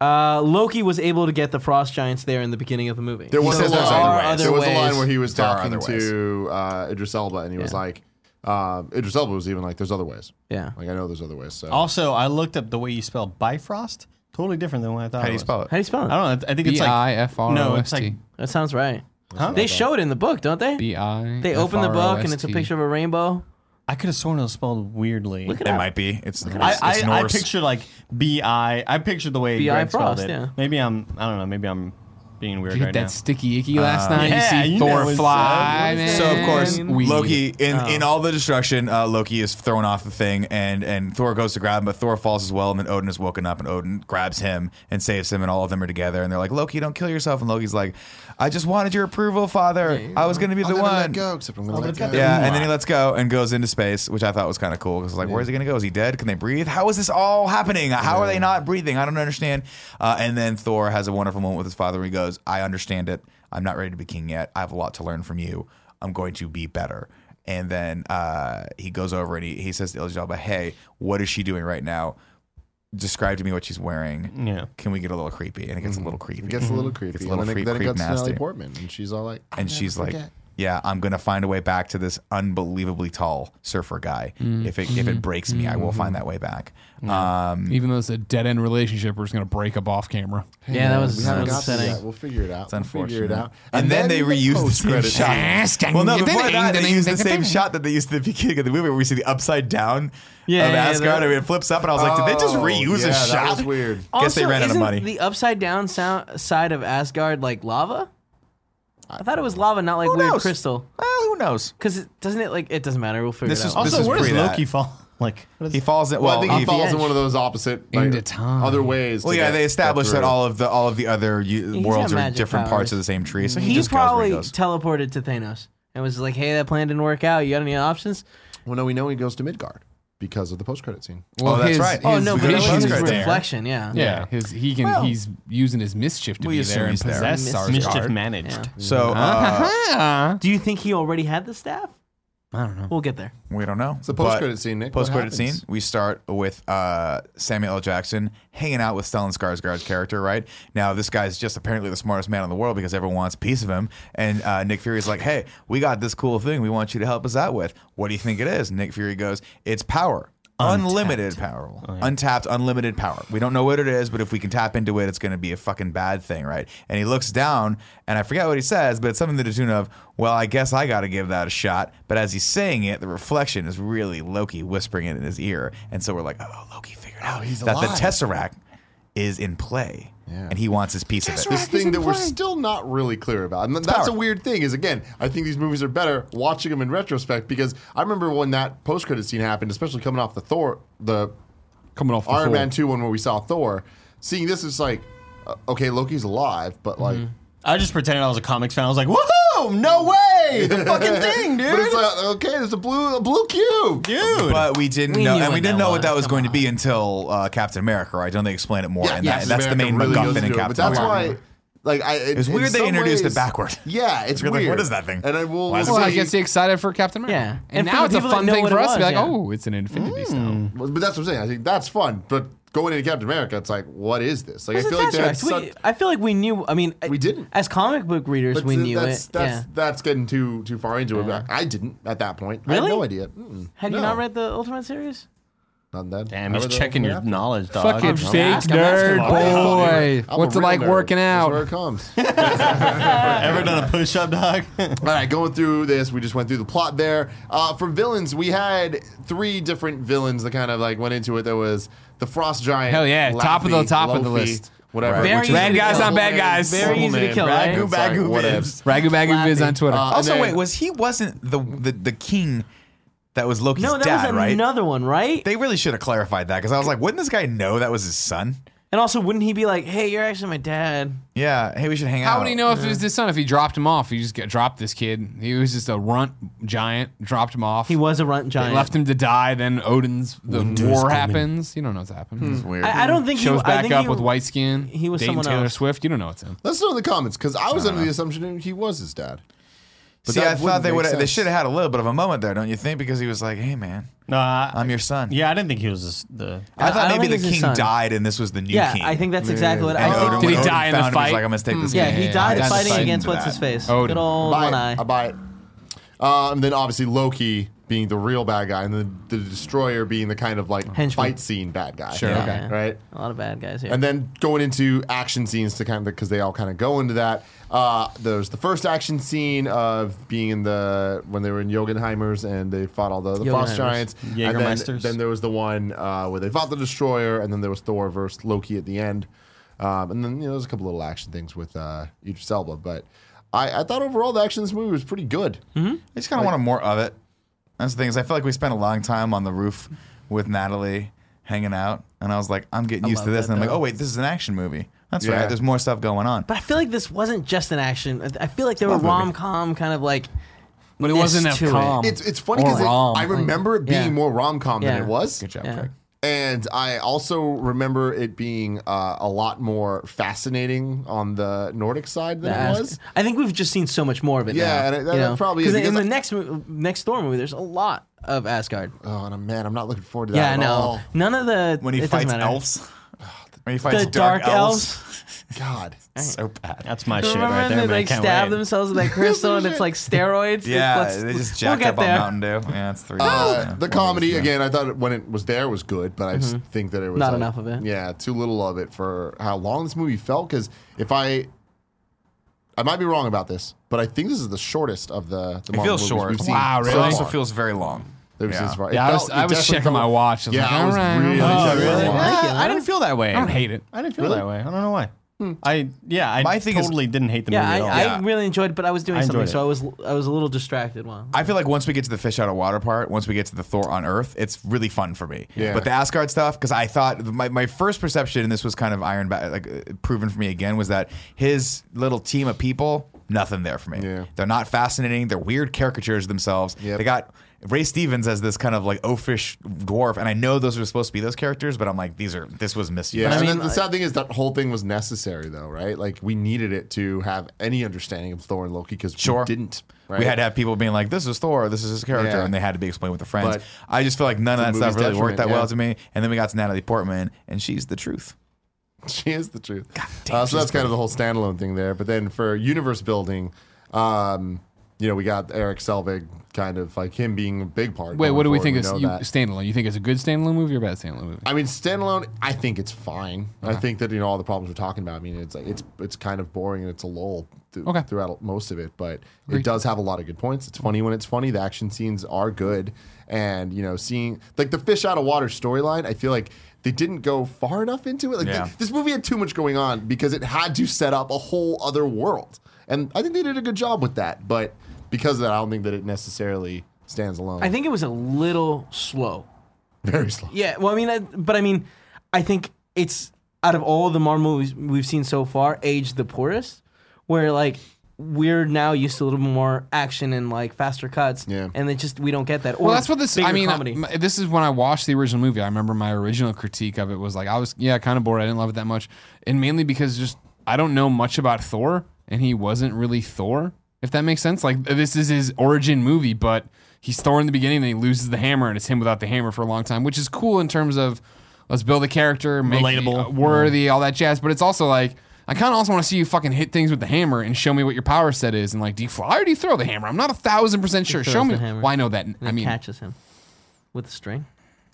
Speaker 3: uh, Loki was able to get the frost giants there in the beginning of the movie.
Speaker 1: There was,
Speaker 2: says
Speaker 1: a
Speaker 2: there's other
Speaker 1: line,
Speaker 2: ways.
Speaker 1: there was a line
Speaker 3: ways.
Speaker 1: where he was
Speaker 2: There are
Speaker 1: talking
Speaker 2: other
Speaker 1: to uh, Idris Elba, and he was like, um, Idris Elba was even like, "There's other ways."
Speaker 3: Yeah.
Speaker 1: like I know there's other ways. So
Speaker 5: Also, I looked up the way you spell Bifrost. Totally different than what I thought.
Speaker 2: How do you spell
Speaker 3: How do
Speaker 2: it?
Speaker 3: you spell
Speaker 5: I
Speaker 3: it?
Speaker 5: don't know. I think it's
Speaker 4: B
Speaker 5: like
Speaker 4: i f r
Speaker 5: No,
Speaker 4: o s
Speaker 5: it's like
Speaker 4: t.
Speaker 3: That sounds right.
Speaker 5: Huh?
Speaker 3: They show it in the book, don't they?
Speaker 4: B i.
Speaker 3: They open the book and it's a picture of a rainbow.
Speaker 5: I could have sworn it was spelled weirdly.
Speaker 3: Look at
Speaker 2: It
Speaker 3: that.
Speaker 2: might be. It's, it's,
Speaker 5: I,
Speaker 2: it's
Speaker 5: I, I
Speaker 2: Norse.
Speaker 5: pictured like B I. I pictured the way
Speaker 3: B.I.
Speaker 5: Greg spelled
Speaker 3: Frost,
Speaker 5: it.
Speaker 3: yeah.
Speaker 5: Maybe I'm. I don't know. Maybe I'm being weird
Speaker 4: You
Speaker 5: right
Speaker 4: hit that
Speaker 5: now.
Speaker 4: sticky icky last night.
Speaker 5: yeah,
Speaker 4: you see
Speaker 5: you know
Speaker 4: Thor
Speaker 5: it's-
Speaker 4: fly.
Speaker 3: uh,
Speaker 2: So of course,
Speaker 4: man. Weed.
Speaker 2: Loki in,
Speaker 3: Oh.
Speaker 2: in all the destruction, uh, Loki is thrown off the thing, and and Thor goes to grab him, but Thor falls as well, and then Odin is woken up, and Odin grabs him and saves him, and all of them are together, and they're like, Loki, don't kill yourself, and Loki's like, I just wanted your approval, Father. I was gonna be
Speaker 1: I'm
Speaker 2: the
Speaker 1: gonna let
Speaker 2: one.
Speaker 1: go, except I'm gonna let go.
Speaker 2: Yeah, and then he lets go and goes into space, which I thought was kind of cool because like, where's he gonna go? Is he dead? Can they breathe? How is this all happening? How are they not breathing? I don't understand. Uh, and then Thor has a wonderful moment with his father. where He goes, "I understand it. I'm not ready to be king yet. I have a lot to learn from you. I'm going to be better." And then uh, he goes over and he, he says to Idris Elba, "Hey, what is she doing right now? Describe to me what she's wearing.
Speaker 5: Yeah.
Speaker 2: Can we get a little creepy?" And it gets a little creepy.
Speaker 1: Mm-hmm. it gets a little creepy.
Speaker 2: It's a little
Speaker 1: and then,
Speaker 2: creep-
Speaker 1: it, then it
Speaker 2: creep
Speaker 1: gets to
Speaker 2: nasty.
Speaker 1: Natalie Portman, and she's all like,
Speaker 2: and she's like
Speaker 1: forget.
Speaker 2: yeah i'm gonna find a way back to this unbelievably tall surfer guy
Speaker 3: Mm.
Speaker 2: if it if it breaks me i will find that way back um
Speaker 4: Even though it's a dead end relationship, we're just gonna break up off camera.
Speaker 5: Oh,
Speaker 3: Yeah, that was
Speaker 1: "We haven't got to
Speaker 3: upsetting.
Speaker 1: that. We'll figure it out. It's We'll
Speaker 2: unfortunate
Speaker 1: figure it out."
Speaker 2: and, then, they reuse the same
Speaker 1: post-credits
Speaker 2: shot
Speaker 4: scene.
Speaker 2: well no
Speaker 4: Yes,
Speaker 2: before
Speaker 4: ding,
Speaker 2: that they
Speaker 4: ding,
Speaker 2: used the
Speaker 4: ding,
Speaker 2: same
Speaker 4: ding.
Speaker 2: shot that they used at the beginning of the movie where we see the upside down
Speaker 3: Yeah,
Speaker 2: of
Speaker 3: yeah, that-
Speaker 2: asgard and it flips up and i was like did they just
Speaker 1: Oh,
Speaker 2: reuse
Speaker 1: yeah,
Speaker 2: a
Speaker 1: that
Speaker 2: shot
Speaker 1: was weird.
Speaker 2: guess
Speaker 3: Also,
Speaker 2: they ran out of
Speaker 3: isn't
Speaker 2: money
Speaker 3: The upside down sound, side of Asgard like lava. I thought it was lava, not like
Speaker 2: who
Speaker 3: weird
Speaker 2: knows
Speaker 3: crystal.
Speaker 2: well who knows
Speaker 3: Because doesn't it like it doesn't matter. We'll figure
Speaker 2: This
Speaker 3: it
Speaker 2: is-
Speaker 3: out.
Speaker 2: this
Speaker 5: Also,
Speaker 2: is
Speaker 5: where does
Speaker 2: pre that.
Speaker 5: Loki fall? [laughs] Like, what is-
Speaker 2: he falls in
Speaker 1: Well,
Speaker 2: well,
Speaker 1: I think he
Speaker 2: he
Speaker 1: falls in
Speaker 3: edge.
Speaker 1: one of those opposite
Speaker 4: Into time.
Speaker 1: other ways.
Speaker 2: well,
Speaker 1: to
Speaker 2: yeah,
Speaker 1: get-
Speaker 2: they
Speaker 1: get
Speaker 2: established that
Speaker 1: through.
Speaker 2: all of the all of the other u-
Speaker 3: got
Speaker 2: worlds are
Speaker 3: magic
Speaker 2: different parts
Speaker 3: powers.
Speaker 2: of the same tree, so he,
Speaker 3: he
Speaker 2: just
Speaker 3: probably
Speaker 2: goes where he goes.
Speaker 3: teleported to Thanos and was like, "Hey, that plan didn't work out. You got any options?"
Speaker 1: Well, no, we know he goes to Midgard because of the post-credit scene.
Speaker 4: Well,
Speaker 2: Oh, that's
Speaker 4: his-
Speaker 2: right.
Speaker 3: Oh
Speaker 4: his
Speaker 3: no, but
Speaker 2: that
Speaker 3: that
Speaker 4: vision is
Speaker 3: was
Speaker 2: was
Speaker 3: his
Speaker 2: Asgard there.
Speaker 3: reflection. Yeah.
Speaker 4: Yeah, his he can
Speaker 2: Well-
Speaker 4: he's using his mischief to
Speaker 2: We
Speaker 4: be
Speaker 2: assume
Speaker 4: there and
Speaker 2: he's there.
Speaker 4: possess
Speaker 2: Mischief
Speaker 4: Sarsgaard.
Speaker 3: [laughs]
Speaker 5: mischief managed?
Speaker 2: So uh,
Speaker 4: Ah,
Speaker 3: Do you think he already had the staff?
Speaker 4: I don't know.
Speaker 3: We'll get there.
Speaker 2: We don't know. It's
Speaker 1: a post-credit scene, Nick. What
Speaker 2: Post credit scene.
Speaker 1: happens?
Speaker 2: We start with uh, Samuel L. Jackson hanging out with Stellan Skarsgård's character. Right now, this guy's just apparently the smartest man in the world because everyone wants a piece of him. And uh, Nick Fury's like, "Hey, we got this cool thing. We want you to help us out with. What do you think it is?" Nick Fury goes, "It's power." Unlimited power, untapped, unlimited power. We don't know what it is, but if we can tap into it, it's going to be a fucking bad thing, right? And he looks down, and I forget what he says, but it's something to the tune of, "Well, I guess I got to give that a shot." But as he's saying it, the reflection is really Loki whispering it in his ear, and so we're like, "Oh, Loki figured out
Speaker 1: he's
Speaker 2: that
Speaker 1: alive."
Speaker 2: the Tesseract is in play, and he wants his piece of
Speaker 1: this
Speaker 2: it."
Speaker 1: thing that we're still not really clear about. And that's a
Speaker 2: power.
Speaker 1: weird thing is again, I think these movies are better watching them in retrospect because I remember when that post credit scene happened, especially coming off the Thor the
Speaker 4: Coming off the
Speaker 1: Iron
Speaker 4: floor.
Speaker 1: Man 2 one where we saw Thor, seeing this is like uh, okay, Loki's alive, but like
Speaker 5: I just pretended I was a comics fan. I was like, whoa,
Speaker 1: [laughs]
Speaker 5: no way, the fucking thing, dude.
Speaker 1: [laughs] But it's like okay, there's a blue a blue cube.
Speaker 5: dude.
Speaker 2: But we didn't
Speaker 3: We
Speaker 2: know,
Speaker 3: knew
Speaker 2: and we
Speaker 3: when
Speaker 2: didn't
Speaker 3: that
Speaker 2: know what that was
Speaker 3: was.
Speaker 2: going to be until uh, Captain America. Right? Don't they explain it more? and that-
Speaker 1: Captain
Speaker 2: that's the main
Speaker 1: America really goes
Speaker 2: MacGuffin in
Speaker 1: into it,
Speaker 2: Captain
Speaker 1: But that's
Speaker 2: America.
Speaker 1: why, like, I, it,
Speaker 2: was
Speaker 1: in
Speaker 2: weird they
Speaker 1: some
Speaker 2: introduced
Speaker 1: ways-
Speaker 2: it backward.
Speaker 1: Yeah, it's
Speaker 2: You're like,
Speaker 1: weird.
Speaker 2: what is that thing?
Speaker 1: And I will. we'll
Speaker 2: Why is it-
Speaker 4: Well, I
Speaker 1: see-
Speaker 4: gets excited for Captain America.
Speaker 3: Yeah.
Speaker 4: And,
Speaker 3: And for
Speaker 4: now
Speaker 3: the
Speaker 4: it's a
Speaker 3: people that
Speaker 4: fun
Speaker 3: know
Speaker 4: thing
Speaker 3: what
Speaker 4: for
Speaker 3: it
Speaker 4: us to be
Speaker 3: was,
Speaker 4: like,
Speaker 3: yeah.
Speaker 4: oh, it's an Infinity Stone.
Speaker 1: But that's what I'm saying. I think that's fun. But going into Captain America, it's like, what is this? Like, I
Speaker 3: It's a
Speaker 1: feel like they had
Speaker 3: Tesseract. We-
Speaker 1: such-
Speaker 3: I feel like we knew. I mean,
Speaker 1: We didn't.
Speaker 3: As comic book readers,
Speaker 1: but
Speaker 3: we
Speaker 1: th-
Speaker 3: knew
Speaker 1: that's,
Speaker 3: it.
Speaker 1: That's
Speaker 3: yeah.
Speaker 1: that's getting too too far into it. I didn't at that point. I had
Speaker 3: Really?
Speaker 1: no idea. Mm-mm.
Speaker 3: Had
Speaker 1: No.
Speaker 3: you not read the Ultimate series?
Speaker 1: Not that.
Speaker 5: Damn,
Speaker 1: I
Speaker 5: he's
Speaker 1: read that
Speaker 5: checking
Speaker 1: one
Speaker 5: your
Speaker 1: after.
Speaker 5: knowledge, dog.
Speaker 4: Fucking
Speaker 3: I'm
Speaker 4: fake
Speaker 3: asking- I'm asking
Speaker 4: nerd
Speaker 3: about it.
Speaker 4: boy.
Speaker 1: I'm a
Speaker 4: What's it
Speaker 1: real
Speaker 4: like
Speaker 1: nerd.
Speaker 4: working
Speaker 1: That's where
Speaker 4: out?
Speaker 1: it comes.
Speaker 5: Ever done a push
Speaker 1: [laughs]
Speaker 5: up, dog?
Speaker 1: All right, going through this, we just went through the plot there. Uh, for villains, we had three different villains that kind of like went into it. There was the Frost Giant.
Speaker 4: Hell yeah, top of the-
Speaker 1: Laffy,
Speaker 4: top of the
Speaker 1: Luffy,
Speaker 4: list.
Speaker 1: Whatever.
Speaker 2: Right.
Speaker 1: which
Speaker 3: Very
Speaker 1: is-
Speaker 3: easy Bad to guys kill.
Speaker 4: not bad guys.
Speaker 3: Very easy to
Speaker 1: Ragu
Speaker 3: kill, right?
Speaker 1: Bagu
Speaker 2: Sorry,
Speaker 1: Bagu
Speaker 2: what
Speaker 1: Bibs.
Speaker 2: ifs.
Speaker 4: Ragu Bagu Viz on Twitter.
Speaker 1: Uh,
Speaker 2: Also,
Speaker 1: and
Speaker 2: wait,
Speaker 1: then-
Speaker 2: was he wasn't the the, the king that was Loki's
Speaker 3: No, that
Speaker 2: dad,
Speaker 3: was
Speaker 2: right?
Speaker 3: another one, right?
Speaker 2: They really should have clarified that because I was like, wouldn't this guy know that was his son?
Speaker 3: and also, wouldn't he be like, "Hey, you're actually my dad"?
Speaker 2: Yeah, hey, we should hang out.
Speaker 4: How would he know if it was his son? If he dropped him off, he just got, dropped this kid. He was just a runt giant, dropped him off.
Speaker 3: He was a runt giant.
Speaker 4: left him to die. Then Odin's the war happens. You don't know what's happened.
Speaker 1: Hmm.
Speaker 4: It's weird.
Speaker 3: I, I don't think
Speaker 4: Shows
Speaker 3: he I
Speaker 4: back
Speaker 3: think
Speaker 4: up
Speaker 3: he-
Speaker 4: with white skin.
Speaker 3: he was
Speaker 4: dating
Speaker 3: someone
Speaker 4: Taylor
Speaker 3: else.
Speaker 4: Swift. You don't know what's him.
Speaker 1: Let's know in the comments because I was under the assumption he was his dad. But
Speaker 2: See,
Speaker 1: that
Speaker 2: I thought
Speaker 1: wouldn't
Speaker 2: they
Speaker 1: make
Speaker 2: would they
Speaker 1: sense.
Speaker 2: should have had a little bit of a moment there, don't you think? Because he was like, hey, man,
Speaker 5: no, I-
Speaker 2: I'm your son.
Speaker 5: yeah, I didn't think he was this, the.
Speaker 2: I
Speaker 3: I
Speaker 2: thought
Speaker 3: don't think
Speaker 2: maybe the
Speaker 3: it's his
Speaker 2: king
Speaker 3: son.
Speaker 2: died and this was the new
Speaker 3: Yeah,
Speaker 2: king.
Speaker 3: I think that's exactly what I
Speaker 2: And
Speaker 3: think.
Speaker 2: Odin,
Speaker 4: Did he
Speaker 2: when Odin
Speaker 4: die in the
Speaker 2: found him, he's
Speaker 4: fight?
Speaker 2: like, I'm gonna take this.
Speaker 3: Mm. yeah,
Speaker 2: guy.
Speaker 3: he
Speaker 4: yeah,
Speaker 3: died
Speaker 4: yeah.
Speaker 3: fighting
Speaker 4: Fighting
Speaker 3: against
Speaker 2: for
Speaker 3: what's his
Speaker 2: that.
Speaker 3: face.
Speaker 4: Odin.
Speaker 3: Good old
Speaker 1: buy
Speaker 3: Oh, one
Speaker 1: it.
Speaker 3: eye.
Speaker 1: I buy it. Um, then obviously Loki being the real bad guy, and then the destroyer being the kind of like
Speaker 3: Henchman.
Speaker 1: fight scene bad guy.
Speaker 4: Sure,
Speaker 3: Yeah.
Speaker 4: okay.
Speaker 1: Right.
Speaker 3: A lot of bad guys here.
Speaker 1: And then going into action scenes to kind of because they all kind of go into that. Uh, there's the first action scene of being in the when they were in Jogenheimer's and they fought all the, the Frost
Speaker 3: Jotunheimers.
Speaker 1: Giants. And then- Then,
Speaker 5: Jägermeisters.
Speaker 1: there was the one uh, where they fought the Destroyer, and then there was Thor versus Loki at the end. Um, and then you know there's a couple little action things with uh, Idris Elba, but I, I thought overall the action in this movie was pretty good.
Speaker 3: Hmm.
Speaker 2: I just kind of wanted more of it. That's the thing is, I feel like we spent a long time on the roof with Natalie hanging out, and I was like, I'm getting used to this, and I'm like, oh wait, this is an action movie. That's
Speaker 1: Yeah.
Speaker 2: right. There's more stuff going on.
Speaker 3: but I feel like this wasn't just an action. I- I feel like there were
Speaker 2: love movie.
Speaker 3: rom com kind of like.
Speaker 4: But it wasn't
Speaker 3: ness
Speaker 4: a
Speaker 3: to it.
Speaker 4: calm.
Speaker 1: It's it's funny
Speaker 4: Or
Speaker 1: because
Speaker 4: rom,
Speaker 1: I remember it being
Speaker 3: yeah.
Speaker 1: more rom com
Speaker 3: Yeah.
Speaker 1: than it was.
Speaker 2: Good job,
Speaker 3: Yeah.
Speaker 2: Craig.
Speaker 1: And I also remember it being uh, a lot more fascinating on the Nordic side than it
Speaker 3: ask-
Speaker 1: was.
Speaker 3: I think we've just seen so much more of it.
Speaker 1: Yeah,
Speaker 3: now,
Speaker 1: and it- that-
Speaker 3: you
Speaker 1: that
Speaker 3: know?
Speaker 1: probably is
Speaker 3: 'Cause in
Speaker 1: because
Speaker 3: the
Speaker 1: I-
Speaker 3: next mo- next Thor movie, there's a lot of Asgard.
Speaker 1: Oh, and I'm, man, I'm not looking forward to that
Speaker 3: yeah,
Speaker 1: at
Speaker 3: I know.
Speaker 1: all.
Speaker 3: None of the
Speaker 2: When he
Speaker 3: it doesn't
Speaker 2: fights
Speaker 3: matter.
Speaker 2: elves, when he fights
Speaker 3: the dark, elves. [laughs]
Speaker 1: God.
Speaker 2: so bad.
Speaker 5: [laughs] That's my shit
Speaker 3: Remember
Speaker 5: right
Speaker 3: when
Speaker 5: there,
Speaker 3: they
Speaker 5: man.
Speaker 3: like
Speaker 5: Can't
Speaker 3: stab
Speaker 5: wait.
Speaker 3: themselves with
Speaker 1: [laughs]
Speaker 3: that crystal and it's like steroids?
Speaker 2: Yeah,
Speaker 3: Let's-
Speaker 2: they
Speaker 3: let's-
Speaker 2: just jacked
Speaker 3: we'll get
Speaker 2: up on
Speaker 3: there.
Speaker 2: Mountain Dew. Yeah, it's three.
Speaker 1: Uh,
Speaker 3: Oh.
Speaker 2: yeah.
Speaker 1: [gasps] the comedy again. I thought it- when it was there was good, but I just think that it was
Speaker 3: Mm-hmm. Not
Speaker 1: like,
Speaker 3: enough of it.
Speaker 1: Yeah, too little of it for how long this movie felt. Because if I, I might be wrong about this, but I think this is the shortest of the. the
Speaker 2: It
Speaker 1: Marvel
Speaker 2: feels
Speaker 1: movies
Speaker 2: short.
Speaker 1: We've seen
Speaker 4: Wow,
Speaker 1: so
Speaker 2: It
Speaker 4: really?
Speaker 2: also
Speaker 1: far.
Speaker 2: feels very long.
Speaker 1: It was
Speaker 2: Yeah.
Speaker 1: just far. It
Speaker 4: Yeah, I was,
Speaker 1: felt- it
Speaker 4: I was
Speaker 1: definitely
Speaker 4: checking my
Speaker 1: felt-
Speaker 4: watch. I was
Speaker 1: Yeah,
Speaker 4: like,
Speaker 1: I was
Speaker 4: all right.
Speaker 1: really
Speaker 4: I
Speaker 1: checking my watch.
Speaker 5: Yeah, I didn't feel that way.
Speaker 4: don't hate it.
Speaker 5: I didn't feel that way. I don't know why. I yeah, I
Speaker 2: My thing is-
Speaker 5: totally didn't hate the
Speaker 3: Hmm. Yeah,
Speaker 5: movie
Speaker 3: I,
Speaker 5: at all.
Speaker 3: I really enjoyed, but I was doing
Speaker 5: I
Speaker 3: something,
Speaker 5: enjoyed
Speaker 3: so I was I was a little distracted. While
Speaker 2: I feel like once we get to the fish out of water part, once we get to the Thor on Earth, it's really fun for me.
Speaker 1: Yeah.
Speaker 2: But the Asgard stuff, because I thought my, my first perception, and this was kind of iron back, like uh, proven for me again, was that his little team of people, nothing there for me.
Speaker 1: Yeah.
Speaker 2: They're not fascinating. They're weird caricatures of themselves.
Speaker 1: Yep.
Speaker 2: They got Ray Stevens as this kind of like oafish dwarf, and I know those are supposed to be those characters, but I'm like, these are this was misused.
Speaker 1: Yeah, and then the sad thing is that whole thing was necessary, though, right? Like we needed it to have any understanding of Thor and Loki because
Speaker 2: Sure.
Speaker 1: we didn't. Right? [laughs]
Speaker 2: We had to have people being like, "This is Thor. This is his character,"
Speaker 1: Yeah.
Speaker 2: and they had to be explained with the friends.
Speaker 1: But
Speaker 2: I just feel like none of that
Speaker 1: the
Speaker 2: stuff
Speaker 1: movie's
Speaker 2: really worked that
Speaker 1: detriment,
Speaker 2: well
Speaker 1: yeah.
Speaker 2: to me. And then we got to Natalie Portman, and she's the truth.
Speaker 1: She is the truth. uh, so that's kind of the whole standalone thing there. But then for universe building, um, you know, we got Eric Selvig, kind of like him being a big part.
Speaker 4: Wait,
Speaker 1: going
Speaker 4: what do we
Speaker 1: forward.
Speaker 4: think is
Speaker 1: know
Speaker 4: you,
Speaker 1: that.
Speaker 4: standalone? You think it's a good standalone movie or a bad standalone movie?
Speaker 1: I mean, standalone. I think it's fine. I think that you know all the problems we're talking about. I mean, it's like it's it's kind of boring and it's a lull th-
Speaker 4: Okay.
Speaker 1: throughout most of it, but
Speaker 4: Agreed.
Speaker 1: it does have a lot of good points. It's funny when it's funny. The action scenes are good, and you know, seeing like the fish out of water storyline. I feel like they didn't go far enough into it. Like
Speaker 2: Yeah.
Speaker 1: th- this movie had too much going on because it had to set up a whole other world, and I think they did a good job with that. But because of that, I don't think that it necessarily stands alone.
Speaker 3: I think it was a little slow.
Speaker 1: [laughs] very slow.
Speaker 3: Yeah, well, I mean, I, but I mean, I think it's out of all the Marvel movies we've seen so far, Age the poorest, where like we're now used to a little bit more action and like faster cuts.
Speaker 1: Yeah.
Speaker 3: and it just we don't get that. Or
Speaker 4: Well, that's what this. I
Speaker 3: bigger
Speaker 4: mean, uh,
Speaker 3: comedy.
Speaker 4: m- this is when I watched the original movie. I remember my original critique of it was like, I was yeah, kind of bored. I didn't love it that much, and mainly because just I don't know much about Thor, and he wasn't really Thor. If that makes sense, like this is his origin movie, but he's Thor in the beginning, then he loses the hammer, and it's him without the hammer for a long time, which is cool in terms of let's build a character, make
Speaker 5: Relatable.
Speaker 4: uh, worthy, all that jazz. But it's also like. I kind of also want to see you fucking hit things with the hammer and show me what your power set is. And like, do you fly or do you throw the hammer? I'm not a thousand percent sure.
Speaker 3: throws
Speaker 4: Show me.
Speaker 3: the hammer.
Speaker 4: Well, I know that.
Speaker 3: and
Speaker 4: I
Speaker 3: it
Speaker 4: mean,
Speaker 3: catches him with a string.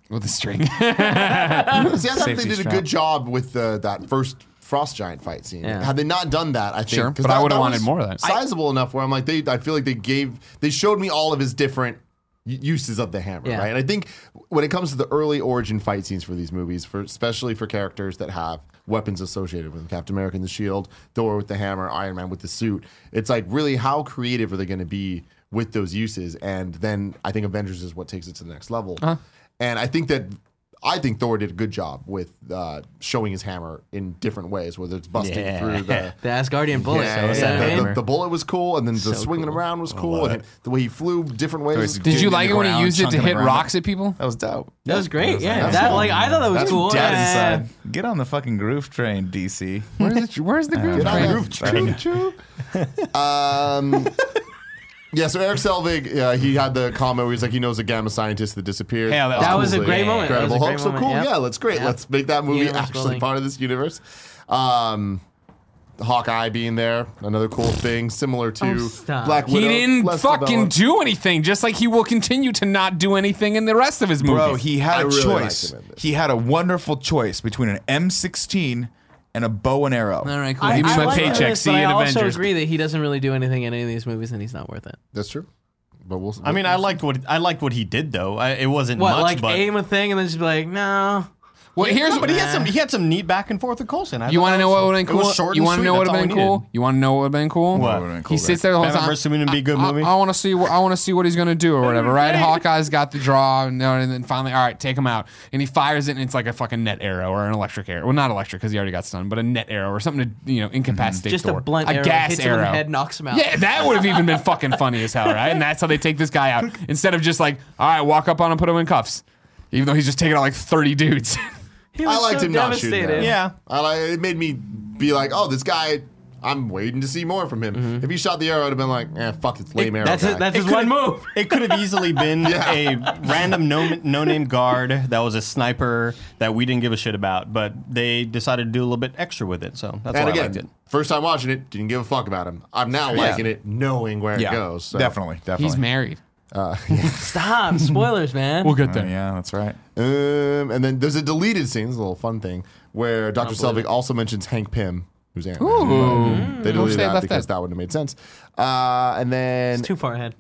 Speaker 4: with a
Speaker 1: [laughs]
Speaker 4: string.
Speaker 1: See, I thought
Speaker 2: Safety
Speaker 1: they did
Speaker 2: strap.
Speaker 1: a good job with the, that first frost giant fight scene.
Speaker 3: Yeah.
Speaker 1: Had they not done that, I think,
Speaker 4: Sure,
Speaker 1: 'cause
Speaker 4: but I
Speaker 1: that-
Speaker 4: would've
Speaker 1: that
Speaker 4: wanted
Speaker 1: was
Speaker 4: more of that.
Speaker 1: Sizable enough where I'm like, they. I feel like they gave, they showed me all of his different u- uses of the hammer,
Speaker 3: Yeah.
Speaker 1: right? And I think when it comes to the early origin fight scenes for these movies, for especially for characters that have weapons associated with them, Captain America and the shield, Thor with the hammer, Iron Man with the suit, it's like really how creative are they going to be with those uses? And then I think Avengers is what takes it to the next level. And I think that I think Thor did a good job with uh, showing his hammer in different ways, whether it's busting
Speaker 5: Yeah.
Speaker 1: through [laughs] the.
Speaker 3: The Asgardian bullet.
Speaker 1: Yeah,
Speaker 3: you know what I
Speaker 1: The,
Speaker 3: mean?
Speaker 1: the- the bullet was cool, and then the swinging around was cool, and the way he flew different ways. was
Speaker 2: Did
Speaker 1: cool.
Speaker 4: Did you
Speaker 2: in
Speaker 4: like
Speaker 2: the
Speaker 4: it when he
Speaker 2: ground,
Speaker 4: used it
Speaker 2: chunk
Speaker 4: to
Speaker 2: in the
Speaker 4: hit
Speaker 2: ground.
Speaker 4: rocks at people?
Speaker 2: That was dope.
Speaker 3: that was great. Yeah,
Speaker 2: like,
Speaker 3: that like I thought that was
Speaker 2: That's
Speaker 3: cool.
Speaker 2: dead
Speaker 3: yeah.
Speaker 2: inside. Get on the fucking groove train, DC.
Speaker 4: Where's the, where's the groove
Speaker 1: Get on the
Speaker 4: train?
Speaker 1: roof, choo choo. um, yeah, so Eric Selvig, uh, he had the comment where he's like, he knows a gamma scientist that disappeared.
Speaker 4: Yeah, that was
Speaker 3: That was a great moment. That was a
Speaker 1: Incredible Hulk.
Speaker 3: great
Speaker 1: So
Speaker 3: moment,
Speaker 1: cool.
Speaker 3: yep.
Speaker 1: Yeah, that's great.
Speaker 3: Yep.
Speaker 1: Let's make that movie
Speaker 3: Universe
Speaker 1: actually
Speaker 3: building.
Speaker 1: part of this universe. Um, Hawkeye being there, another cool thing, similar to
Speaker 3: Oh, stop.
Speaker 1: Black
Speaker 4: He
Speaker 1: Widow.
Speaker 4: didn't
Speaker 1: less
Speaker 4: fucking
Speaker 1: developed.
Speaker 4: do anything, just like he will continue to not do anything in the rest of his movies.
Speaker 2: Bro, he had
Speaker 1: I
Speaker 2: a
Speaker 1: really liked
Speaker 2: choice.
Speaker 1: him in this.
Speaker 2: He had a wonderful choice between an M16 and a bow and arrow.
Speaker 4: [laughs] all right, cool.
Speaker 3: I,
Speaker 4: Give me
Speaker 3: I
Speaker 4: my
Speaker 3: like
Speaker 4: paycheck.
Speaker 3: This,
Speaker 4: See
Speaker 3: but
Speaker 4: you in
Speaker 3: I also
Speaker 4: Avengers.
Speaker 3: agree that he doesn't really do anything in any of these movies, and he's not worth it.
Speaker 1: That's true. But we'll.
Speaker 5: I mean, I liked what I liked what he did though. I, it wasn't
Speaker 3: What,
Speaker 5: much,
Speaker 3: like
Speaker 5: but
Speaker 3: aim a thing and then just be like, no.
Speaker 4: Well, here's
Speaker 5: No, but he had some he had some neat back and forth with Colson. I
Speaker 4: You
Speaker 5: thought
Speaker 4: want to
Speaker 5: that
Speaker 4: know
Speaker 5: was-
Speaker 4: what would have
Speaker 5: it
Speaker 4: been cool?
Speaker 5: was short
Speaker 4: You
Speaker 5: and
Speaker 4: want to
Speaker 5: sweet.
Speaker 4: know what
Speaker 5: That's
Speaker 4: would
Speaker 5: all
Speaker 4: have
Speaker 5: we
Speaker 4: been cool?
Speaker 5: needed.
Speaker 4: You want to know what would have been cool?
Speaker 5: What?
Speaker 2: would've been
Speaker 4: He
Speaker 2: cool
Speaker 4: sits there the whole
Speaker 5: Batman
Speaker 4: time.
Speaker 5: vs. Superman would be a good
Speaker 4: I- I-
Speaker 5: movie.
Speaker 4: I, want to see. wh- I want to see what he's gonna do or whatever. Right? Hawkeye's got the draw, and, then- and then finally, all right, take him out, and he fires it, and it's like a fucking net arrow or an electric arrow. Well, not electric because he already got stunned, but a net arrow or something to you know incapacitate.
Speaker 3: Just
Speaker 4: Thor.
Speaker 3: a blunt arrow.
Speaker 4: gas
Speaker 3: hits him
Speaker 4: arrow.
Speaker 3: in the head, knocks him out.
Speaker 4: yeah, that would have even been fucking funny as hell, right? And that's how they take this guy
Speaker 3: [laughs]
Speaker 4: out instead of just like, all right, walk up on him, put him in cuffs, even though he's just taking out like thirty dudes.
Speaker 3: He
Speaker 1: I
Speaker 3: was
Speaker 1: liked
Speaker 3: so
Speaker 1: him not shooting.
Speaker 3: devastated.
Speaker 1: though.
Speaker 5: Yeah.
Speaker 1: I like, it made me be like, oh, this guy. I'm waiting to see more from him. If he shot the arrow, I'd have been like, eh, fuck, it's lame arrow.
Speaker 3: That's
Speaker 1: guy.
Speaker 3: Mm-hmm. it. That's
Speaker 5: It
Speaker 3: his one
Speaker 5: could've-
Speaker 3: move.
Speaker 5: It could have easily been
Speaker 4: [laughs]
Speaker 5: a random no no name guard that was a sniper that we didn't give a shit about, but they decided to do a little bit extra with it. So that's
Speaker 1: and
Speaker 5: why I liked it.
Speaker 1: again, first time watching it, didn't give a fuck about him. I'm now liking it, knowing where it goes. so.
Speaker 2: definitely, definitely.
Speaker 4: he's married.
Speaker 3: Stop. Spoilers, man.
Speaker 4: We'll get
Speaker 2: Uh,
Speaker 4: there.
Speaker 2: yeah, that's right.
Speaker 1: Um, and then there's a deleted scene. This is a little fun thing where Dr. Selvig also mentions Hank Pym, who's Ant.
Speaker 3: Mm-hmm.
Speaker 1: They deleted
Speaker 4: they
Speaker 1: that
Speaker 4: left
Speaker 1: because
Speaker 4: that.
Speaker 1: that. wouldn't have made sense. Uh, and then
Speaker 3: It's too far ahead.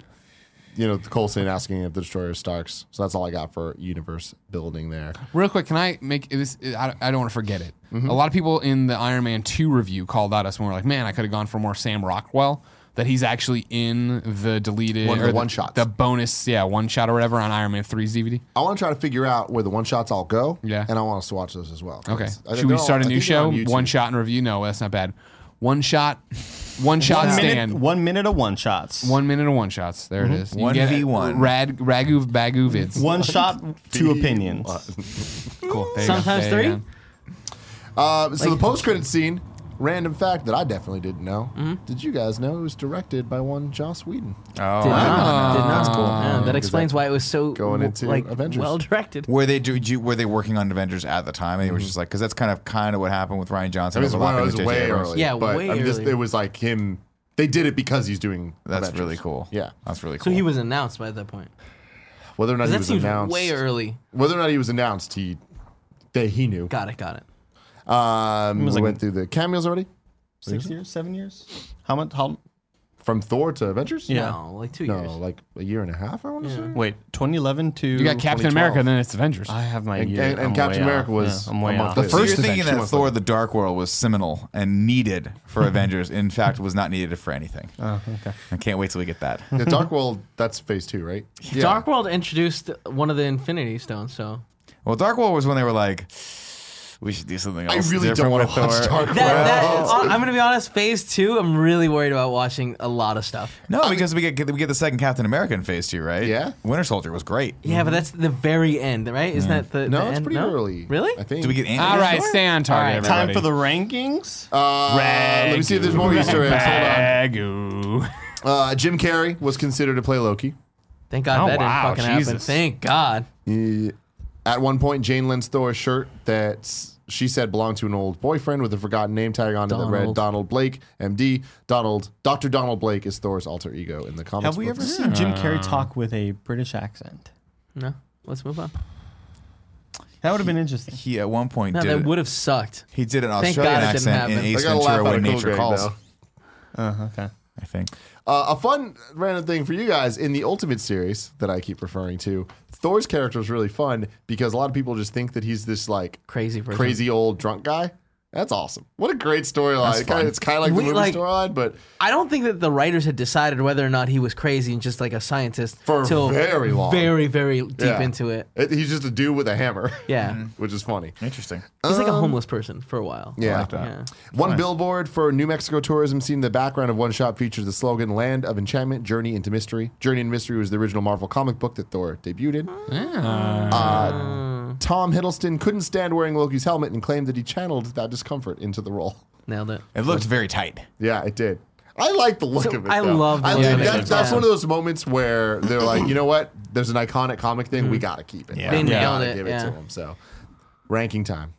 Speaker 1: you know, Colson asking if the destroyer is Starks. So that's all I got for universe building there.
Speaker 4: Real quick, can I make this? I I don't want to forget it.
Speaker 1: Mm-hmm.
Speaker 4: A lot of people in the Iron Man 2 review called out us when we were like, man, I could have gone for more Sam Rockwell. That he's actually in the deleted
Speaker 1: One of the
Speaker 4: or
Speaker 1: one-shots.
Speaker 4: the bonus, yeah, one shot or whatever on Iron Man 3's DVD.
Speaker 1: I want to try to figure out where the one shots all go.
Speaker 4: Yeah.
Speaker 1: And I want us to watch those as well.
Speaker 4: Okay,
Speaker 1: I think
Speaker 4: should we
Speaker 1: they're all-
Speaker 4: start a
Speaker 1: I
Speaker 4: new
Speaker 1: think they're
Speaker 4: show?
Speaker 1: on YouTube. [laughs]
Speaker 4: One shot and review? No, that's not bad. One shot One shot
Speaker 5: One minute-
Speaker 4: stand.
Speaker 5: One minute of one shots.
Speaker 4: One minute of one shots.
Speaker 1: Mm-hmm.
Speaker 4: There it is. You
Speaker 2: One
Speaker 4: get
Speaker 2: v one.
Speaker 4: Rad ragu bagu vids.
Speaker 5: One shot, two opinions.
Speaker 4: Cool. There you go.
Speaker 3: Sometimes
Speaker 4: There you
Speaker 3: three?
Speaker 4: go.
Speaker 1: Uh, so the post-credit scene, random fact that I definitely didn't know. Did you guys know it was directed by one Joss Whedon?
Speaker 3: Did
Speaker 2: Oh.
Speaker 3: not. Did not.
Speaker 4: cool.
Speaker 3: Yeah, that explains why it was so
Speaker 1: Going into
Speaker 3: like
Speaker 1: Avengers.
Speaker 3: well directed.
Speaker 2: Were they do, you, were they working on Avengers at the time? And it was just like because that's kind of kind of what happened with Ryan Johnson.
Speaker 1: Mm-hmm. It was one. It
Speaker 2: overlapping
Speaker 1: was
Speaker 2: with J.J.
Speaker 1: way
Speaker 2: Abrams.
Speaker 1: early.
Speaker 3: Yeah,
Speaker 1: but
Speaker 3: way
Speaker 1: I mean, this-
Speaker 3: earlier.
Speaker 1: It was like him. They did it because he's doing.
Speaker 2: That's
Speaker 1: Avengers.
Speaker 2: really cool.
Speaker 1: Yeah.
Speaker 2: that's really cool.
Speaker 3: So he was announced by that point.
Speaker 1: Whether or not
Speaker 3: 'Cause
Speaker 1: he
Speaker 3: That
Speaker 1: was
Speaker 3: seems
Speaker 1: announced.
Speaker 3: way early.
Speaker 1: Whether or not he was announced, he they, he knew.
Speaker 3: Got it. Got it.
Speaker 1: Um, we
Speaker 5: like-
Speaker 1: went through the cameos already
Speaker 5: Six years, seven years. How much? How?
Speaker 1: from Thor to Avengers.
Speaker 5: Yeah.
Speaker 3: No, like two
Speaker 1: No,
Speaker 3: years.
Speaker 1: like a year and a half. I want to say.
Speaker 5: Wait, 2011 to.
Speaker 4: You got Captain America, then it's Avengers.
Speaker 5: I have my
Speaker 1: And,
Speaker 5: year.
Speaker 1: and, and
Speaker 5: I'm
Speaker 1: Captain
Speaker 5: way off.
Speaker 1: America was
Speaker 5: Yeah, I'm way
Speaker 1: a month
Speaker 5: off.
Speaker 1: later.
Speaker 2: so
Speaker 1: So
Speaker 2: you're
Speaker 1: you're
Speaker 2: thinking
Speaker 1: She
Speaker 2: that
Speaker 1: was
Speaker 2: Thor: The Dark World was seminal and needed
Speaker 3: [laughs]
Speaker 2: for Avengers. In fact, was not needed for anything. Oh, okay. I can't wait till we get that.
Speaker 1: The Dark World. That's Phase Two, right? Yeah.
Speaker 3: Dark World introduced one of the Infinity Stones, so
Speaker 2: Well, Dark World was when they were like, we should do something
Speaker 1: I
Speaker 2: else.
Speaker 1: really don't want to watch Dark World.
Speaker 3: that, that, hon- I'm gonna be honest. Phase two, I'm really worried about watching a lot of stuff.
Speaker 2: No, because we get we get the second Captain America in Phase Two, right?
Speaker 1: Yeah.
Speaker 2: Winter Soldier was great.
Speaker 3: Yeah, but that's the very end, right? Isn't that the the
Speaker 1: No, it's
Speaker 3: end?
Speaker 1: pretty early.
Speaker 3: Really?
Speaker 1: I think.
Speaker 2: Do we get? Ant-
Speaker 4: All right, stay on target,
Speaker 3: All right,
Speaker 4: everybody.
Speaker 5: Time for the rankings.
Speaker 1: Uh, let me see if there's more Easter eggs. Hold
Speaker 4: Ragu.
Speaker 1: on. Uh, Jim Carrey was considered to play Loki.
Speaker 3: Thank God
Speaker 4: Oh,
Speaker 3: that
Speaker 4: wow,
Speaker 3: didn't fucking happen.
Speaker 4: Jesus.
Speaker 3: Thank God.
Speaker 1: At one point, Jane lends Thor a shirt that s- she said belonged to an old boyfriend with a forgotten name tag on it that read
Speaker 3: Donald.
Speaker 1: Donald Blake, MD. Donald, Dr. Donald Blake is Thor's alter ego in the comics.
Speaker 5: have we
Speaker 1: books.
Speaker 5: ever seen Jim Carrey talk with a British accent?
Speaker 3: No, let's move on.
Speaker 5: That would have been interesting.
Speaker 2: he at one point
Speaker 3: No,
Speaker 2: did.
Speaker 3: that would have sucked.
Speaker 2: he did an
Speaker 3: Thank
Speaker 2: Australian
Speaker 3: God it didn't
Speaker 2: accent in
Speaker 3: happen.
Speaker 1: I
Speaker 2: Ace
Speaker 1: gotta laugh
Speaker 2: Ventura:
Speaker 1: out
Speaker 2: When
Speaker 1: of Cool
Speaker 2: Nature
Speaker 1: Gang,
Speaker 2: Calls.
Speaker 1: though.
Speaker 5: Uh, okay.
Speaker 2: I think.
Speaker 1: Uh, a fun random thing for you guys in the Ultimate series that I keep referring to, Thor's character is really fun because a lot of people just think that he's this like
Speaker 3: Crazy person.
Speaker 1: crazy old drunk guy. That's awesome. What a great storyline. It kinda- It's kind of like
Speaker 3: We,
Speaker 1: the movie
Speaker 3: like-
Speaker 1: storyline, but
Speaker 3: I don't think that the writers had decided whether or not he was crazy and just like a scientist
Speaker 1: For
Speaker 3: till
Speaker 1: very long.
Speaker 3: very, very deep
Speaker 1: yeah.
Speaker 3: into it.
Speaker 1: It- He's just a dude with a hammer.
Speaker 3: Yeah,
Speaker 1: [laughs] Which is funny.
Speaker 2: Interesting.
Speaker 3: he's like a homeless person for a while.
Speaker 1: Yeah.
Speaker 3: yeah.
Speaker 1: One billboard for New Mexico tourism scene. The background of one shop features the slogan "Land of Enchantment, Journey into Mystery." Journey into Mystery was the original Marvel comic book that Thor debuted in.
Speaker 3: Oh.
Speaker 1: Uh, Tom Hiddleston couldn't stand wearing Loki's helmet and claimed that he channeled that discomfort into the role.
Speaker 3: Nailed it.
Speaker 2: It looked very tight.
Speaker 1: Yeah, it did. I like the look
Speaker 3: So,
Speaker 1: of it.
Speaker 3: I
Speaker 1: though.
Speaker 3: love the
Speaker 1: I
Speaker 3: look
Speaker 1: like-
Speaker 3: of it.
Speaker 1: That's, that's
Speaker 3: Yeah.
Speaker 1: one of those moments where they're like, you know what? There's an iconic comic thing. We got to keep it.
Speaker 2: They
Speaker 1: Like, we
Speaker 3: nailed
Speaker 1: gotta
Speaker 3: it,
Speaker 1: Give it
Speaker 3: Mm-hmm. yeah.
Speaker 1: to them. So, ranking time.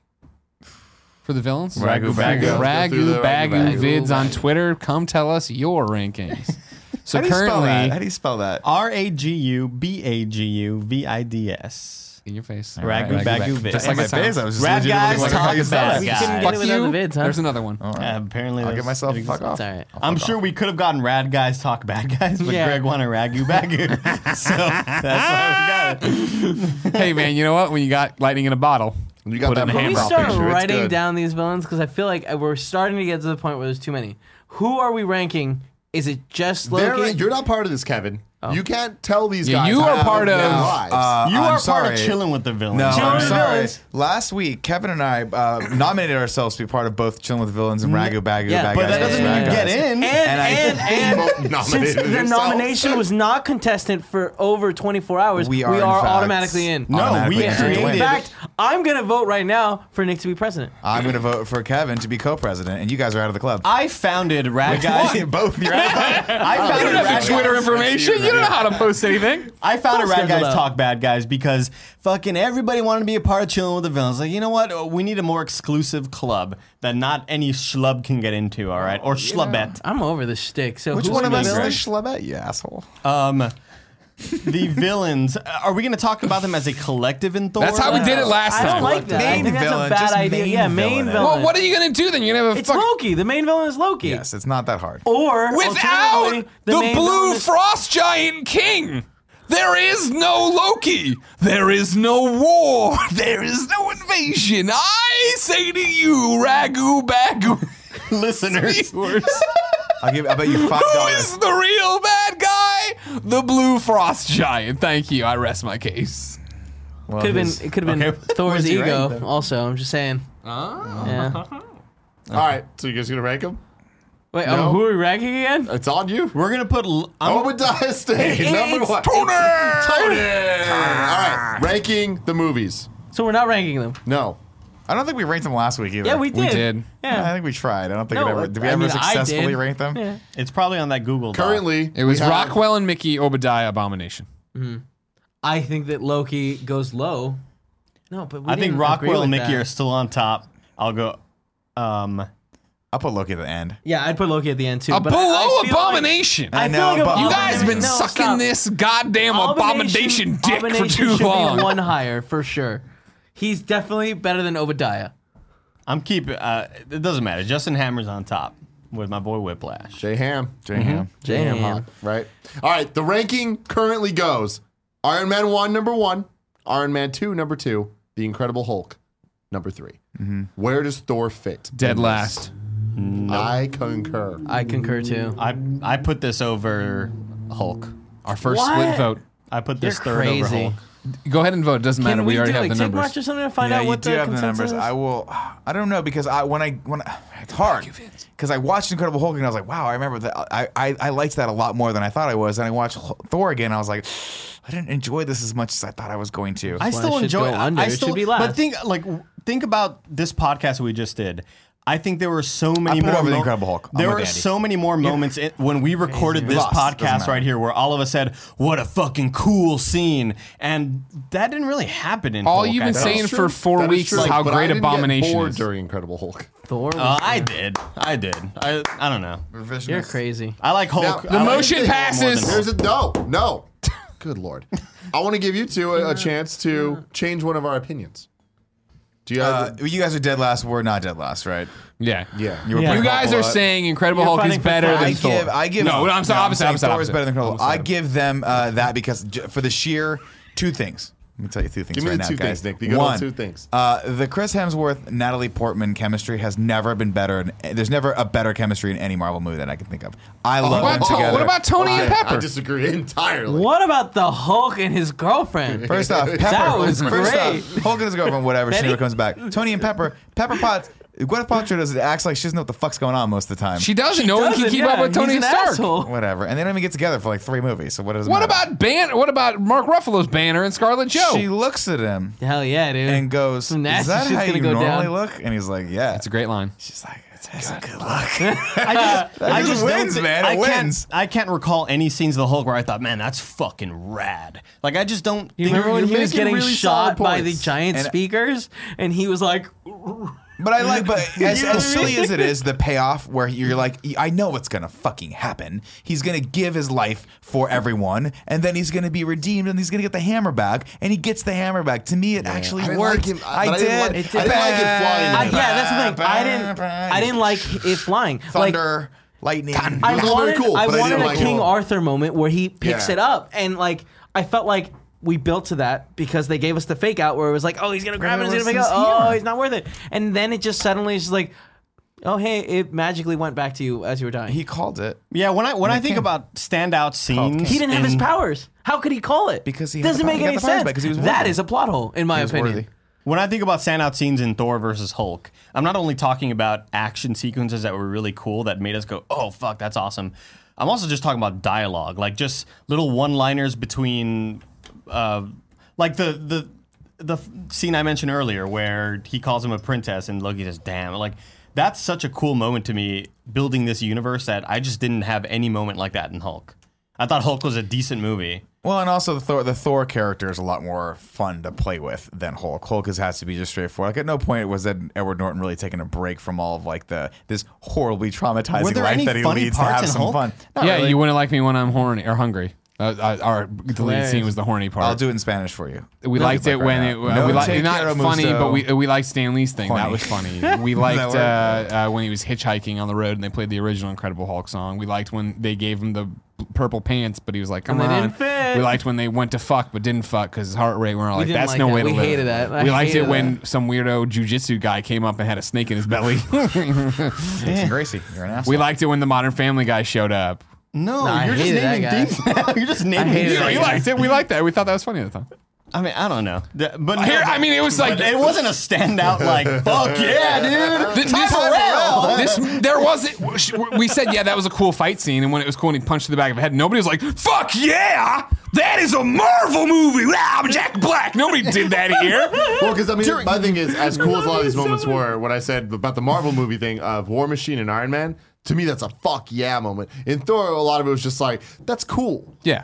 Speaker 4: For the villains?
Speaker 2: Ragu bagu.
Speaker 1: Go through the ragu
Speaker 4: Ragu bagu
Speaker 1: bagu.
Speaker 4: vids on Twitter. Come tell us your
Speaker 2: [laughs]
Speaker 4: rankings. So
Speaker 2: How do you spell that? How
Speaker 4: currently,
Speaker 2: do you spell that?
Speaker 5: R A G U B A G U V I D S.
Speaker 4: in your face.
Speaker 5: Ragu bagu vids.
Speaker 4: Just
Speaker 2: In
Speaker 4: like
Speaker 2: my
Speaker 4: it sounds.
Speaker 2: face, I was just
Speaker 5: Rad
Speaker 2: legitimately
Speaker 5: guys
Speaker 2: like,
Speaker 5: talk
Speaker 2: how do you spell that? Oh.
Speaker 5: about it.
Speaker 3: We
Speaker 5: guys.
Speaker 3: couldn't get
Speaker 4: Fuck
Speaker 3: it
Speaker 4: you.
Speaker 3: without the vids, huh?
Speaker 4: There's another one.
Speaker 5: Uh, apparently,
Speaker 2: I'll
Speaker 5: there's-
Speaker 2: give myself a fuck off.
Speaker 3: It's all right.
Speaker 5: I'm sure we could have gotten rad guys talk bad guys, but
Speaker 3: Yeah.
Speaker 5: Greg wanted ragu
Speaker 2: [laughs]
Speaker 5: bagu, so that's why we got it.
Speaker 4: hey, man, you know what? When you got lightning in a bottle,
Speaker 1: You got
Speaker 4: Put
Speaker 1: that
Speaker 4: in a
Speaker 3: Can we
Speaker 1: profile
Speaker 4: hammer.
Speaker 3: start
Speaker 1: picture. It's
Speaker 3: writing
Speaker 1: good.
Speaker 3: down these villains? Because I feel like we're starting to get to the point where there's too many. Who are we ranking? Is it just
Speaker 1: They're-
Speaker 3: Loki?
Speaker 1: You're not part of this, Kevin. You can't tell these
Speaker 4: Oh. Yeah,
Speaker 1: guys.
Speaker 4: you are
Speaker 1: how
Speaker 4: part
Speaker 1: their
Speaker 4: of,
Speaker 1: lives.
Speaker 2: Uh,
Speaker 5: You
Speaker 2: I'm
Speaker 5: are part
Speaker 2: sorry.
Speaker 5: of chilling with the villain.
Speaker 2: No,
Speaker 3: Chilling
Speaker 2: I'm
Speaker 3: with the
Speaker 2: sorry.
Speaker 3: Villains.
Speaker 2: Last week, Kevin and I uh, nominated ourselves to be part of both Chilling with the Villains and Ragu Bagu.
Speaker 3: Yeah,
Speaker 2: Bad
Speaker 5: but
Speaker 2: Guys,
Speaker 5: that doesn't mean
Speaker 2: Bad
Speaker 5: you
Speaker 2: Guys.
Speaker 5: get in.
Speaker 3: and
Speaker 2: And I-
Speaker 3: and, and,
Speaker 1: Both nominated
Speaker 3: since the
Speaker 1: yourself.
Speaker 3: nomination was not contested for over 24 hours,
Speaker 2: We
Speaker 3: we
Speaker 2: are,
Speaker 3: are,
Speaker 2: in fact,
Speaker 3: automatically in.
Speaker 5: No,
Speaker 2: automatically
Speaker 5: we
Speaker 2: in.
Speaker 5: created-
Speaker 3: In fact, I'm gonna vote right now for Nick to be president.
Speaker 2: I'm going to vote for Kevin to be co-president, and you guys are out of the club.
Speaker 5: I founded rad guys.
Speaker 2: both. You're out [laughs] of the
Speaker 5: I founded rad guys.
Speaker 4: Twitter information. You don't know how to post anything.
Speaker 5: I found a
Speaker 3: Full
Speaker 5: rad guys
Speaker 3: schedule, though.
Speaker 5: talk bad guys because fucking everybody wanted to be a part of chilling with the villains. Like, you know what? We need a more exclusive club that not any schlub can get into. All right, or schlubette.
Speaker 3: I'm over the shtick. So
Speaker 2: Which
Speaker 3: who's
Speaker 2: one of
Speaker 3: the
Speaker 2: us is the
Speaker 3: villain?
Speaker 2: schlebet, you asshole?
Speaker 5: Um, the villains. Are we going to talk about them as a collective in Thor?
Speaker 4: That's how we did it last
Speaker 3: I don't
Speaker 4: time.
Speaker 3: like that. I
Speaker 2: Main
Speaker 3: think that's
Speaker 2: villain,
Speaker 3: a bad
Speaker 2: just
Speaker 3: idea.
Speaker 2: main
Speaker 3: yeah, main
Speaker 2: villain.
Speaker 3: villain.
Speaker 4: Well, what are you going to do then? You're going to have a
Speaker 3: it's
Speaker 4: fuck-
Speaker 3: Loki. The main villain is Loki.
Speaker 2: Yes, it's not that hard.
Speaker 3: Or
Speaker 4: Without
Speaker 3: alternatively,
Speaker 4: the,
Speaker 3: main
Speaker 4: blue
Speaker 3: villain is-
Speaker 4: frost giant king, there is no Loki. There is no war. [laughs] There is no invasion. I say to you, Ragu Bagu,
Speaker 5: listeners.
Speaker 2: I'll give. I bet you five
Speaker 4: who
Speaker 2: dollars.
Speaker 4: is the real bad guy? The blue frost giant. Thank you. I rest my case.
Speaker 2: Well,
Speaker 3: Could have
Speaker 2: his-
Speaker 3: been. It could have been
Speaker 5: Okay.
Speaker 3: [laughs]
Speaker 5: Where's
Speaker 3: Thor's
Speaker 5: he
Speaker 3: ego.
Speaker 5: ranked,
Speaker 2: Ah. [laughs]
Speaker 3: also, I'm just saying. Yeah.
Speaker 1: All right, so you guys gonna rank them?
Speaker 3: Wait, um,
Speaker 1: No.
Speaker 3: who are we ranking again?
Speaker 1: It's on you.
Speaker 5: We're gonna put. L- um, I'm
Speaker 1: I'm with Dynasty. Number
Speaker 3: it's
Speaker 1: one. Tony. Tony. All right. Ranking the movies.
Speaker 3: So we're not ranking them.
Speaker 1: No.
Speaker 2: I don't think we ranked them last week either.
Speaker 3: Yeah, we did.
Speaker 4: We did.
Speaker 2: I
Speaker 3: Yeah.
Speaker 2: think we tried. I don't think
Speaker 3: No,
Speaker 2: it ever. Did we
Speaker 3: I
Speaker 2: ever
Speaker 3: mean, I
Speaker 2: successfully
Speaker 3: did.
Speaker 2: rank them?
Speaker 3: Yeah.
Speaker 5: it's probably on that Google. Doc.
Speaker 1: Currently,
Speaker 4: It was
Speaker 1: we have-
Speaker 4: Rockwell and Mickey Obadiah Abomination.
Speaker 3: I think that Loki goes low. No, but we
Speaker 5: I think
Speaker 3: didn't agree
Speaker 5: Rockwell and
Speaker 3: like
Speaker 5: Mickey
Speaker 3: that.
Speaker 5: are still on top. I'll go. Um,
Speaker 2: I'll put Loki at the end.
Speaker 3: Yeah, I'd put Loki at the end too.
Speaker 4: A
Speaker 3: but I-
Speaker 4: below
Speaker 3: I feel like-
Speaker 4: Abomination.
Speaker 3: I,
Speaker 2: know,
Speaker 3: feel like
Speaker 2: but-
Speaker 4: you guys
Speaker 3: Abomination-
Speaker 4: been
Speaker 3: No,
Speaker 4: sucking
Speaker 3: stop.
Speaker 4: this goddamn abomination, dick for
Speaker 3: Abomination
Speaker 4: too
Speaker 3: should be
Speaker 4: long.
Speaker 3: one higher for sure. He's definitely better than Obadiah.
Speaker 5: I'm keeping. Uh, it doesn't matter. Justin Hammer's on top with my boy Whiplash.
Speaker 1: Jay Ham.
Speaker 2: Jay
Speaker 4: Mm-hmm.
Speaker 2: Ham.
Speaker 3: Damn.
Speaker 1: Right. All right. The ranking currently goes Iron Man 1, number one. Iron Man 2, number two. The Incredible Hulk, number 3
Speaker 4: Mm-hmm.
Speaker 1: Where does Thor fit?
Speaker 4: Dead last.
Speaker 1: I concur.
Speaker 3: I concur too.
Speaker 5: I I put this over Hulk.
Speaker 4: Our first
Speaker 3: What?
Speaker 4: split vote.
Speaker 5: I put
Speaker 3: You're
Speaker 5: this third over
Speaker 3: crazy.
Speaker 5: Hulk.
Speaker 4: Go ahead and vote. It doesn't matter.
Speaker 3: Can
Speaker 4: We,
Speaker 3: we,
Speaker 4: already
Speaker 3: do
Speaker 4: have
Speaker 3: like
Speaker 4: the
Speaker 3: Zig
Speaker 4: numbers.
Speaker 3: March or something to find
Speaker 2: Yeah,
Speaker 3: out
Speaker 2: you
Speaker 3: what
Speaker 2: do
Speaker 3: the
Speaker 2: have the
Speaker 3: consensus
Speaker 2: numbers.
Speaker 3: is?
Speaker 2: I will. I don't know because I when I when I, it's hard because I watched Incredible Hulk and I was like, wow, I remember that. I, I I liked that a lot more than I thought I was. And I watched H- Thor again. I was like, I didn't enjoy this as much as I thought I was going to.
Speaker 5: I
Speaker 3: why
Speaker 5: still
Speaker 3: it should
Speaker 5: enjoy.
Speaker 3: go
Speaker 5: I-
Speaker 3: under.
Speaker 5: I,
Speaker 3: It should
Speaker 5: still,
Speaker 3: be
Speaker 5: But
Speaker 3: last.
Speaker 5: think like w- think about this podcast we just did. I think there were so many
Speaker 2: put it
Speaker 5: more.
Speaker 2: over the Incredible Hulk. I'm
Speaker 5: There
Speaker 2: with
Speaker 5: were
Speaker 2: Andy.
Speaker 5: so many more moments in, when we recorded this
Speaker 2: lost. Doesn't
Speaker 5: podcast
Speaker 2: matter.
Speaker 5: right here, where all of us said, "What a fucking cool scene," and that didn't really happen in.
Speaker 4: All
Speaker 5: Hulk,
Speaker 4: you've
Speaker 5: I
Speaker 4: been
Speaker 5: don't-
Speaker 4: saying
Speaker 1: That's
Speaker 4: for
Speaker 1: true.
Speaker 4: four
Speaker 1: That is
Speaker 4: weeks
Speaker 1: true.
Speaker 4: is how
Speaker 1: But I
Speaker 4: great
Speaker 1: didn't get
Speaker 4: Abomination
Speaker 1: bored
Speaker 4: is.
Speaker 1: during Incredible Hulk.
Speaker 3: Thor.
Speaker 5: Uh,
Speaker 3: was-
Speaker 5: I did. I did. I I don't know.
Speaker 2: Revisionist.
Speaker 3: you're crazy.
Speaker 5: I like Hulk.
Speaker 1: Now,
Speaker 5: I
Speaker 1: the
Speaker 5: like
Speaker 4: motion
Speaker 5: Hulk more
Speaker 4: passes.
Speaker 5: than Hulk.
Speaker 1: There's a no,
Speaker 4: [laughs]
Speaker 1: no. Good lord. I want to give you two a, a chance to change one of our opinions. Do you guys?
Speaker 2: Uh, you guys are dead last. We're not dead last, right?
Speaker 4: Yeah.
Speaker 1: yeah.
Speaker 2: were
Speaker 3: Yeah.
Speaker 4: You
Speaker 2: pretty
Speaker 4: guys
Speaker 2: comparable.
Speaker 4: are saying Incredible Hulk is
Speaker 3: fighting for
Speaker 4: better
Speaker 3: Thor.
Speaker 4: than
Speaker 2: I
Speaker 4: Thor.
Speaker 2: give, I give.
Speaker 4: No, no, I'm sorry. Opposite.
Speaker 2: saying
Speaker 4: opposite.
Speaker 2: Thor is
Speaker 4: opposite.
Speaker 2: better than Incredible.
Speaker 4: Opposite,
Speaker 2: I
Speaker 4: opposite.
Speaker 2: give them uh, that because j- for the sheer two things. Let me tell you two things
Speaker 1: Give me
Speaker 2: right
Speaker 1: the
Speaker 2: now,
Speaker 1: two
Speaker 2: guys.
Speaker 1: things, Nick. The good old
Speaker 2: One,
Speaker 1: two things.
Speaker 2: Uh, the Chris Hemsworth, Natalie Portman chemistry has never been better. In, there's never a better chemistry in any Marvel movie that I can think of. I
Speaker 4: Oh,
Speaker 2: love
Speaker 4: What
Speaker 2: them
Speaker 4: about,
Speaker 2: together.
Speaker 4: what about Tony
Speaker 1: I,
Speaker 4: and
Speaker 1: I
Speaker 4: Pepper?
Speaker 1: disagree entirely.
Speaker 3: What about the Hulk and his girlfriend?
Speaker 4: [laughs]
Speaker 2: First off, Pepper.
Speaker 3: That was
Speaker 2: first
Speaker 3: great.
Speaker 2: Off, Hulk and his girlfriend, whatever. she
Speaker 3: Betty?
Speaker 2: never comes back. Tony and Pepper. Pepper Potts. Gwyneth Paltrow does acts like she doesn't know what the fuck's going on most of the time.
Speaker 4: she doesn't. no one can
Speaker 3: Doesn't,
Speaker 4: keep
Speaker 3: yeah,
Speaker 4: up with
Speaker 3: he's
Speaker 4: Tony
Speaker 3: an
Speaker 4: Stark.
Speaker 3: asshole.
Speaker 2: whatever, and they don't even get together for like three movies. So what does? it
Speaker 4: What
Speaker 2: matter?
Speaker 4: about Ban? What about Mark Ruffalo's Banner and Scarlet Joe?
Speaker 2: She looks at him.
Speaker 3: Hell yeah, dude.
Speaker 2: and goes,
Speaker 3: Some nasty
Speaker 2: "Is that
Speaker 3: shit's
Speaker 2: how
Speaker 3: gonna
Speaker 2: you
Speaker 3: go
Speaker 2: normally
Speaker 3: down."
Speaker 2: look?" And he's like, "Yeah."
Speaker 4: That's a great line.
Speaker 2: She's like, "That's, a good look." [laughs]
Speaker 5: I just, I
Speaker 2: just
Speaker 5: just don't
Speaker 2: wins,
Speaker 5: thi-
Speaker 2: man. It
Speaker 5: I can't,
Speaker 2: wins.
Speaker 5: I can't recall any scenes of the Hulk where I thought, man, that's fucking rad. Like I just don't.
Speaker 3: You remember when
Speaker 5: you're
Speaker 3: he was
Speaker 5: making
Speaker 3: getting
Speaker 5: really
Speaker 3: shot
Speaker 5: solid
Speaker 3: by the
Speaker 5: points.
Speaker 3: giant
Speaker 2: And-
Speaker 3: speakers, and he was
Speaker 2: [laughs]
Speaker 3: like,
Speaker 2: but I like, but as,
Speaker 3: know what
Speaker 2: as
Speaker 3: I
Speaker 2: silly
Speaker 3: mean?
Speaker 2: as it is, the payoff where you're like, "I know what's gonna fucking happen. He's gonna give his life for everyone, and then he's gonna be redeemed, and he's gonna get the hammer back, and he gets the hammer back." To me, it actually
Speaker 1: I didn't
Speaker 2: worked.
Speaker 1: like him. I-
Speaker 2: I,
Speaker 1: but I
Speaker 2: did.
Speaker 1: didn't like- I didn't like it flying
Speaker 3: I,
Speaker 1: in
Speaker 3: "Yeah,
Speaker 1: Bah,
Speaker 3: that's the thing. I didn't,
Speaker 2: bah,
Speaker 3: I didn't like it flying. Like,
Speaker 2: thunder, lightning.
Speaker 3: I
Speaker 1: It was
Speaker 3: wanted,
Speaker 1: very cool,
Speaker 3: I
Speaker 1: but I
Speaker 3: wanted
Speaker 1: didn't
Speaker 3: a
Speaker 1: like it.
Speaker 3: King Arthur moment where he picks
Speaker 1: Yeah.
Speaker 3: it up, and like I felt like we built to that because they gave us the fake out where it was like, oh, he's gonna grab it, he's gonna pick it up, oh, he's not worth it, and then it just suddenly is just like, oh, hey, it magically went back to you as you were dying.
Speaker 2: he
Speaker 3: He,
Speaker 2: called it.
Speaker 5: Yeah, when I when I think
Speaker 2: came.
Speaker 5: about standout scenes,
Speaker 3: didn't have his
Speaker 5: in-
Speaker 3: powers. How could he call it?
Speaker 2: Because he had
Speaker 3: doesn't
Speaker 2: the pow-
Speaker 3: make
Speaker 2: he got
Speaker 3: any
Speaker 2: the powers
Speaker 3: sense.
Speaker 2: back 'cause he was
Speaker 3: that
Speaker 2: worthy.
Speaker 3: is a plot hole in my
Speaker 2: He was
Speaker 3: opinion.
Speaker 2: worthy.
Speaker 5: When I think about standout scenes in Thor versus Hulk, I'm not only talking about action sequences that were really cool that made us go, "Oh fuck, that's awesome." I'm also just talking about dialogue, like just little one-liners between, uh, like the the the f- scene I mentioned earlier where he calls him a princess and Loki says, "Damn!" Like that's such a cool moment to me building this universe that I just didn't have any moment like that in Hulk. I thought Hulk was a decent movie.
Speaker 2: Well, and also the Thor, the Thor character is a lot more fun to play with than Hulk. Hulk is, has to be just straightforward. Like at no point was that Edward Norton really taking a break from all of like the this horribly
Speaker 5: Were
Speaker 2: traumatizing
Speaker 5: there
Speaker 2: life
Speaker 5: any
Speaker 2: that he
Speaker 5: funny
Speaker 2: leads to
Speaker 5: parts
Speaker 2: have
Speaker 5: in
Speaker 2: some
Speaker 5: Hulk?
Speaker 2: fun. Not
Speaker 4: yeah,
Speaker 2: really.
Speaker 4: you wouldn't like me when I'm horny or hungry. Uh, uh, our deleted scene was the horny part.
Speaker 2: I'll do it in Spanish for you.
Speaker 4: we liked it
Speaker 2: like
Speaker 4: when
Speaker 2: right
Speaker 4: it
Speaker 2: now.
Speaker 4: uh,
Speaker 2: No
Speaker 4: we liked
Speaker 2: take care
Speaker 4: not
Speaker 2: of
Speaker 4: funny,
Speaker 2: Musto.
Speaker 4: but we we liked Stan Lee's thing. That
Speaker 2: Horny.
Speaker 4: was
Speaker 2: [laughs]
Speaker 4: funny. We liked uh,
Speaker 2: work?
Speaker 4: uh, when he was hitchhiking on the road and they played the original Incredible Hulk song. We liked when they gave him the purple pants, but he was like, "Come
Speaker 3: they
Speaker 4: on."
Speaker 3: didn't fit.
Speaker 4: We liked when they went to fuck but didn't fuck because his heart rate. We were like,
Speaker 3: didn't
Speaker 4: "That's
Speaker 3: like
Speaker 4: no
Speaker 3: that.
Speaker 4: way to
Speaker 3: We
Speaker 4: live."
Speaker 3: hated that. I
Speaker 4: we liked it
Speaker 3: hated
Speaker 4: when some weirdo jujitsu guy came up and had a snake in his
Speaker 3: [laughs]
Speaker 4: belly.
Speaker 2: Jason Gracie, you're an asshole.
Speaker 4: we liked it when the Modern Family guy showed up.
Speaker 5: No,
Speaker 3: I
Speaker 5: you're just
Speaker 3: hated that
Speaker 5: naming
Speaker 3: guy.
Speaker 5: things [laughs] now. You're just naming
Speaker 3: hated
Speaker 5: things.
Speaker 3: that
Speaker 4: We
Speaker 3: guy.
Speaker 4: liked it. We liked that. We thought that was funny at the time.
Speaker 5: I mean, I don't know. The- but
Speaker 4: Here,
Speaker 5: no,
Speaker 4: I mean, it was like-
Speaker 5: but it wasn't a
Speaker 4: [laughs]
Speaker 5: standout. Like, fuck yeah, dude.
Speaker 4: Th-
Speaker 5: Time
Speaker 4: [laughs] this-
Speaker 5: Pharrell.
Speaker 4: this- there wasn't. sh- We said, yeah, that was a cool fight scene, and when it was cool, and he punched in the back of the head. Nobody was like, "Fuck yeah, that is a Marvel movie." [laughs] Wow, I'm Jack Black. Nobody did that
Speaker 5: [laughs]
Speaker 4: here.
Speaker 1: Well, because I mean, my thing is, as cool as a lot of these moments were, what I said about the Marvel movie thing of War Machine and Iron Man, to me, that's a fuck yeah moment. In Thor, a lot of it was just like, that's cool.
Speaker 4: Yeah,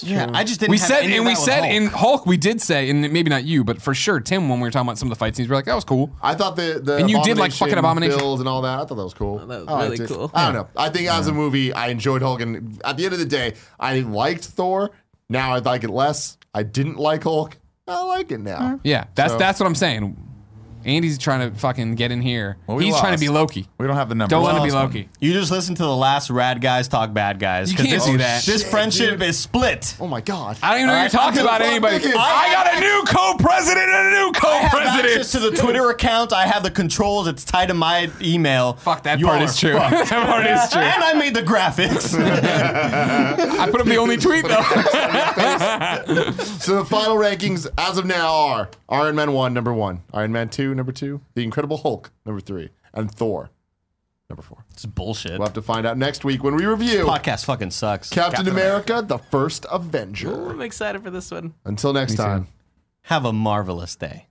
Speaker 5: Yeah, I just didn't.
Speaker 4: we
Speaker 5: have
Speaker 4: said,
Speaker 5: any of
Speaker 4: and we
Speaker 5: that with
Speaker 4: said
Speaker 5: Hulk.
Speaker 4: in Hulk, we did say, and maybe not you, but for sure, Tim, when we were talking about some of the fight scenes, we were like, "That was cool."
Speaker 1: I thought the the
Speaker 4: And you did, like, fucking Abomination.
Speaker 1: build and all that. I thought that was cool. Oh,
Speaker 3: that was
Speaker 1: I liked
Speaker 3: really
Speaker 1: it.
Speaker 3: cool.
Speaker 1: I don't know. I think as a movie, I enjoyed Hulk, and at the end of the day, I liked Thor. Now I like it less. I didn't like Hulk. I like it now.
Speaker 4: Yeah, that's
Speaker 1: So-
Speaker 4: that's what I'm saying. Andy's trying to fucking get in here.
Speaker 2: Well, we
Speaker 4: He's trying to
Speaker 2: lost.
Speaker 4: be Loki.
Speaker 2: We don't have the numbers.
Speaker 4: Don't want to
Speaker 2: We
Speaker 4: be
Speaker 2: lost
Speaker 4: Loki.
Speaker 2: one.
Speaker 5: You just listen to the last rad guys talk bad guys.
Speaker 4: You
Speaker 5: 'cause
Speaker 4: can't
Speaker 5: this,
Speaker 4: do that.
Speaker 5: This
Speaker 1: Shit,
Speaker 5: friendship is split.
Speaker 1: Oh my god.
Speaker 4: I don't even know
Speaker 5: All
Speaker 4: you're
Speaker 5: right,
Speaker 4: talking
Speaker 1: I'm
Speaker 4: about
Speaker 1: gonna fuck
Speaker 4: anybody.
Speaker 1: Dickens.
Speaker 4: I got a new co-president and a new
Speaker 5: I have access
Speaker 4: co-president.
Speaker 5: to the Twitter account. I have the controls. It's tied to my email.
Speaker 4: Fuck that
Speaker 5: You
Speaker 4: part
Speaker 5: all
Speaker 4: is
Speaker 5: are
Speaker 4: true. [laughs]
Speaker 5: fucked.
Speaker 4: that part is true.
Speaker 5: and I made the graphics.
Speaker 4: [laughs] I put up the only tweet though.
Speaker 1: So the final rankings as of now are Iron Man 1, number 1, Iron Man 2, number 2, The Incredible Hulk, number 3, and Thor, number 4.
Speaker 5: it's bullshit.
Speaker 1: We'll have to find out next week when we review Captain,
Speaker 5: Podcast fucking sucks.
Speaker 1: America, The First Avenger.
Speaker 3: I'm excited for this one.
Speaker 1: Until next time.
Speaker 5: Have a marvelous day.